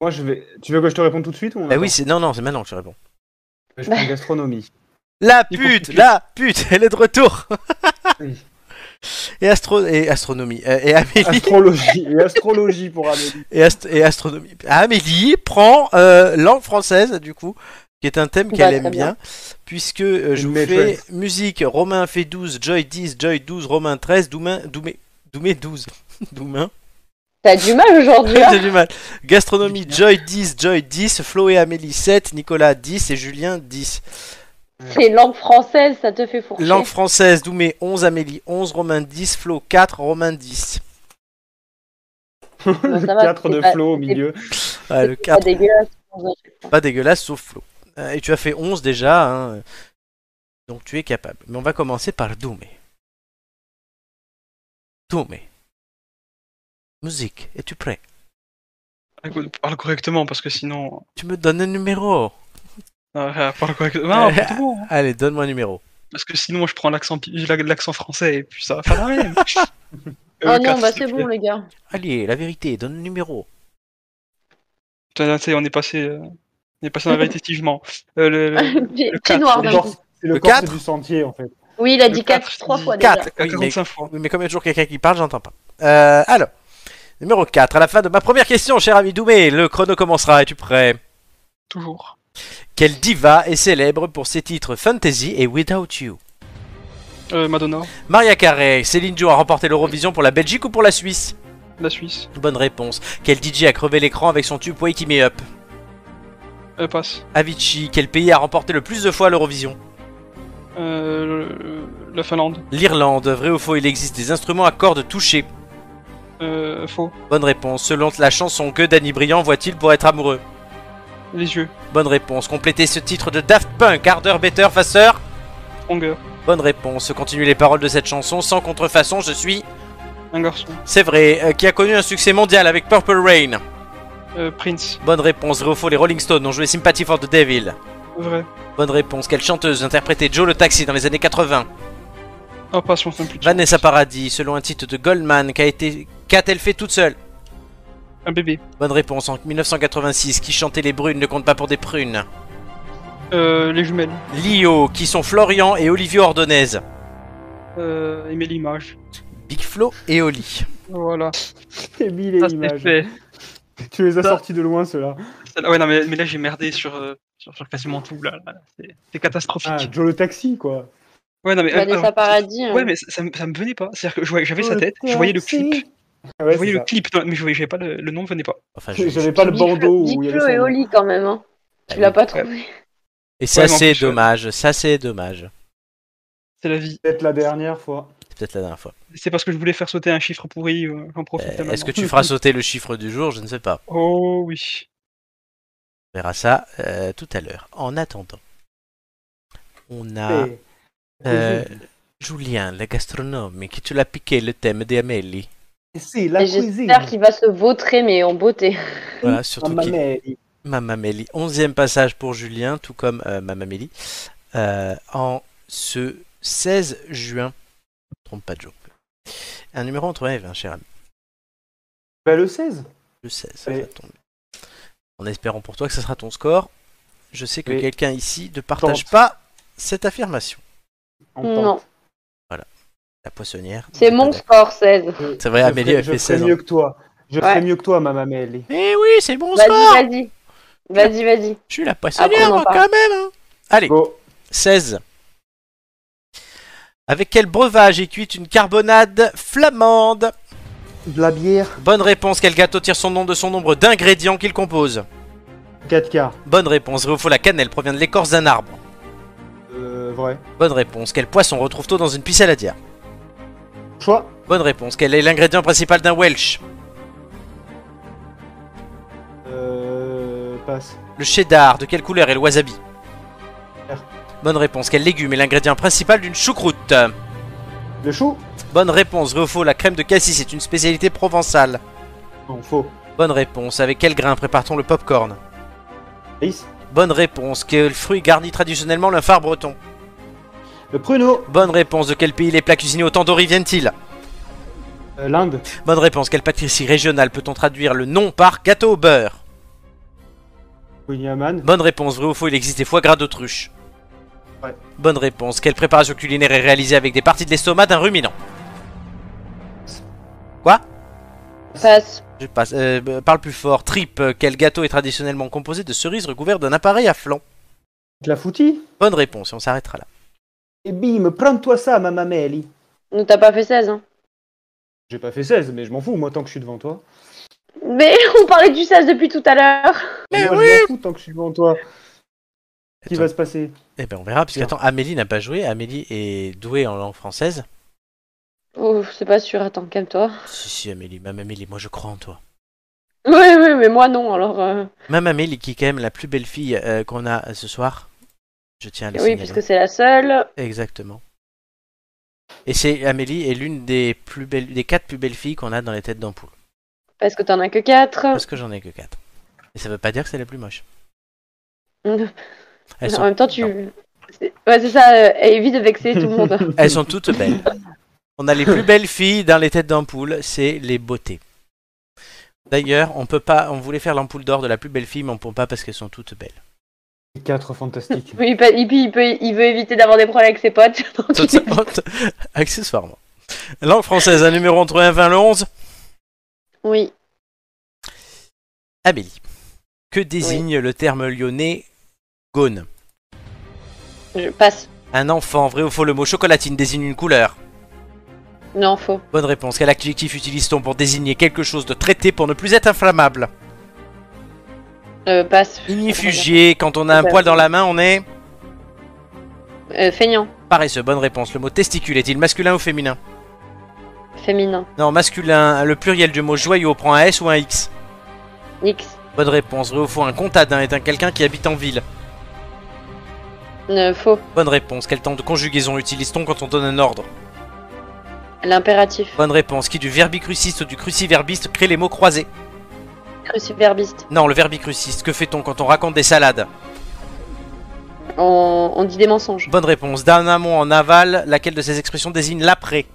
Moi, je vais. Tu veux que je te réponde tout de suite ou on Bah oui, attend c'est non, non, c'est maintenant que je réponds. Je prends gastronomie. La Il faut pute, que tu- la pute, elle est de retour. Oui. Et, astro... et astronomie. euh, et Amélie. Astrologie et astrologie pour Amélie. Et, ast- et astronomie. Amélie prend euh, langue française, du coup, qui est un thème Bah, qu'elle très aime bien, puisque euh, je Une vous fais maîtresse. musique. Romain fait 12, Joy 10, Joy 12, Romain 13, Doumain, Doumé, Doumé 12. Doumain. T'as du mal aujourd'hui. hein J'ai du mal. Gastronomie, Julien. Joy 10, Joy 10, Flo et Amélie 7, Nicolas 10 et Julien 10. c'est langue française, ça te fait fourcher. Langue française, Doumé 11, Amélie 11, Romain 10, Flo 4, Romain 10. Bah, Le ça va, 4 c'est de pas- Flo au c'est milieu. Ouais, le C'est pas 4, dégueulasse. pas dégueulasse sauf Flo. Euh, Et tu as fait 11 déjà, hein. donc tu es capable. Mais on va commencer par Doumé. Doumé. Musique, es-tu prêt Écoute, Parle correctement, parce que sinon. Tu me donnes un numéro. Ah, parle correctement. Non, pas tout bon. Allez, donne-moi un numéro. Parce que sinon, je prends l'accent pi- la- l'accent français et puis ça va faire Euh, la même. Ah non, bah c'est bon, les gars. Allez, la vérité, donne un numéro. c'est on est passé, euh, on est passé dans la vérité stigement. Euh, le, le- Pied Le pied quatre, noir C'est d'un le coup. Corse- c'est le Le corse quatre du sentier en fait. Oui, il a le dit quatre, 4 trois il fois dit déjà. 4. Oui, mais, 45 fois. oui, mais comme il y a toujours quelqu'un qui parle, j'entends pas. Euh, alors, numéro 4. À la fin de ma première question, cher ami Doumé, le chrono commencera. Es-tu prêt Toujours. Quelle diva est célèbre pour ses titres Fantasy et Without You Euh, Madonna, Maria Carey, Céline Dion a remporté l'Eurovision pour la Belgique ou pour la Suisse la Suisse. Bonne réponse. Quel DJ a crevé l'écran avec son tube Wake Me Up Euh, passe. Avicii, quel pays a remporté le plus de fois l'Eurovision Euh, le- la Finlande. L'Irlande, vrai ou faux, il existe des instruments à cordes touchées. Euh, faux. Bonne réponse. Selon la chanson que Danny Briand voit-il pour être amoureux Les yeux. Bonne réponse. Complétez ce titre de Daft Punk, Harder, Better, Faster Stronger. Bonne réponse. Continuez les paroles de cette chanson sans contrefaçon, je suis. Un garçon. C'est vrai, euh, qui a connu un succès mondial avec Purple Rain. Euh, Prince. Bonne réponse. Vrai ou faux, les Rolling Stones ont joué Sympathy for the Devil. Vrai. Bonne réponse. Quelle chanteuse interprétait Joe le Taxi dans les années 80 Ah, passe, on fait plus. de Vanessa chance. Paradis, selon un titre de Goldman, qu'a été- qu'a-t-elle fait toute seule Un bébé. Bonne réponse. En 1986, qui chantait Les Brunes ne compte pas pour des prunes Euh, les jumelles. Lio, qui sont Florian et Olivier Ordonez euh, aimer l'image. Big Flo et Oli. Voilà. J'ai mis les Ça, c'est images. fait. Tu les as Ça- sortis de loin, ceux-là. Ça, Ah Ouais, non, mais, mais là, j'ai merdé sur, euh, sur, sur quasiment tout. Là, là. C'est- C'est catastrophique. Ah, Joe le taxi, quoi. ouais, non, mais, euh, Vanessa alors- Paradis. hein. ouais, mais ça, ça me, ça me venait pas. C'est-à-dire que je voyais- j'avais sa Joe tête, je voyais le taxi. clip. Ah ouais, je voyais c'est le clip, non, mais je voyais, j'avais pas le, le nom venait pas. Enfin, ça. je- J'avais pas le Big Flo- bandeau Big où il y avait Flo et son nom. Oli quand même. hein. Tu l'as pas trouvé. Et ça, Ouais, mais en c'est plus, euh, dommage. Ça, c'est dommage. C'est la vie. Peut-être la dernière fois. C'est peut-être la dernière fois. C'est parce que je voulais faire sauter un chiffre pourri. euh, J'en profite. là, Euh, Est-ce maintenant. que tu feras sauter le chiffre du jour Je ne sais pas. Oh oui. On verra ça euh, tout à l'heure. En attendant, on a Et- Ah. euh, Julien, le gastronome, qui te l'a piqué le thème des Amélie. Et C'est la Et cuisine. J'espère qu'il va se vautrer, mais en beauté. Voilà, surtout Ah, qui- mais- Mamma Mélie. Onzième passage pour Julien, tout comme euh, Mamma Mélie, euh, en ce 16 juin. Trompe pas de jour. Un numéro entre 1 et 20, cher ami. Bah, le 16. Le 16, ça Oui. va tomber. En espérant pour toi que ce sera ton score. Je sais que Oui. quelqu'un ici ne partage Tente. pas cette affirmation. On tente. Non, La poissonnière. c'est n'est mon pas score 16. Je- C'est vrai, je Amélie ferai- a je fait hein. ferai 16 ans. mieux que toi. Je Ouais. ferai mieux que toi, Maman Amélie. d'accord. Eh oui, c'est mon Vas-y, score vas-y. Vas-y, vas-y. Je suis Ah, la poissonnière, Après, on en moi, parle. quand même hein. Allez, Bon, 16. Avec quel breuvage est cuite une carbonade flamande de la bière, Bonne réponse, quel gâteau tire son nom de son nombre d'ingrédients qu'il compose 4 quarts. Bonne réponse, vrai ou faux, la cannelle provient de l'écorce d'un arbre Euh, vrai. Bonne réponse, quel poisson retrouve-t-on dans une pisse à la dière Choix. Bonne réponse, quel est l'ingrédient principal d'un Welsh Euh, passe. Le cheddar, de quelle couleur est le wasabi Vert. Bonne réponse, quel légume est l'ingrédient principal d'une choucroute Le chou Bonne réponse, vrai ou faux, la crème de cassis est une spécialité provençale Non, faux. Bonne réponse, avec quel grain prépare-t-on le popcorn Alice. Bonne réponse, quel fruit garnit traditionnellement le phare breton Le pruneau. Bonne réponse, de quel pays les plats cuisinés au tandoori viennent-ils Euh, L'Inde. Bonne réponse. Quelle pâtisserie régionale peut-on traduire le nom par gâteau au beurre William Mann. Bonne réponse. Vrai ou faux, il existe des foie gras d'autruche Ouais. Bonne réponse. Quelle préparation culinaire est réalisée avec des parties de l'estomac d'un ruminant Passe. Je passe. Euh, bah, parle plus fort. Tripe. Quel gâteau est traditionnellement composé de cerises recouvertes d'un appareil à flanc De la foutie. Bonne réponse. Et on s'arrêtera là. Et bim, prends-toi ça, Maman Amélie. Nous t'as pas fait 16. Hein. J'ai pas fait 16, mais je m'en fous, moi, tant que je suis devant toi. Mais on parlait du 16 depuis tout à l'heure. Mais moi, je m'en fous tant que je suis devant toi. Qu'est-ce qui Attends. va se passer Eh ben on verra. Puisque Bien. attends, Amélie n'a pas joué. Amélie est douée en langue française. Oh, c'est pas sûr, attends, calme-toi. Si si Amélie. Même Amélie. Moi je crois en toi. Oui, oui, mais moi non, alors. euh, Même Amélie qui est quand même la plus belle fille euh, qu'on a euh, ce soir. Je tiens à le Oui, signaler. puisque c'est la seule. Exactement. Et c'est Amélie est l'une des plus belles, des quatre plus belles filles qu'on a dans les têtes d'ampoule. Parce que t'en as que 4. Parce que j'en ai que quatre. Et ça veut pas dire que c'est la plus moche. Elles En sont, même temps, tu. c'est- Ouais, c'est ça, euh, évite de vexer tout le monde. elles sont toutes belles. On a les plus belles filles dans les têtes d'ampoule, c'est les beautés. D'ailleurs, on peut pas, on voulait faire l'ampoule d'or de la plus belle fille, mais on peut pas parce qu'elles sont toutes belles. Les 4 fantastiques. Oui, pa- et puis il, peut, il veut éviter d'avoir des problèmes avec ses potes. donc Toutes il- sortes, accessoirement. Langue française, un numéro entre 1, 20 le 11. Oui, Amélie. Que désigne le terme lyonnais Gaune je passe. Un enfant, vrai ou faux, le mot chocolatine désigne une couleur. Non, faux. Bonne réponse. Quel adjectif utilise-t-on pour désigner quelque chose de traité pour ne plus être inflammable Euh, passe. Ignifugié, quand on a un poil dans la main, on est. Euh, feignant. Paresseux, bonne réponse. Le mot testicule est-il masculin ou féminin Féminin. Non, masculin. Le pluriel du mot joyau prend un S ou un X X. Bonne réponse. Vrai ou faux, un comptadin est un quelqu'un qui habite en ville. Euh, faux. Bonne réponse. Quel temps de conjugaison utilise-t-on quand on donne un ordre L'impératif. Bonne réponse. Qui du verbicruciste ou du cruciverbiste crée les mots croisés Cruciverbiste. Non, le verbicruciste. Que fait-on quand on raconte des salades On, on dit des mensonges. Bonne réponse. D'un amont en aval, laquelle de ces expressions désigne l'après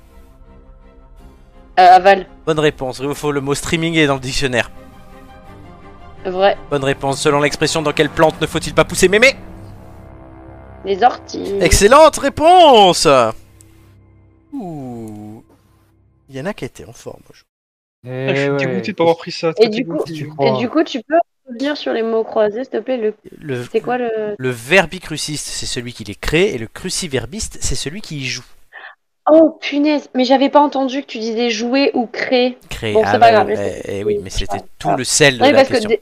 Euh, aval. Bonne réponse. Vrai ou faux, le mot streaming est dans le dictionnaire. Vrai. Bonne réponse. Selon l'expression, dans quelle plante ne faut-il pas pousser mémé Les orties. Excellente réponse Ouh. Il y en a qui étaient en forme. je- Eh Ah, je suis dégoûté de pas avoir pris ça. Et du coup- Eh Tu Et Oh. crois. du coup, tu peux revenir sur les mots croisés, s'il te plaît. Le... Le, C'est quoi le. le verbicruciste, c'est celui qui les crée, et le cruciverbiste, c'est celui qui y joue. Oh punaise, mais j'avais pas entendu que tu disais jouer ou créer. Créer. Bon, c'est pas grave, mais eh oui, mais c'était tout le sel de Non, mais la parce que question. de...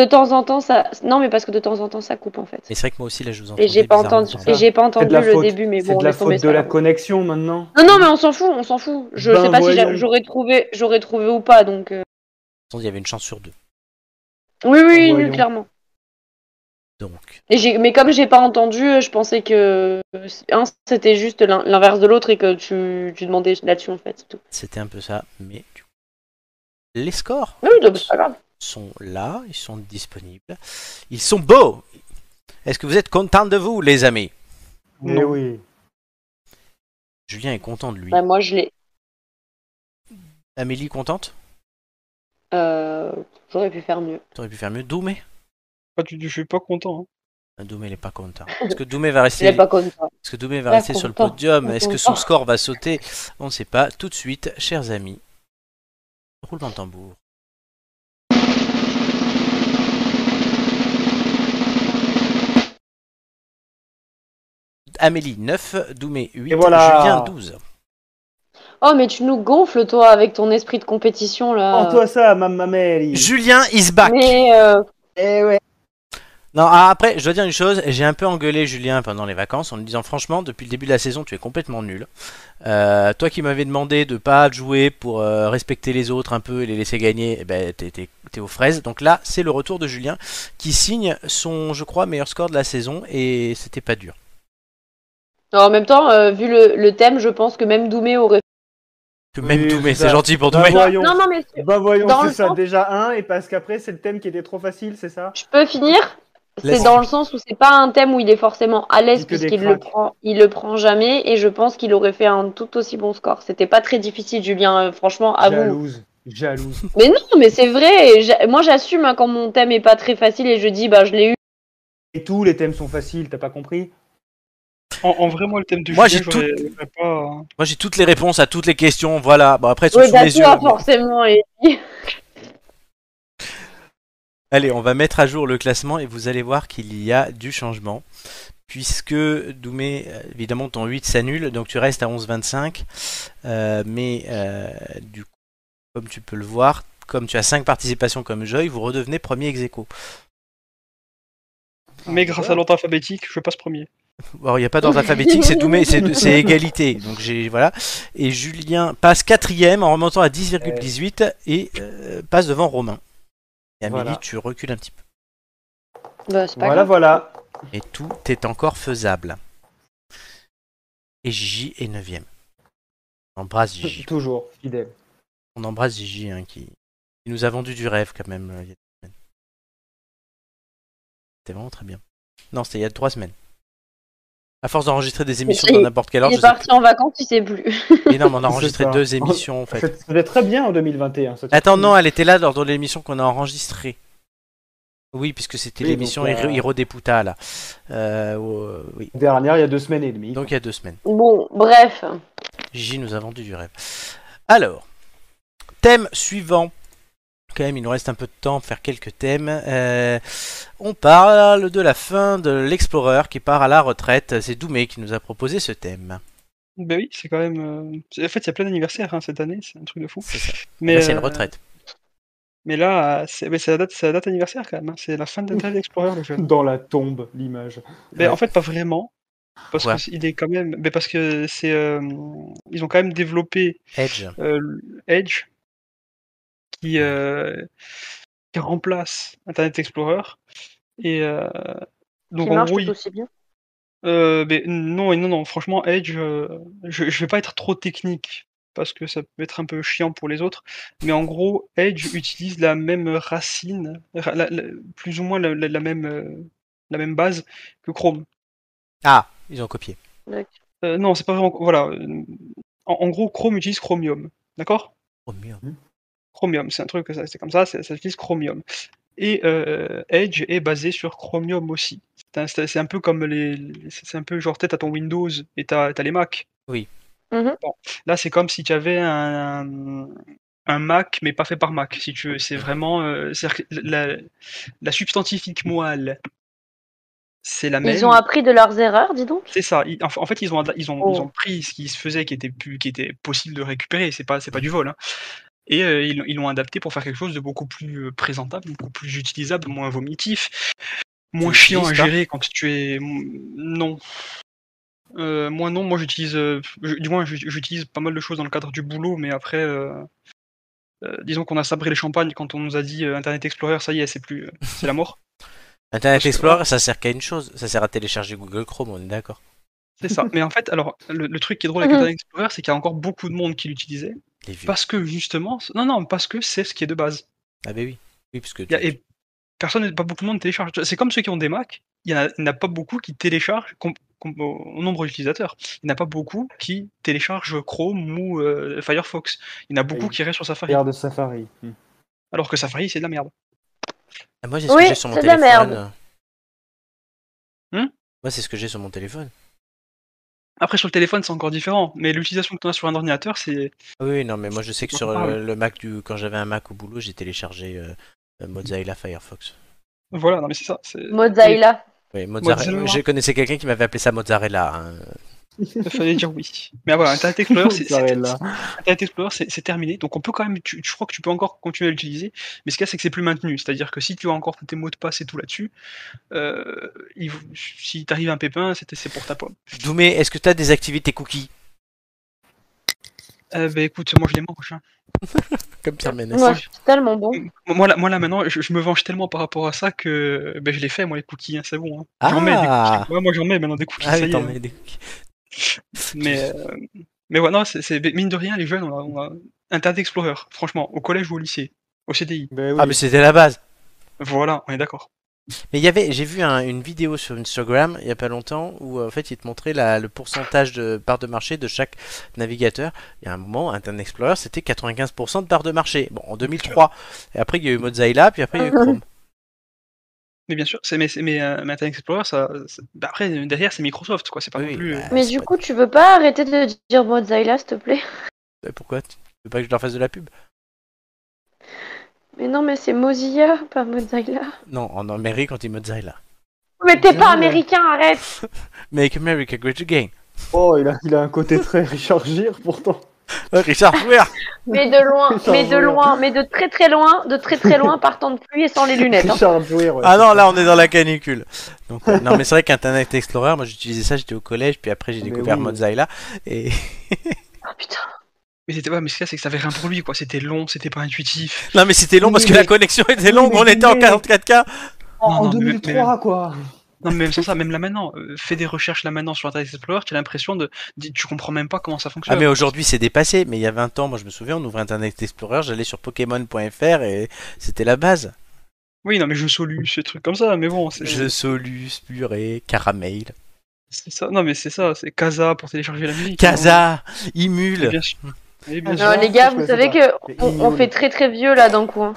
de temps en temps, ça. Non, mais parce que de temps en temps, ça coupe en fait. Mais c'est vrai que moi aussi, là, je vous entends. Et j'ai pas entendu, et j'ai pas C'est entendu de la le faute. début, mais C'est bon, de la laisse tomber, faute c'est de pas la grave. connexion maintenant. Non, non, mais on s'en fout, on s'en fout. Je Ben sais pas si voyons. j'a- j'aurais trouvé, j'aurais trouvé ou pas, donc. euh, Il y avait une chance sur deux. Oui, oui, Voyons. nul, clairement. Donc, Et j'ai- mais comme j'ai pas entendu, euh, je pensais que euh, un c'était juste l'in- l'inverse de l'autre et que tu, tu demandais là-dessus en fait. c'est tout. c'était un peu ça. Mais du coup, les scores Oui, donc euh, c'est pas grave. sont là, ils sont disponibles. Ils sont beaux Est-ce que vous êtes content de vous, les amis Eh Euh, oui. Julien est content de lui. Bah, moi je l'ai. Amélie contente euh, J'aurais pu faire mieux. T'aurais pu faire mieux. Doumé Ah, tu- tu- je suis pas content. hein. Ah, Doumé, il est pas content. Est-ce que Doumé va Je l'ai rester, pas comme ça. Est-ce que Doumé va Pas rester sur le content, podium pas Est-ce que son content. score va sauter On ne sait pas. Tout de suite, chers amis, roulement de tambour. Amélie 9, Doumé 8, Et voilà. Julien 12. Oh mais tu nous gonfles toi avec ton esprit de compétition là. Prends-toi ça, ma mamelle. Julien is back. mais euh, Eh ouais. Non, ah, après, je dois dire une chose, j'ai un peu engueulé Julien pendant les vacances en lui disant franchement, depuis le début de la saison, tu es complètement nul. Euh, toi qui m'avais demandé de pas jouer pour euh, respecter les autres un peu et les laisser gagner, eh ben, t'es, t'es- t'es aux fraises. Donc là, c'est le retour de Julien qui signe son, je crois, meilleur score de la saison et c'était pas dur. non, en même temps, euh, vu le, le thème, je pense que même Doumé aurait. Que même Oui, Doumé, c'est ça. c'est gentil pour Bah, Doumé. voyons. Non non mais Bah voyons, Dans c'est le ça sens- déjà un, et parce qu'après c'est le thème qui était trop facile, c'est ça Je peux finir C'est Laisse- dans le sens où c'est pas un thème où il est forcément à l'aise Dis que des puisqu'il le cracks. prend, il le prend jamais et je pense qu'il aurait fait un tout aussi bon score. C'était pas très difficile, Julien. euh, franchement, à vous. Jalouse, jalouse. Mais non, mais c'est vrai. et j'a- Moi, j'assume hein, quand mon thème est pas très facile et je dis bah je l'ai eu. Et tous les thèmes sont faciles, t'as pas compris En, en vrai, moi, le thème de Moi, Julien, j'ai j'aurais- j'aurais pas. hein. Moi j'ai toutes les réponses à toutes les questions, voilà. Bon après, elles sont Ouais, sous bah, les yeux. hein. toi, forcément. Et... Allez, on va mettre à jour le classement et vous allez voir qu'il y a du changement. Puisque Doumé, euh, évidemment, ton 8 s'annule, donc tu restes à 11,25. Euh, mais euh, du coup, comme tu peux le voir, comme tu as 5 participations comme Joy, vous redevenez premier ex aequo. Ah, Mais grâce à l'ordre alphabétique, je passe premier. Alors, il n'y a pas d'ordre alphabétique, c'est Doumé, c'est c'est égalité. Donc, j'ai voilà. Et Julien passe quatrième en remontant à 10,18 et euh, passe devant Romain. Et Amélie, Voilà. tu recules un petit peu. Bah, c'est pas Voilà, grave. voilà. Et tout est encore faisable. Et Gigi est 9 On embrasse Gigi. Toujours, fidèle. On embrasse Gigi hein, qui... qui nous a vendu du rêve quand même euh, il y a deux semaines. C'était vraiment très bien. Non, c'était il y a trois semaines. À force d'enregistrer des émissions Il- dans n'importe quelle heure, il je est sais parti en vacances, il sait plus. plus. Mais non, mais on a Je sais enregistré pas. deux émissions en fait. C'était très bien en 2021. ça. Attends, non, elle était là lors de l'émission qu'on a enregistrée. Oui, puisque c'était Oui, l'émission donc, euh, Hiro Hiro des Putas, là. Euh, euh, oui. Dernière, il y a deux semaines et demie. Donc il y a deux semaines. Bon, bref. Gigi nous a vendu du rêve. Alors, thème suivant. Quand même, il nous reste un peu de temps pour faire quelques thèmes. Euh, on parle de la fin de l'Explorer qui part à la retraite. C'est Doumé qui nous a proposé ce thème. Ben oui, c'est quand même. euh, c'est- En fait, il y a plein d'anniversaires hein, cette année, c'est un truc de fou. C'est ça. Mais, Là, c'est une euh, retraite. mais là, euh, c'est mais c'est la, date- c'est la date anniversaire quand même. hein, C'est la fin de la date d'Explorer, le jeu. Dans la tombe, l'image. Ben, Ouais. En fait, pas vraiment. Parce Pourquoi qu'il est quand même. Ben, parce que c'est. euh, Ils ont quand même développé Edge. euh, Edge qui, euh, qui remplace Internet Explorer. Et euh, donc Qui en marche gros, tout il- aussi bien. euh, mais non, et non, non, franchement, Edge, euh, je, je vais pas être trop technique parce que ça peut être un peu chiant pour les autres, mais en gros, Edge utilise la même racine, ra- la- la- plus ou moins la, la- la même, euh, la même base que Chrome. Ah, ils ont copié. Euh, non, c'est pas vraiment. Voilà. euh, En, en gros, Chrome utilise Chromium, d'accord? Oh, merde. Chromium, c'est un truc, ça- c'est comme ça, ça ça utilise Chromium. Et euh, Edge est basé sur Chromium aussi. C'est un, c'est- c'est un peu comme les, les- c'est c'est un peu genre tête à ton Windows et t'as t'as les Mac. Oui. Mhm. Bon, Là, c'est comme si tu avais un, un- un Mac, mais pas fait par Mac, si tu veux. C'est vraiment. euh, c'est-à-dire que la, la substantifique moelle, c'est la même. Ils ont appris de leurs erreurs, dis donc. C'est ça. Ils- en, en fait, ils ont, ils, ont, ils Oh. ont pris ce qui se faisait, qui était, pu- qui était possible de récupérer. C'est pas, c'est pas du vol. hein. Et euh, ils ils l'ont adapté pour faire quelque chose de beaucoup plus euh, présentable, beaucoup plus utilisable, moins vomitif, moins Tu chiant à utilises, toi gérer quand tu es. Non. Euh, moi, non. Moi, j'utilise. euh, je- du moins, j'ut- j'utilise pas mal de choses dans le cadre du boulot, mais après. euh, euh, disons qu'on a sabré les champagnes quand on nous a dit euh, Internet Explorer, ça y est, c'est plus, euh, c'est la mort. Internet Parce que- Explorer, ça sert qu'à une chose, ça sert à télécharger Google Chrome, on est d'accord. C'est ça. Mais en fait, alors le, le truc qui est drôle avec Mhm. Internet Explorer, c'est qu'il y a encore beaucoup de monde qui l'utilisait. Les vieux. Parce que justement, c- non, non, parce que c'est ce qui est de base. Ah bah oui. Oui, parce que Il y a- tu- et personne, pas beaucoup de monde télécharge. C'est comme ceux qui ont des Mac, il n'y en, a- il y en a pas beaucoup qui téléchargent com- com- au nombre d'utilisateurs. Il n'y en a pas beaucoup qui téléchargent Chrome ou euh, Firefox. Il y en a beaucoup Oui. qui restent sur Safari. Regarde Safari. Hmm. Alors que Safari, c'est de la merde. Ah, moi, c'est ce Oui, que j'ai sur mon c'est de la téléphone. merde. Hum moi, c'est ce que j'ai sur mon téléphone. Après, sur le téléphone, c'est encore différent. Mais l'utilisation que tu as sur un ordinateur, c'est. Ah oui, non, mais moi, je sais que On sur euh, en parle. le, le Mac, du... quand j'avais un Mac au boulot, j'ai téléchargé euh, euh, Mozilla Firefox. Voilà, non, mais c'est ça. c'est- Mozilla. Oui, Mozzarella. Mozilla. Je connaissais quelqu'un qui m'avait appelé ça Mozzarella. hein. Il fallait dire oui. Mais ah voilà, Internet Explorer, c'est- c'est Mozzarella. Internet Explorer, c'est c'est terminé. Donc on peut quand même, tu- je crois que tu peux encore continuer à l'utiliser, mais ce qu'il y a, c'est que c'est plus maintenu. C'est-à-dire que si tu as encore tes mots de passe et tout là-dessus, euh, il- si t'arrive un pépin, c'était- c'est pour ta pomme. Doumé, est-ce que t'as des activités cookies Euh, bah écoute, moi je les mange. hein. Comme Pierre Ménès. Moi, je suis tellement bon. Moi là, moi, là maintenant, je, je me venge tellement par rapport à ça que ben, je les fais, moi les cookies, hein, c'est bon. hein. J'en mets des Ah. cookies. Ouais, moi j'en mets maintenant des cookies. Ah ça oui, y t'en est. hein. mets des cookies. Mais, euh, mais ouais, non, c'est- c'est- mine de rien, les jeunes, on a, on a Internet Explorer, franchement, au collège ou au lycée, au CDI. Ben oui. Ah, mais c'était la base. Voilà, on est d'accord. Mais il y avait, j'ai vu un- une vidéo sur Instagram il y a pas longtemps où euh, en fait il te montrait la- le pourcentage de part de marché de chaque navigateur. Il y a un moment, Internet Explorer c'était 95% de part de marché. Bon, en 2003. Et après il y a eu Mozilla, puis après Ah il y a eu Chrome. Mais bien sûr, c'est mais, c'est- mais, euh, mais Internet Explorer, ça, ça- bah après euh, derrière c'est Microsoft, quoi. C'est pas Oui, non plus. euh, bah, Mais c'est du pas- coup, tu veux pas arrêter de dire Mozilla, s'il te plaît Euh, pourquoi tu tu veux pas que je leur fasse de la pub Mais non, mais c'est Mozilla, pas Mozilla. Non, en Amérique on dit Mozilla. Mais t'es pas Mozilla. américain, arrête Make America Great Again. Oh, il a, il a un côté très Richard Gere pourtant. Euh, Richard Weir. Mais de loin, Putain, mais de voilà. loin, mais de très très loin, de très très loin, par temps de pluie et sans les lunettes. hein. Richard Gere, ouais. Ah non, là on est dans la canicule. Donc, euh, non, mais c'est vrai qu'Internet Explorer, moi j'utilisais ça, j'étais au collège, puis après j'ai Mais découvert oui. Mozilla. Et Oh putain. Mais c'était ouais, mais ce qu'il y a, c'est que ça avait rien pour lui, quoi. C'était long, c'était pas intuitif. non, mais c'était long parce que Oui, mais- la connexion était Oui, longue, mais on était en oui. 44K. En, Non, non, mais- 2003, quoi. Non, mais même sans ça, même là maintenant, euh, fais des recherches là maintenant sur Internet Explorer, tu as l'impression de, d'y- tu comprends même pas comment ça Ah fonctionne. mais aujourd'hui c'est dépassé, mais il y a 20 ans, moi je me souviens, on ouvrait Internet Explorer, j'allais sur Pokémon.fr et c'était la base. Oui, non, mais je solue ce truc comme ça, mais bon, c'est, Je solus, purée, caramel, c'est ça. Non, mais c'est ça, c'est Casa pour télécharger la musique. hein. casa, Mais imule. bien sûr. Mais bien Ah, sûr. Non, Genre, les gars, je vous sais savez pas. que C'est on, on ignoble. fait très très vieux là d'un coup. hein.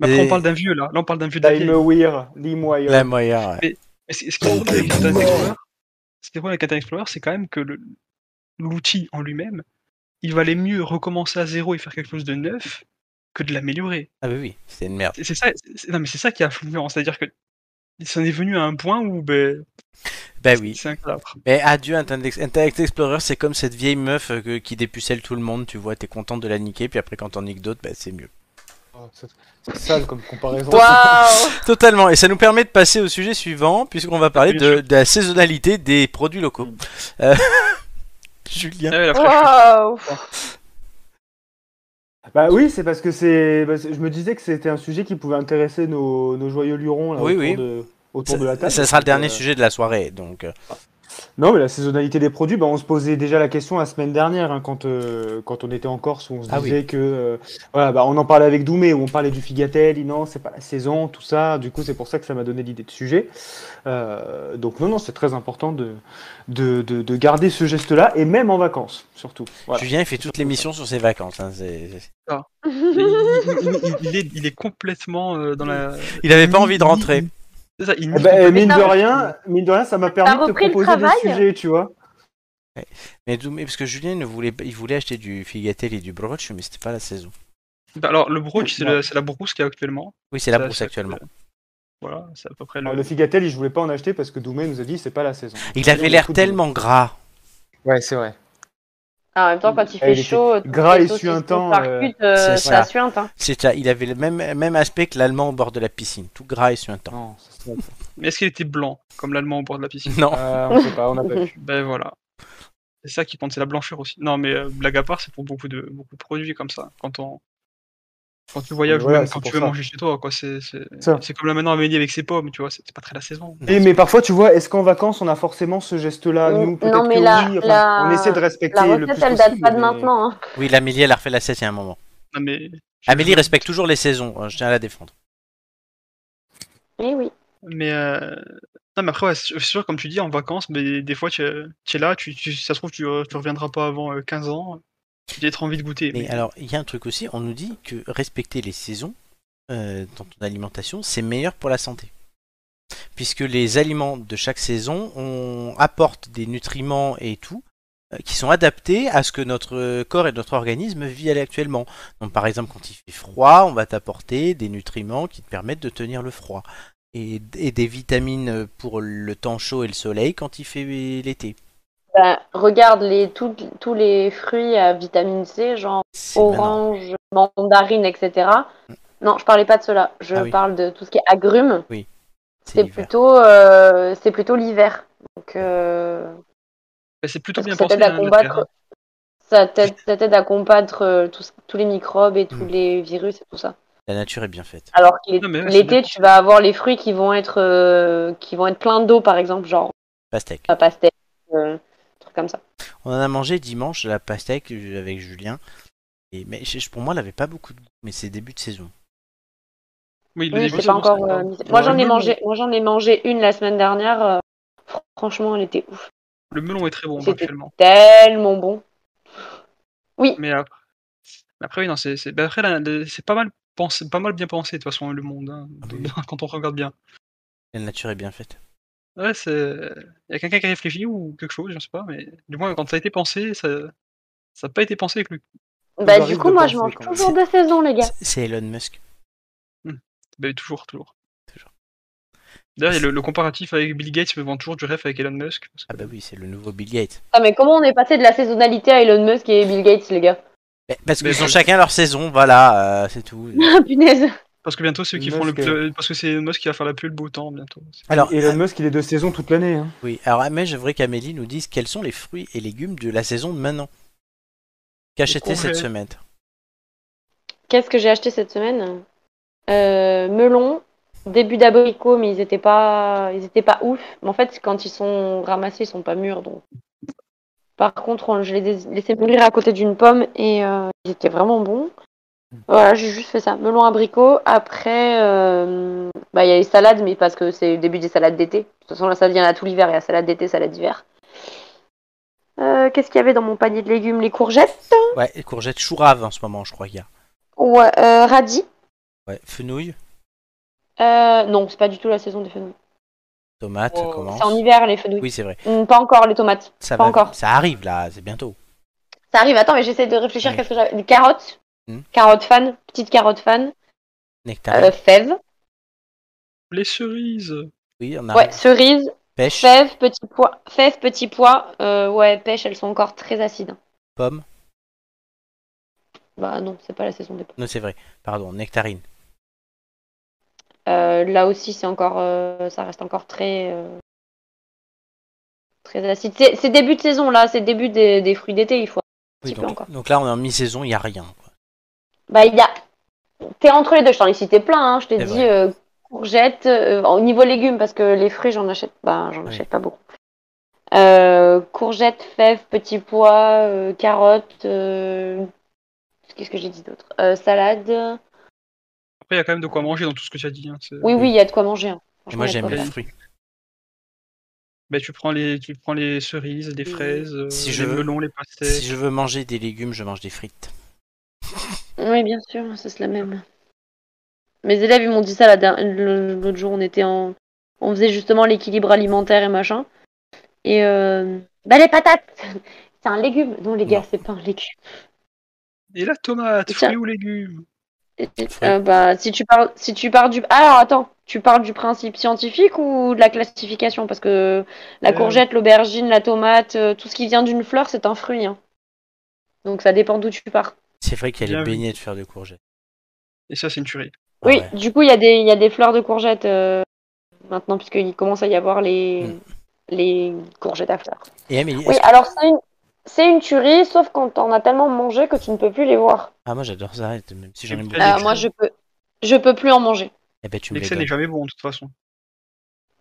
Mais après, Et- on parle d'un vieux là. Là, on parle d'un vieux d'un vieil. Time Weir, Lim Wire. La moya, ouais. Mais c'est- ce qui est drôle avec Internet Explorer, ce qui est drôle avec Internet Explorer, c'est quand même que le- l'outil en lui-même, il valait mieux recommencer à zéro et faire quelque chose de neuf que de l'améliorer. Ah bah oui, c'est une merde. C'est c'est ça, c'est- non mais c'est ça qui est affluent, c'est-à-dire que ça en est venu à un point où ben, Bah oui. c'est un cadavre. Mais adieu Internet, Ex- Internet Explorer, c'est comme cette vieille meuf euh, que- qui dépucelle tout le monde, tu vois, t'es contente de la niquer, puis après quand t'en niques d'autres, bah c'est mieux. Oh, c'est c'est sale comme comparaison. Waouh Totalement, et ça nous permet de passer au sujet suivant, puisqu'on va parler de, de la saisonnalité des produits locaux. Mm. Euh, Julien. Ah ouais, la fraîcheur. Waouh Bah oui, c'est parce que c'est. bah, c'est- je me disais que c'était un sujet qui pouvait intéresser nos, nos joyeux lurons là, Oui, autour, oui. De, autour Ça, Euh, de la table. ça sera le Donc, dernier euh, sujet de la soirée, donc. euh, Non, mais la saisonnalité des produits, bah, on se posait déjà la question la semaine dernière hein, quand, euh, quand on était en Corse, où on se Ah oui. disait que. euh, voilà, bah, on en parlait avec Doumé, où on parlait du figatel, il dit non, c'est pas la saison, tout ça. Du coup, c'est pour ça que ça m'a donné l'idée de sujet. Euh, donc, non, non, c'est très important de, de, de, de garder ce geste-là, et même en vacances, surtout. Voilà. Julien, il fait toute l'émission sur ses vacances. hein, c'est- c'est- Il, il- il- il est, il est complètement euh, dans la. Il avait pas envie de rentrer. C'est ça, il Eh nie ben, complètement- mine, ça de re- rien, mine de rien, ça m'a permis de te repris le proposer des travail sujets, tu vois. Mais, d'où- mais parce que Julien ne voulait, il voulait acheter du figatel et du brooch, mais c'était pas la saison. Bah, Alors, le brooch, c'est Ouais. le- c'est la brousse qu'il y a actuellement. Oui, c'est la Ça, brousse ça- actuellement. Voilà, c'est à peu près le. Alors, Euh, le Figatel, je voulais pas en acheter parce que Doumé nous a dit c'est pas la saison. Il avait l'air tellement gras. Ouais, c'est vrai. Ah, en même temps, quand il Ah, il fait était chaud, toutes gras les et suintant, saucisses qu'on charcute, euh, c'est ça ça. suinte. hein. C'est ça, il avait le même, même aspect que l'allemand au bord de la piscine, tout gras et suintant. Non, ça se trompe. Mais est-ce qu'il était blanc, comme l'allemand au bord de la piscine Non, Euh, on sait pas, on n'a pas vu. Ben voilà. C'est ça qui compte, c'est la blancheur aussi. Non, mais euh, blague à part, c'est pour beaucoup de, beaucoup de produits comme ça. Quand on. Quand tu voyages Voilà, ou même c'est quand pour tu veux ça. manger chez toi, quoi. C'est c'est- Ça. c'est comme là maintenant Amélie avec ses pommes, tu vois, c'est c'est pas très la saison. Et mais parfois, tu vois, est-ce qu'en vacances, on a forcément ce geste-là Non, Nous, peut-être non, mais que la- oui, enfin, la- on essaie de La respecter le recette, plus elle date possible, pas de mais- maintenant. hein. oui, l'Amélie, elle a refait la 7 il y a un moment. Non, mais, Amélie respecte toujours les saisons, hein, je tiens à la défendre. Eh oui. mais, euh, non, mais après, ouais, c'est c'est sûr, comme tu dis, en vacances, mais des fois, tu es, tu es là, tu, tu- ça se trouve, tu, euh, tu reviendras pas avant euh, 15 ans. J'ai peut-être envie de goûter. Mais alors, il y a un truc aussi, on nous dit que respecter les saisons euh, dans ton alimentation, c'est meilleur pour la santé. Puisque les aliments de chaque saison on apportent des nutriments et tout euh, qui sont adaptés à ce que notre euh, corps et notre organisme vit actuellement. Donc par exemple quand il fait froid, on va t'apporter des nutriments qui te permettent de tenir le froid et, et des vitamines pour le temps chaud et le soleil quand il fait l'été. Bah, regarde les, tout- tous les fruits à vitamine C, genre C'est maintenant. orange, mandarine, etc. Non, je parlais pas de cela. Je Ah oui. parle de tout ce qui est agrumes. C'est C'est l'hiver. plutôt, euh, c'est plutôt l'hiver. Donc, euh, Ben, c'est plutôt parce bien que ça pensé. t'aide à hein, de faire, hein. combattre. Ça t'aide ça t'aide à combattre euh, tous- tous les microbes et tous Hmm. les virus et tout ça. La nature est bien faite. Alors que l'é- Non, mais ouais, c'est l'été, bien. tu vas avoir les fruits qui vont être, euh, qui vont être pleins d'eau, par exemple, genre Pastèque. la pastèque, euh, truc comme ça. On en a mangé dimanche la pastèque euh, avec Julien. Et, mais je- pour moi, elle avait pas beaucoup de goût, mais c'est début de saison. Oui, le Oui, début de c'est pas saison, encore. c'est euh, encore- mis- moi, j'en ai le mangé, moi, j'en ai mangé une la semaine dernière. euh, fr- franchement, elle était ouf. melon- Le melon est très bon C'était- actuellement. Tellement bon. Oui, Mais après, mais après oui, non, c'est c'est- ben après, là, le- c'est pas mal pensé, pas mal bien pensé de toute façon le monde hein, Ah oui. quand on regarde bien. La nature est bien faite. Ouais, c'est y a quelqu'un qui a réfléchi ou quelque chose, je sais pas, mais du moins quand ça a été pensé, ça ça n'a pas été pensé avec lui. bah arrive du coup, de moi, je penser mange quand même. toujours de saison, les gars. C'est- C'est Elon Musk. Ben, toujours, toujours. Toujours. D'ailleurs, il y a le, le comparatif avec Bill Gates me vend toujours du rêve avec Elon Musk. parce que- Ah bah oui, c'est le nouveau Bill Gates. Ah, mais comment on est passé de la saisonnalité à Elon Musk et Bill Gates, les gars Mais- Parce Mais qu'ils ont je- chacun leur saison, voilà, euh, c'est tout. Ah, punaise Parce que bientôt ceux qui font le Musk, euh, pl- parce que c'est Elon Musk qui va faire la pluie le beau temps bientôt. Alors, ah Elon Musk, il est de saison toute l'année. hein. oui, alors mais j'aimerais qu'Amélie nous dise quels sont les fruits et légumes de la saison de maintenant. Qu'acheter congés. cette semaine Qu'est-ce que j'ai acheté cette semaine Euh, Melon, début d'abricot, mais ils étaient pas, ils étaient pas ouf. Mais en fait, quand ils sont ramassés, ils sont pas mûrs. Donc, par contre, on- je les ai laissés mûrir à côté d'une pomme et euh, ils étaient vraiment bons. Voilà, j'ai juste fait ça. Melon, abricot. Après, euh, bah, il y a les salades, mais parce que c'est le début des salades d'été. De toute façon, la salade, il y en a tout l'hiver. Il y a salade d'été, salade d'hiver. Euh, Qu'est-ce qu'il y avait dans mon panier de légumes Les courgettes. Ouais, et courgettes chourave en ce moment, je crois qu'il y a. Ouais, euh, radis. Ouais, fenouil, Euh, non, c'est pas du tout la saison des fenouils. tomate, Oh, commence. C'est en hiver les fenouils. Oui, c'est vrai. Mm, Pas encore les tomates. Ça Pas va, encore. ça arrive là, c'est bientôt. Ça arrive, attends, mais j'essaie de réfléchir Ouais. qu'est-ce que j'avais. Des carottes. Mm. Carottes fan, petite carotte fan. Nectarine, Euh, fèves. Les cerises. oui, on a Ouais, cerises, pêche, fèves, petits pois. Fèves, petits pois. Euh, ouais, pêche, elles sont encore très acides. pomme. Bah non, c'est pas la saison des pommes. Non, c'est vrai. Pardon, nectarine. Euh, là aussi, c'est encore, euh, ça reste encore très, euh, très acide. C'est c'est début de saison là, c'est début des, des fruits d'été. Il faut un Oui, petit peu encore. donc, donc là, on est en mi-saison, il n'y a rien. quoi. Bah, il y a. T'es entre les deux, je t'en ai cité plein, hein. je t'ai C'est dit vrai. euh, courgettes, euh, au niveau légumes, parce que les fruits, j'en achète, bah, j'en Oui. achète pas beaucoup. Euh, courgettes, fèves, petits pois, euh, carottes, euh, qu'est-ce que j'ai dit d'autre Euh, Salade. Après, il y a quand même de quoi manger dans tout ce que tu as dit. hein, c'est- Oui, oui, il y a de quoi manger. hein. Et Franchement, moi, il y a de j'aime quoi les manger. fruits. Ben, tu prends les tu prends les cerises, les fraises, euh, Si les je veux- melons, les pastèques. Si je veux manger des légumes, je mange des frites. Oui, bien sûr, ça, c'est la même. Mes élèves, ils m'ont dit ça la der- le- l'autre jour, on était en... On faisait justement l'équilibre alimentaire et machin. Et euh, Bah les patates C'est un légume. Non les gars, c'est pas un légume. Et la tomate, Tiens. fruits ou légumes Euh, bah si tu pars si tu pars du alors attends, tu pars du principe scientifique ou de la classification parce que la Euh. courgette, l'aubergine, la tomate, euh, tout ce qui vient d'une fleur, c'est un fruit hein. Donc ça dépend d'où tu pars. C'est vrai qu'il y a les Bien vu. beignets de faire de courgettes. Et ça, c'est une tuerie. Ah oui, ouais. du coup, il y a des il y a des fleurs de courgettes euh, maintenant puisqu'il commence à y avoir les les courgettes à fleurs. Hmm. Et Amélie, Oui, est-ce que- alors c'est une c'est une tuerie sauf quand t'en as tellement mangé que tu ne peux plus les voir. ah, moi j'adore ça, et même si j'en aime Euh, beaucoup. Euh, Excellent. moi, je peux, je peux plus en manger. Eh ben, tu me les L'excès n'est donnes. jamais bon, de toute façon.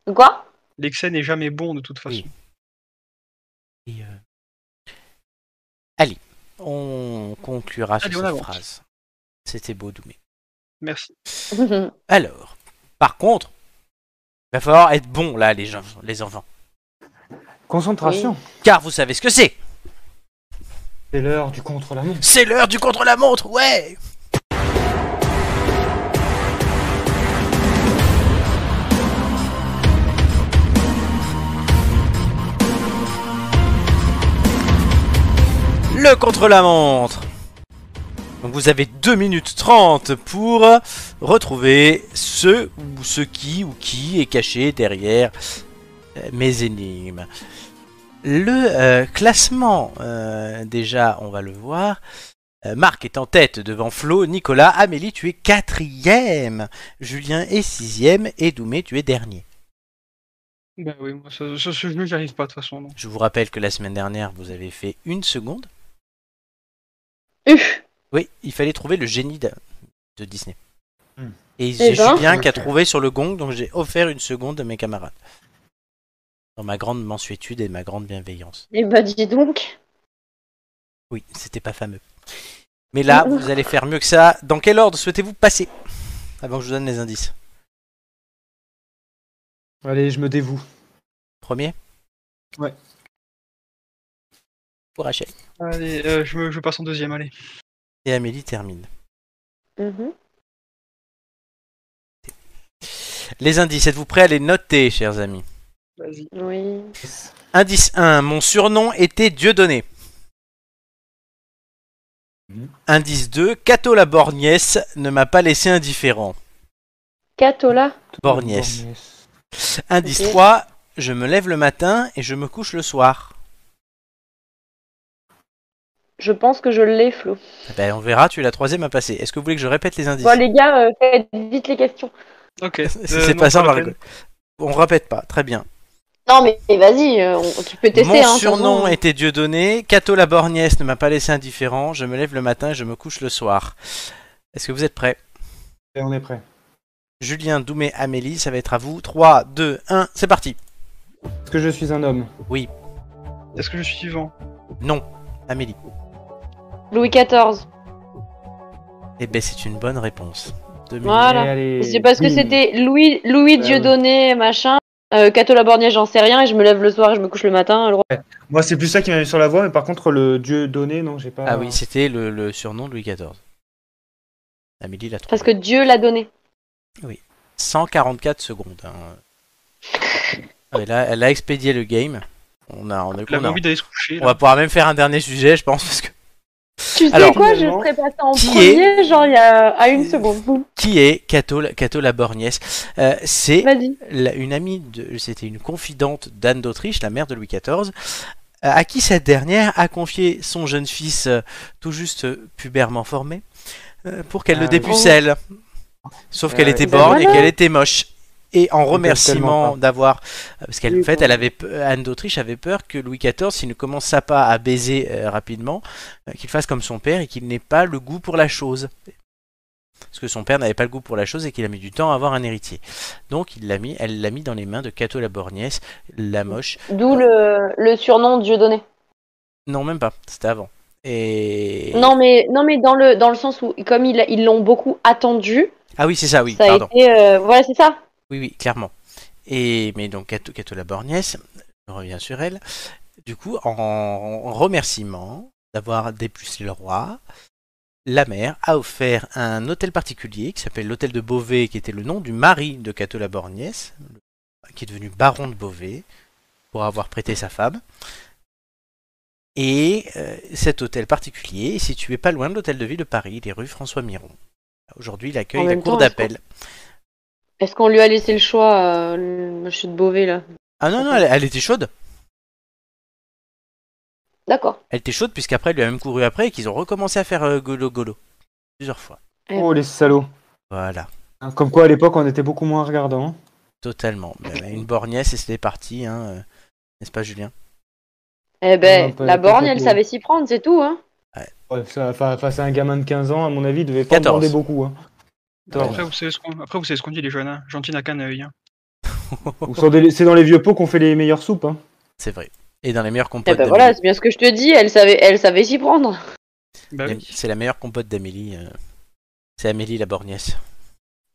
Quoi L'excès n'est jamais bon, de toute façon. Oui. Et, euh, Allez, on conclura Allez, sur cette on avance. phrase. C'était beau, Doumé. Merci. Alors, par contre, il va falloir être bon là, les gens, les enfants. Concentration. Car vous savez ce que c'est C'est l'heure du contre-la-montre. C'est l'heure du contre-la-montre, ouais Le contre-la-montre Donc vous avez 2 minutes 30 pour retrouver ce ou ce qui ou qui est caché derrière euh, mes énigmes. Le euh, classement, euh, déjà, on va le voir. Euh, Marc est en tête devant Flo, Nicolas, Amélie, tu es quatrième, Julien est sixième et Doumé, tu es dernier. Bah oui, moi, ce, ce- ce jeu, j'y arrive pas, de toute façon. non. Je vous rappelle que la semaine dernière, vous avez fait une seconde. Uf. Oui, il fallait trouver le génie de, de Disney. Hmm. Et c'est ben. Julien qui a trouvé sur le gong, donc j'ai offert une seconde à mes camarades. Dans ma grande mansuétude et ma grande bienveillance. Eh bah dis donc. Oui, c'était pas fameux. Mais là, vous allez faire mieux que ça. Dans quel ordre souhaitez-vous passer Avant que je vous donne les indices. Allez, je me dévoue. Premier Ouais. Pour Rachel. Allez, euh, je, me, je passe en deuxième, allez. Et Amélie termine. Mhm. Les indices, êtes-vous prêts à les noter, chers amis Vas-y. Oui. Indice 1, mon surnom était Dieudonné. Mhm. Indice 2, Cato la borgnesse ne m'a pas laissé indifférent. Catola. Borgnesse. Borgnesse. Indice Ok. 3, je me lève le matin et je me couche le soir. Je pense que je l'ai, Flo. Eh Ben, on verra, tu es la troisième à passer. Est-ce que vous voulez que je répète les indices Bon, les gars, euh, faites vite les questions. Ok. Si euh, c'est non, pas ça, on va la rigoler. On répète pas, très bien. Non, mais mais vas-y, euh, on- tu peux tester. Mon hein, de toute surnom façon. était Dieudonné. Cato la borgnesse ne m'a pas laissé indifférent. Je me lève le matin et je me couche le soir. Est-ce que vous êtes prêts Et on est prêt. Julien, Doumé, Amélie, ça va être à vous. 3, 2, 1, c'est parti. Est-ce que je suis un homme peine. Est-ce que je suis vivant Non, Amélie. Louis XIV. Eh ben, c'est une bonne réponse. Deux minutes. Voilà. Et allez, C'est parce que bim. c'était Louis, Louis Ah Ouais, Dieudonné, machin. Euh, Catola Borgnesse, j'en sais rien. Et je me lève le soir et je me couche le matin. Le roi- Moi, c'est plus ça qui m'a mis sur la voie, mais par contre, le dieu donné, non, j'ai pas. Ah oui, c'était le, le surnom de Louis XIV. Amélie l'a trouvé. Parce que Dieu l'a donné. 144 secondes. hein. Et là, elle a expédié le game. On a, on a, La on a- envie d'aller se coucher. on va pouvoir même faire un dernier sujet, je pense, parce que Tu sais Alors, quoi, je finalement, ferais passer en qui premier, genre il y a à une seconde. Boum. qui est Cato, la- Cato la borgnesse Euh, C'est Vas-y. la- une amie, de- c'était une confidente d'Anne d'Autriche, la mère de Louis XIV, euh, à qui cette dernière a confié son jeune fils euh, tout juste euh, puberment formé euh, pour qu'elle Ah le oui. dépucelle. Sauf Ah qu'elle oui. était Ben borgne et voilà. qu'elle était moche. Et en tellement remerciement pas. d'avoir, euh, parce qu'elle, en Oui, fait, bon. elle avait pe- Anne d'Autriche avait peur que Louis XIV, s'il ne commença pas à baiser euh, rapidement, euh, qu'il fasse comme son père et qu'il n'ait pas le goût pour la chose. Parce que son père n'avait pas le goût pour la chose et qu'il a mis du temps à avoir un héritier. Donc il l'a mis, elle l'a mis dans les mains de Cato la borgnesse, la moche. D'où le, le surnom Dieudonné. Non, même pas, c'était avant. Et Non mais non mais dans le dans le sens où comme ils ils l'ont beaucoup attendu, ah oui, c'est ça, oui, ça pardon. a été euh, voilà c'est ça. Oui, oui, clairement. Et mais donc Cato, Cato la borgnesse, je reviens sur elle. Du coup, en, en remerciement d'avoir dépucé le roi, la mère a offert un hôtel particulier qui s'appelle l'hôtel de Beauvais, qui était le nom du mari de Cato la borgnesse, qui est devenu baron de Beauvais pour avoir prêté sa femme. Et euh, cet hôtel particulier est situé pas loin de l'hôtel de ville de Paris, des rues François Miron. Aujourd'hui, il En accueille la même cour temps, d'appel. Est-ce qu'on lui a laissé le choix, euh, le monsieur de Beauvais, là Ah non, non, elle, elle était chaude. D'accord. Elle était chaude puisqu'après, elle lui a même couru après et qu'ils ont recommencé à faire euh, golo golo. Plusieurs fois. Oh, les salauds. Voilà, Comme quoi, à l'époque, on était beaucoup moins hein. regardant. totalement. Ben, Une borgnesse et c'était parti, hein, euh, n'est-ce pas, Julien Eh ben, Non, pas- la pas borgne, beaucoup, elle hein. savait s'y prendre, c'est tout, hein Ouais, ça, fa- face à un gamin de 15 ans, à mon avis, il devait pas 14. demander beaucoup. hein. Après, vous savez ce qu'on après, vous savez ce qu'on dit, les jeunes. Hein. Gentil n'a qu'un œil. hein. Ou sur des- C'est dans les vieux pots qu'on fait les meilleures soupes. hein. C'est vrai. Et dans les meilleures Eh compotes ben d'Amélie. voilà, c'est bien ce que je te dis, elle savait elle savait s'y prendre. Bah Les- oui. C'est la meilleure compote d'Amélie. euh, C'est Amélie la borgnesse.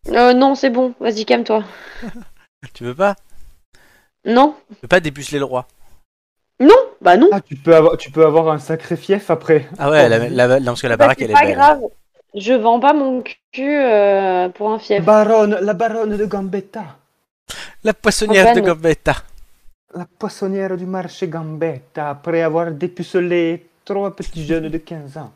Euh, non, c'est bon, vas-y, calme-toi. Tu veux pas Non Tu veux pas dépuceler le roi Bah non Ah, tu peux, avoir, tu peux avoir un sacré fief après. Ah ouais, la, la- non, parce que la Bah, baraque, c'est elle est pas belle. grave, je vends pas mon cul euh, pour un Bah, fief. Baronne, la baronne de Gambetta. La poissonnière En de panne. Gambetta. La poissonnière du marché Gambetta, après avoir dépucelé trois petits jeunes de 15 ans.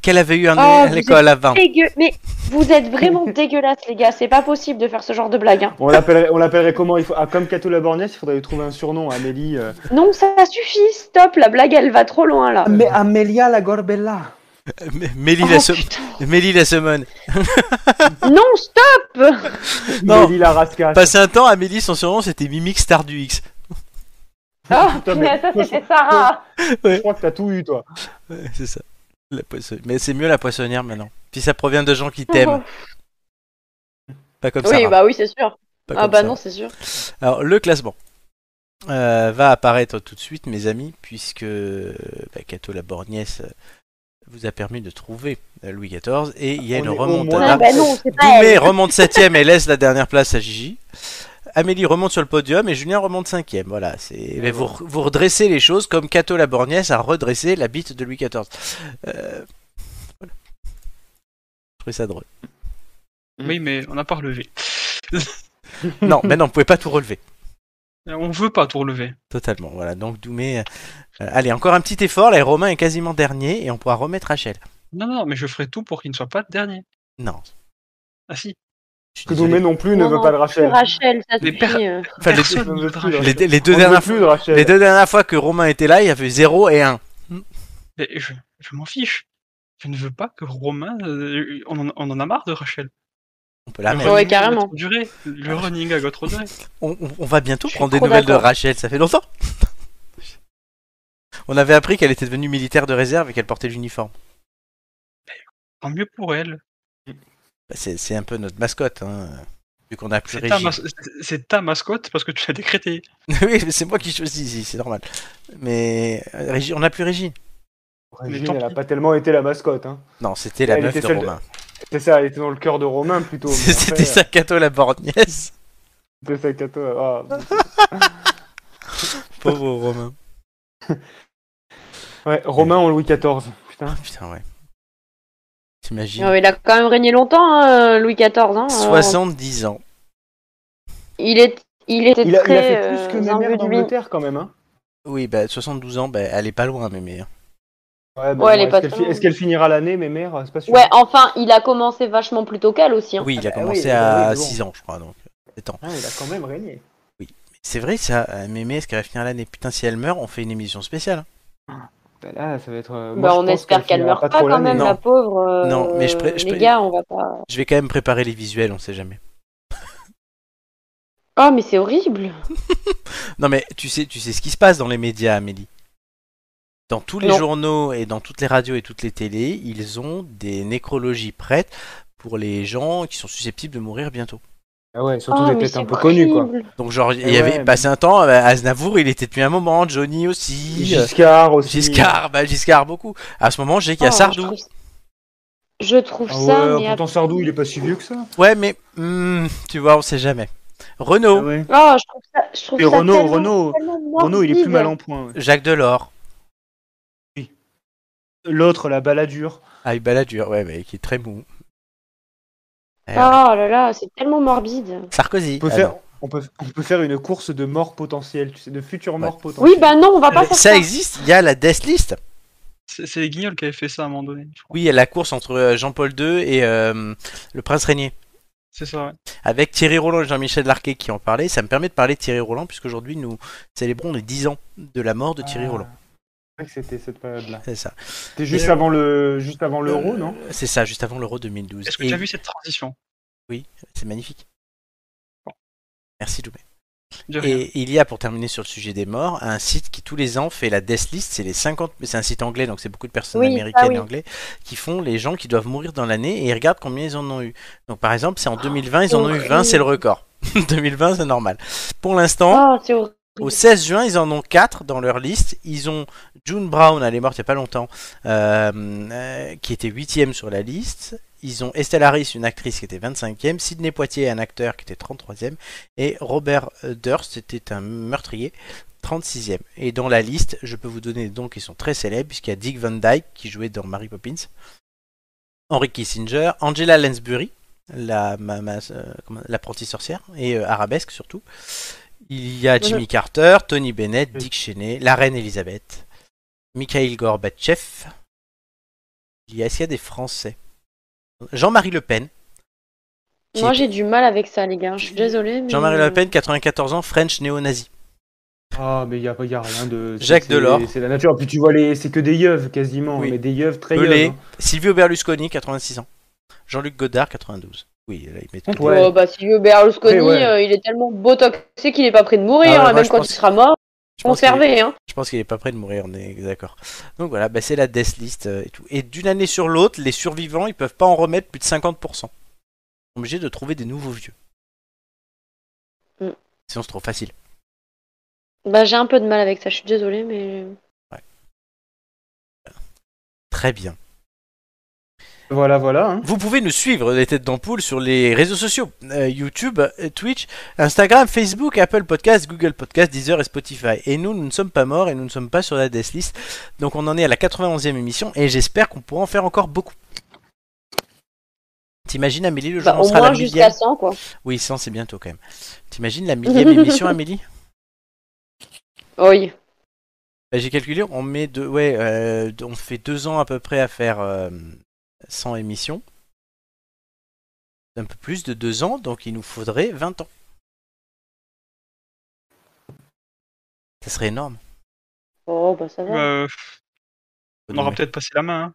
Qu'elle avait eu en- Oh, à vous l'école avant. Dégueu- Mais vous êtes vraiment dégueulasses, les gars, c'est pas possible de faire ce genre de blague. hein. On l'appellerait on l'appellerait comment il faut... ah, Comme Cato la borgnesse, il faudrait lui trouver un surnom, Amélie. euh. Non, ça suffit, stop, la blague, elle va trop loin, là. Mais Amélia la Gorbella. M- Mélie Oh, la, sem- putain. Mélie la semone. Non, stop Non. Amélie la Rascasse. Passé un temps, Amélie, son surnom, c'était Mimix Star du X. Oh, Putain, mais punaise, ça cochon- c'était Sarah Je crois que t'as tout eu, toi. Ouais, c'est ça. La poissonnière. Mais c'est mieux la poissonnière maintenant. Puis ça provient de gens qui t'aiment. Pas comme ça. Mhm. Oui, bah oui, c'est sûr. Ah bah non, c'est sûr. Alors, le classement euh, va apparaître tout de suite, mes amis, puisque euh, bah, Cato la Borgnesse euh, vous a permis de trouver euh, Louis XIV et il y a On une est au remontada. moins- Ah bah non, c'est pas Doumé elle. remonte 7 et laisse la dernière place à Gigi. Amélie remonte sur le podium et Julien remonte 5 Voilà, c'est. mais vous, vous redressez les choses comme Cato la Borgnesse a redressé la bite de Louis XIV. Euh, voilà. Je trouvais ça drôle. Mmh. Oui, mais on n'a pas relevé. Non, mais non, vous pouvez pas tout relever. Euh, On veut pas tout relever. Totalement, voilà. Donc Doumé. euh, euh, allez, encore un petit effort. Là, et Romain est quasiment dernier et on pourra remettre Rachel. Non, non, non, mais je ferai tout pour qu'il ne soit pas dernier. Non. Ah si. je suis Que désolé. Doumé non plus Non, ne veut non, pas de Rachel. Rachel, ça Mais suffit. euh. Enfin, les, deux, Personne ne ne veut voudra plus, là. Rachel. les deux- les deux On ne veut dernières plus euh. fois, de Rachel. les deux dernières fois que Romain était là, il y avait 0 et 1. Mais je, je m'en fiche. Je ne veux pas que Romain. euh, on, en, on en a marre de Rachel. On peut la Le mettre. Ouais, running a carrément. trop duré. Le running a trop duré. On, on- on va bientôt Je suis prendre des trop nouvelles de d'accord. Rachel, ça fait longtemps. on avait appris qu'elle était devenue militaire de réserve et qu'elle portait l'uniforme. Tant mieux pour elle. Bah, C'est c'est un peu notre mascotte, hein, vu qu'on a plus C'est ta, régi. mas- c'est ta mascotte parce que tu l'as décrété. oui, mais c'est moi qui choisis, ici, c'est normal. Mais euh, Régi- on n'a plus Régine. Régine, Mais tant elle a pis. pas tellement été la mascotte. Hein. Non, c'était la Elle meuf était de celle de- Romain. C'est ça, elle était dans le cœur de Romain plutôt. mais C'était après, euh, sa Cato la borgnesse. C'était ça, Cato. ah. Pauvre Romain. Ouais, Romain en Louis XIV. Putain. Ah putain, ouais. T'imagines Non, mais Ah il a quand même régné longtemps, hein, Louis XIV. Hein, 70 ans. Il, est, il était Il a, il a très. fait plus que euh, ma mère imbu du vin. d'Angleterre quand même. Hein. Oui, bah 72 ans, bah, elle est pas loin, hein. mais mais. Ouais, bah, Ouais, elle est est-ce pas qu'elle trop fi- loin. Est-ce qu'elle finira l'année, mes mères C'est pas sûr. Ouais, enfin, il a commencé vachement plus tôt qu'elle aussi. hein. Oui, il a bah oui, commencé bah oui, à mais bon. 6 ans, je crois, donc euh. 7 ans. Ah, il a quand même régné. C'est vrai ça, euh, Mémé, est-ce qu'elle va finir l'année Putain, si elle meurt, on fait une émission spéciale. Bah là, ça va être. euh, moi, Bah, je on pense espère qu'elle finira meurt pas, quand l'année. même, non. la pauvre. euh, Non, mais je pré- je Les pré- gars, on va pas. hein Je vais quand même préparer les visuels, on sait jamais. Oh, mais c'est horrible. Non mais tu sais, tu sais ce qui se passe dans les médias, Amélie. Dans tous les Non. journaux et dans toutes les radios et toutes les télés, ils ont des nécrologies prêtes pour les gens qui sont susceptibles de mourir bientôt. Ah ouais, surtout oh, des mais têtes c'est un peu connues quoi. horrible. Donc genre il y ouais, avait mais- passé un temps, euh, Aznavour il était depuis un moment, Johnny aussi, euh, Giscard aussi. Giscard, bah Giscard beaucoup. À ce moment j'ai qu'il y a Oh, Sardou. Je trouve, je trouve Ah ça. ouais, mais pourtant ab- Sardou, il est pas si vieux que ça. Ouais mais hmm, tu vois on sait jamais. Ah Renaud, ouais. Oh, je trouve ça. Je trouve Et ça Renaud, tellement- Renaud, tellement Renaud, il est morbide. Oh plus mal en point. ouais. Jacques Delors, L'autre, la baladure. ah, il baladure, ouais mais qui est très mou. Eh, Oh là là, c'est tellement morbide. Sarkozy. On peut ah faire. non. on peut, on peut faire une course de morts potentielles, tu sais, de futures morts potentielles. Oui, bah non, on va pas faire ça. Ça existe, il y a la Death List. C'est c'est les guignols qui avaient fait ça à un moment donné, je crois. Oui, il y a la course entre euh, Jean-Paul II et euh, le prince régnier. C'est ça, ouais. Avec Thierry Roland et Jean-Michel Larquet qui en parlaient, ça me permet de parler de Thierry Roland, puisqu'aujourd'hui nous célébrons les 10 ans de la mort de Thierry Ah. Roland. C'est vrai que c'était cette période-là. C'est ça. C'était juste avant le, juste avant l'euro, non C'est ça, juste avant l'Euro 2012. Est-ce que Et tu as vu cette transition C'est magnifique. Merci Doumé. De rien. Et il y a, pour terminer sur le sujet des morts, un site qui tous les ans fait la death list. C'est les 50, mais c'est un site anglais, donc c'est beaucoup de personnes Oui, américaines ah oui. et anglais qui font les gens qui doivent mourir dans l'année et ils regardent combien ils en ont eu. Donc par exemple, c'est en Ah, 2020, ils en ont eu 20, c'est le record. 2020, c'est normal. Pour l'instant, Oh, c'est horrible. au 16 juin, ils en ont 4 dans leur liste. Ils ont June Brown, elle est morte il n'y a pas longtemps, euh, euh, qui était 8 sur la liste. Ils ont Estelle Harris, une actrice qui était 25e, Sidney Poitier, un acteur qui était 33e, et Robert euh, Durst, c'était un meurtrier, 36e. Et dans la liste, je peux vous donner des noms qui sont très célèbres, puisqu'il y a Dick Van Dyke, qui jouait dans Mary Poppins, Henry Kissinger, Angela Lansbury, la, ma- ma- euh, comment- l'apprentie sorcière, et euh, Arabesque surtout. Il y a Jimmy Carter, Tony Bennett, Oui. Dick Cheney, la reine Elisabeth, Mikhail Gorbatchev. Il y a, est-ce qu'il y a des Français Jean-Marie Le Pen. qui Moi, est- j'ai du mal avec ça, les gars. Je suis désolée. mais- Jean-Marie Le Pen, 94 ans, French néo-nazi. Ah, mais il n'y a, y a rien de. c'est- Jacques c'est- Delors. C'est la nature. Puis tu vois, les, c'est que des yeux quasiment, Oui. mais des yeux très hein. Pelé. yeux. Silvio Berlusconi, 86 ans. Jean-Luc Godard, 92. Oui, là, ils mettent que des- Ouais. Oh, bah, si Berlusconi, Mais ouais. euh, il est tellement botoxé qu'il est pas près de Ah mourir, ouais, hein, moi, même je quand pense- il sera mort, Je pense qu'il est- conservé. Hein. Je pense qu'il est pas prêt de mourir, on est d'accord. Donc voilà, bah, c'est la death list euh, et tout. Et d'une année sur l'autre, les survivants, ils peuvent pas en remettre plus de 50%. Ils sont obligés de trouver des nouveaux vieux. Mm. Sinon, c'est trop facile. Bah, j'ai un peu de mal avec ça, je suis désolée, mais. Très bien. Voilà, voilà. hein. Vous pouvez nous suivre, les têtes d'ampoule, sur les réseaux sociaux euh, YouTube, euh, Twitch, Instagram, Facebook, Apple Podcast, Google Podcast, Deezer et Spotify. Et nous, nous ne sommes pas morts et nous ne sommes pas sur la death list. Donc on en est à la 91e émission et j'espère qu'on pourra en faire encore beaucoup. T'imagines Amélie le jour Bah, où on au sera à la moins millième jusqu'à 100, quoi. Oui, 100 c'est bientôt quand même. T'imagines la millième émission Amélie Oh, Oui. Bah, J'ai calculé, on met deux, ouais, euh, on fait deux ans à peu près à faire euh, 100 émissions, un peu plus de deux ans, donc il nous faudrait 20 ans. Ça serait énorme. Oh, bah, ça va. Euh, on aura peut-être passé la main. hein.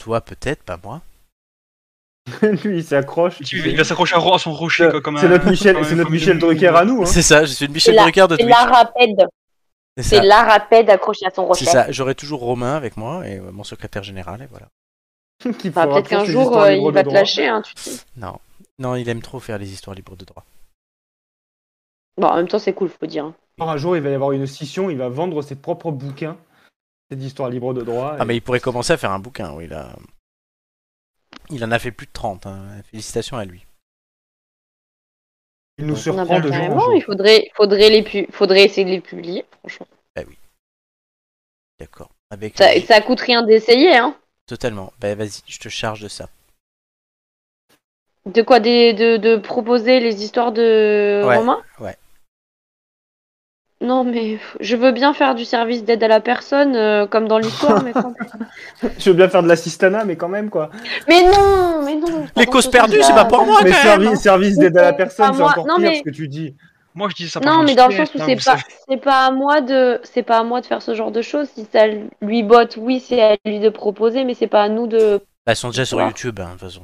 Toi peut-être, pas moi. hein. Lui, il s'accroche. Il il va s'accrocher à ro- à son rocher quoi, comme C'est un- notre Michel, comme un- c'est notre comme une- Michel Drucker à nous. Hein. C'est ça, je suis le Michel C'est la- Drucker de C'est Twitch. la rapide. C'est C'est ça. la rapide accrochée à son C'est rocher. ça. J'aurai toujours Romain avec moi et euh, mon secrétaire général et voilà. Qui Enfin, fera peut-être qu'un tous ses jour, histoires euh, libres il de va te droit. lâcher, hein, tu sais. Non, non, il aime trop faire les histoires libres de droit. Bon, en même temps, c'est cool, faut dire. Un jour, il va y avoir une scission. Il va vendre ses propres bouquins. C'est d'histoire libre de droit. Ah mais il pourrait commencer à faire un bouquin, oui là. Il en a fait plus de 30, hein. félicitations à lui. Il nous Non, surprend bah, de jour en carrément, jour. il faudrait, faudrait, les pu- faudrait essayer de les publier, franchement. D'accord. Avec Ça, ça coûte rien d'essayer, hein. totalement. Bah vas-y, je te charge de ça. De quoi des, de, de proposer les histoires de Ouais, Romain ouais. Non, mais je veux bien faire du service d'aide à la personne, euh, comme dans l'histoire, mais quand- Je veux bien faire de l'assistanat, mais quand même quoi. Mais non, mais non Les pardon, euh, causes ce perdues, truc-là. c'est pas pour Ah, moi mais quand servi- même. service d'aide à la personne, Pas c'est moi. encore Non, pire mais- ce que tu dis. Moi je dis ça par Non, mais dans le gentillesse, sens où hein, c'est vous pas, savez. c'est pas à moi de, c'est pas à moi de faire ce genre de choses. Si ça lui botte, oui, c'est à lui de proposer, mais c'est pas à nous de. Bah, elles sont déjà sur Voilà. YouTube hein, de toute façon.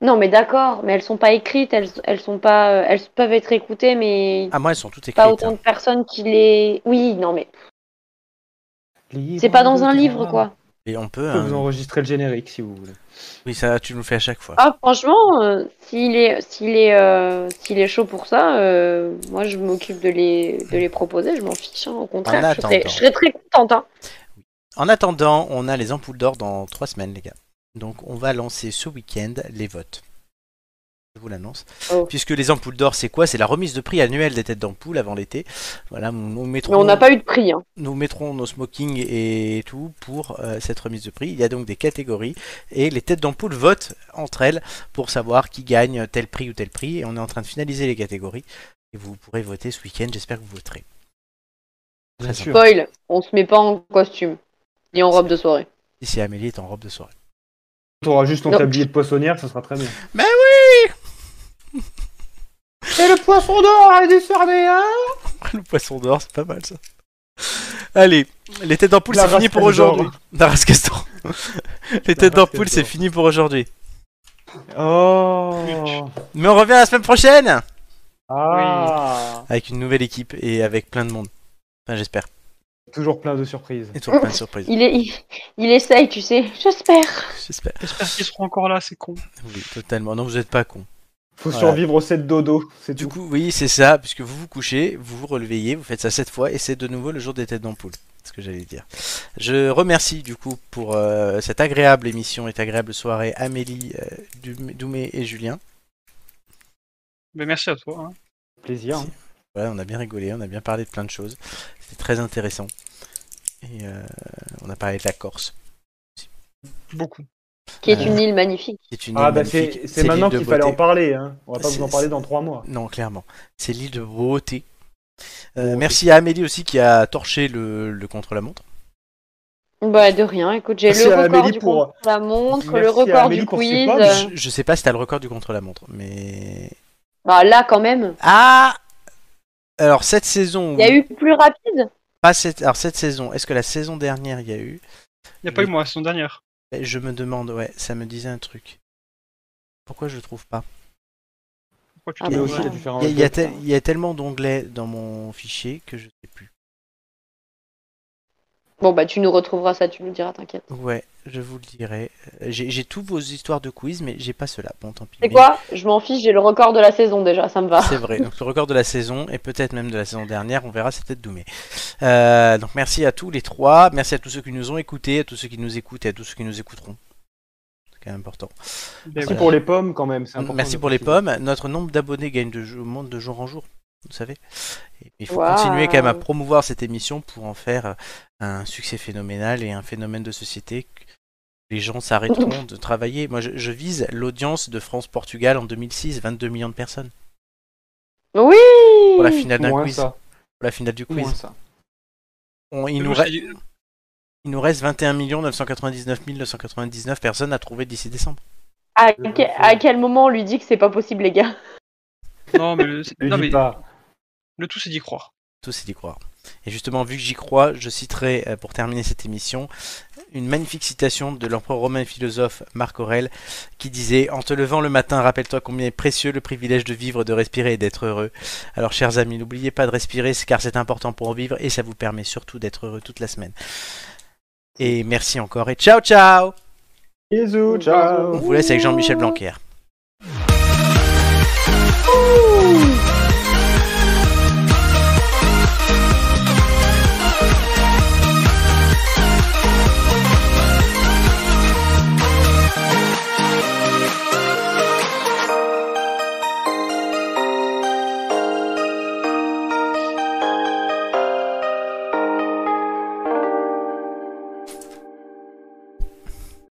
Non, mais d'accord, mais elles sont pas écrites, elles, elles sont pas, euh, elles peuvent être écoutées, mais Ah moi elles sont toutes écrites. pas autant hein. de personnes qui les. Oui, non, mais c'est pas dans un livre, quoi. Et on peut. Je peux vous hein. enregistrer le générique si vous voulez. Oui ça tu nous le fais à chaque fois. Ah, franchement, euh, s'il est, s'il est, euh, s'il est chaud pour ça, euh, moi je m'occupe de les, de les proposer, je m'en fiche. hein, au En contraire, je serais, attendant. je serais très contente. Hein. En attendant, on a les ampoules d'or dans trois semaines les gars. Donc on va lancer ce week-end les votes. Je vous l'annonce. Oh. Puisque les ampoules d'or, c'est quoi C'est la remise de prix annuelle des têtes d'ampoule avant l'été. Voilà, nous, nous Mais mettrons, on n'a pas eu de prix. Hein. nous mettrons nos smokings et tout pour euh, cette remise de prix. Il y a donc des catégories et les têtes d'ampoule votent entre elles pour savoir qui gagne tel prix ou tel prix. Et on est en train de finaliser les catégories. Et vous pourrez voter ce week-end, j'espère que vous voterez. Bien Très sûr. sympa. Spoil, on se met pas en costume. Ni en robe de soirée. Ici, Amélie est en robe de soirée. Tu auras juste ton Non. tablier de poissonnière, ça sera très bien. Mais oui Et le poisson d'or a décerné, hein Le poisson d'or, c'est pas mal ça. Allez, les têtes d'ampoule, La c'est fini race pour d'or. aujourd'hui. La race Castor. Les têtes race d'ampoule, c'est Castor. fini pour aujourd'hui. Oh Mais on revient la semaine prochaine Ah avec une nouvelle équipe et avec plein de monde. Enfin, j'espère. Toujours plein de surprises. Et toujours plein de surprises. Il, est, il, il essaye, tu sais. J'espère. J'espère. J'espère qu'ils seront encore là, c'est con. Oui, totalement. Non, vous n'êtes pas con. Faut Voilà. survivre aux 7 dodo, c'est Du tout. coup, oui, c'est ça, puisque vous vous couchez, vous vous relevez, vous faites ça sept fois, et c'est de nouveau le jour des têtes d'ampoule. C'est ce que j'allais dire. Je remercie du coup pour euh, cette agréable émission et cette agréable soirée Amélie, euh, Dum- Doumé et Julien. Mais merci à toi. hein. Plaisir. hein. Voilà, on a bien rigolé, on a bien parlé de plein de choses. C'était très intéressant. Et euh, on a parlé de la Corse, Beaucoup. Qui est Euh, une île magnifique. qui est une Ah île bah magnifique. c'est c'est maintenant l'île de qu'il fallait en beauté. parler, hein. On va pas C'est- vous en parler dans 3 mois. Non, clairement. C'est l'île de beauté. Euh, merci à Amélie aussi qui a torché le, le contre-la-montre. Bah, de rien. Écoute, j'ai Merci le à record Amélie du pour- contre la montre, Merci le à record Amélie du pour ses quiz. pommes. euh, Je, je sais pas si t'as le record du contre-la-montre, mais. Bah, là, quand même. Ah Alors, cette saison. Il y a eu plus rapide Pas cette... Alors, cette saison, est-ce que la saison dernière il y a eu Il n'y a pas eu moi, la saison dernière. Eh, Je me demande, ouais, ça me disait un truc. Pourquoi je le trouve pas Pourquoi tu Ah, te Mais bah, demandes aussi, il y a voilà. différents Il y, a- il y a jeux. tel- il y a tellement d'onglets dans mon fichier que je sais plus. Bon, bah, tu nous retrouveras ça, tu nous diras, t'inquiète. Ouais, je vous le dirai. Euh, J'ai j'ai tous vos histoires de quiz, mais j'ai pas cela. Bon, tant pis. C'est mais quoi Je m'en fiche, j'ai le record de la saison déjà, ça me va. C'est vrai. Donc le record de la saison et peut-être même de la saison dernière, on verra, c'est peut-être Doumé. Euh, donc merci à tous les trois, merci à tous ceux qui nous ont écoutés, à tous ceux qui nous écoutent et à tous ceux qui nous écouteront. C'est quand même important. Ben Merci Voilà. oui. pour les pommes quand même, c'est important Merci de pour les préciser. pommes. Notre nombre d'abonnés gagne de jou- monte de jour en jour, vous savez. Et il faut Waouh. continuer quand même à promouvoir cette émission pour en faire euh, un succès phénoménal et un phénomène de société. que Les gens s'arrêteront de travailler. Moi, je, je vise l'audience de France-Portugal en 2006, 22 millions de personnes Oui pour la finale d'un Mmh. Moins quiz. ça, Pour la finale du quiz. moins ça. On- il, Nous, nous c'est- re- il nous reste 21 999 999 personnes à trouver d'ici décembre. à, que- à quel moment on lui dit que c'est pas possible, les gars Non, mais le, Ne non, dis mais pas. le tout, c'est d'y croire. Tous, c'est d'y croire. Et justement, vu que j'y crois, je citerai, euh, pour terminer cette émission, une magnifique citation de l'empereur romain philosophe Marc Aurèle qui disait En te levant le matin, rappelle-toi combien est précieux le privilège de vivre, de respirer et d'être heureux. Alors, chers amis, n'oubliez pas de respirer c'est- car c'est important pour vivre et ça vous permet surtout d'être heureux toute la semaine. Et merci encore et ciao, ciao Bisous, ciao On vous laisse avec Jean-Michel Blanquer.